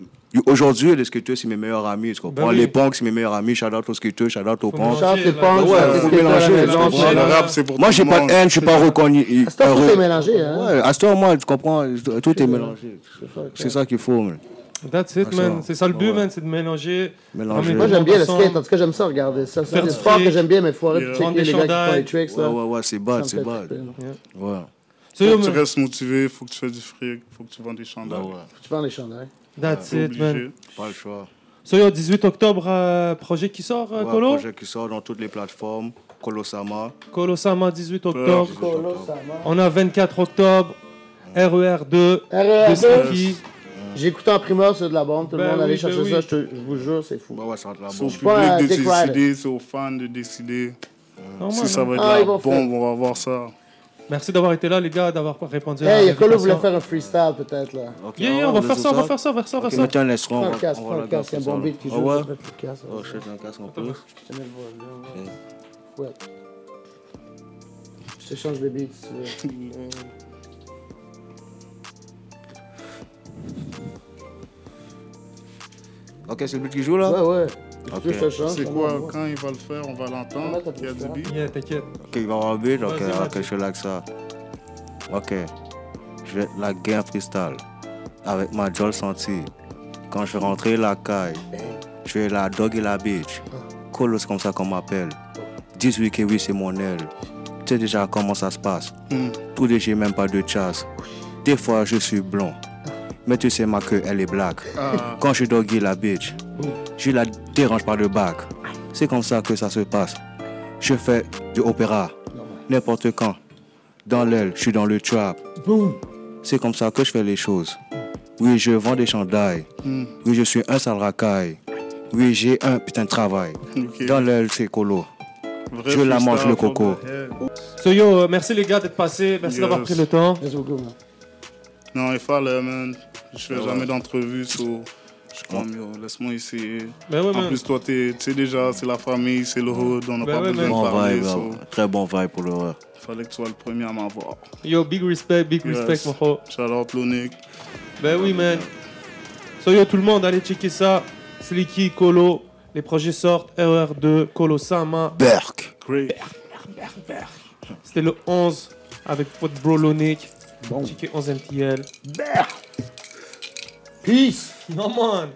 S2: aujourd'hui, les skateurs, c'est mes meilleurs amis. Tu comprends?
S1: Ben oui.
S2: Les punks, c'est mes meilleurs amis. Shout out aux skateurs, shout out aux
S1: Faut
S2: punks.
S1: mélanger.
S3: Chante les
S1: là,
S3: punks,
S1: ouais,
S3: chante
S1: faut
S3: les skateurs à
S2: mélanger,
S3: la
S2: tu
S3: maison,
S2: comprends,
S3: chante-
S1: là.
S4: Le rap, c'est pour
S2: Moi,
S4: tout
S2: j'ai
S4: le
S2: pas
S4: monde.
S2: de haine, je suis pas reconnu. euh,
S3: À ce temps, tout est mélangé, hein
S2: Ouais, à ce temps, moi, tu comprends? Tout est mélangé. C'est ça qu'il faut, man.
S1: That's it,
S2: Ah,
S1: man.
S2: ça.
S1: C'est ça le but,
S2: Ouais.
S1: man, c'est de mélanger.
S2: Mélanger.
S1: ramener
S3: Moi,
S1: tout le
S3: j'aime
S1: monde
S3: bien le
S1: ensemble.
S3: skate. En tout cas, j'aime ça regarder ça. C'est
S1: Faire
S3: un des
S1: du
S3: sports que
S1: skate,
S3: j'aime bien, mais foirer
S4: Yeah.
S3: pour
S1: prendre des
S3: checker les gars qui font
S1: chandails.
S3: les tricks,
S2: Ouais,
S3: là.
S2: ouais, ouais, c'est
S3: Ça
S2: bad,
S3: me
S2: c'est
S3: fait
S2: bad.
S3: triper, là.
S2: Ouais.
S1: Tu sais,
S4: Faut que tu
S1: man,
S4: restes motivé, faut que tu fasses du fric, faut que tu vends des
S2: Ah
S4: chandelles.
S3: Tu prends les chandails.
S1: That's
S4: T'es
S1: it, man.
S4: obligé.
S2: Pas le choix.
S1: Soyo, 18 octobre, euh, projet qui sort, euh,
S2: Ouais,
S1: Colo
S2: projet qui sort dans toutes les plateformes. Colosama.
S1: Colo Sama, 18 octobre.
S2: Ouais.
S1: On a 24 octobre, E RER 2,
S3: RER2.
S1: de Saki.
S3: E J'ai écouté en primeur sur de la bombe. Tout le
S1: Ben
S3: monde allait
S1: oui,
S3: chercher
S1: ben oui.
S3: ça. Je te- je vous jure, c'est fou.
S2: Ouais, ouais, ça va être la
S4: C'est au
S2: bombe.
S4: public
S3: pas un
S4: de
S3: dick rider.
S4: décider, c'est aux fans de décider.
S1: Normal,
S4: Si ça
S1: hein.
S4: va être
S3: Ah,
S4: la
S3: ils vont
S4: bombe,
S3: faire.
S4: on va voir ça.
S1: Merci d'avoir été là, les gars, d'avoir répondu à
S3: Hey,
S1: la
S3: Colo voulait faire un freestyle, peut-être, là.
S2: Ok,
S1: Yeah, yeah, on va faire ça, on va faire ça, on va faire ça, on va
S2: Ok,
S1: faire ça.
S2: mettez un instrument. on
S3: Prends
S2: va-
S3: le
S2: on
S3: casque,
S2: va
S3: prends le
S2: la
S3: casque. Il y a un
S2: faire
S3: bon
S2: ça,
S3: beat qui
S2: là.
S3: joue.
S2: Ah ouais?
S3: je vais mettre le casque,
S2: Oh
S3: ouais.
S2: shit, j'ai un casque en plus.
S3: Je te mets le volume, ouais. Ouais. Je te change de beat, si tu veux.
S2: Ok, c'est le but qui joue là
S3: Ouais, ouais.
S2: Ok.
S3: Tu veux, je te change.
S4: C'est
S3: ça
S4: quoi,
S3: m'envoie.
S4: quand il va le faire, on va
S3: On va
S4: l'entendre.
S3: mettre un
S4: Il y a
S3: petit
S4: du beat.
S1: Yeah, t'inquiète.
S2: Ok, il va avoir un but, ok,
S1: Vas-y,
S2: ok,
S1: vas-y.
S2: je lag ça. Ok, je vais la gain freestyle avec ma Joel Santi. Quand je vais rentrer la caille, je vais la dog et la bitch. Colos comme ça qu'on m'appelle. 18 que oui, c'est mon aile. Tu sais déjà comment ça se passe.
S1: Hmm.
S2: Tout de j'ai même pas de chasse. Des fois, je suis blond. Mais tu sais, ma queue, elle est black.
S4: Ah. Oh.
S2: Quand je doguille la bitch, je la dérange par le bac. C'est comme ça que ça se passe. Je fais du opéra, n'importe quand. Dans l'aile, je suis dans le trap. C'est comme ça que je fais les choses. Oui, je vends des chandails.
S4: Hmm.
S2: Oui, je suis un sale racaille. Oui, j'ai un putain de travail.
S4: Ok.
S2: Dans l'aile, c'est colo.
S4: Vrai
S2: Je la mange,
S4: freestyle
S2: le
S4: for
S2: coco.
S4: the head.
S1: Soyo, euh, merci les gars d'être passés, merci
S4: Yes.
S1: d'avoir pris le temps.
S3: Merci beaucoup, man.
S4: Non, il fallait, man. Je fais jamais d'entrevue, so... Je suis comme, yo, laisse-moi essayer.
S1: Ben ouais,
S4: en
S1: man.
S4: plus, toi, t'es- tu sais déjà, c'est la famille, c'est le hood, on n'a
S1: Ben
S4: pas
S1: ouais,
S4: besoin
S1: man.
S4: de
S2: Bon
S4: parler,
S2: vibe,
S4: so...
S2: hein. très bon vibe pour le roi.
S4: Fallait que tu sois le premier à m'avoir.
S1: Yo, big respect, big
S4: Yes.
S1: respect, mon ho.
S4: Shout-out, Lonic.
S1: Ben oui, man. Soyo, tout le monde, allez checker ça. Slicky, Colo, les projets sortent, RER 2, Colo Sama.
S2: Berk!
S4: Great.
S1: C'était le 11 avec votre bro Lonic.
S3: Bon.
S1: Checker 11 MTL.
S3: Peace!
S1: Non, man.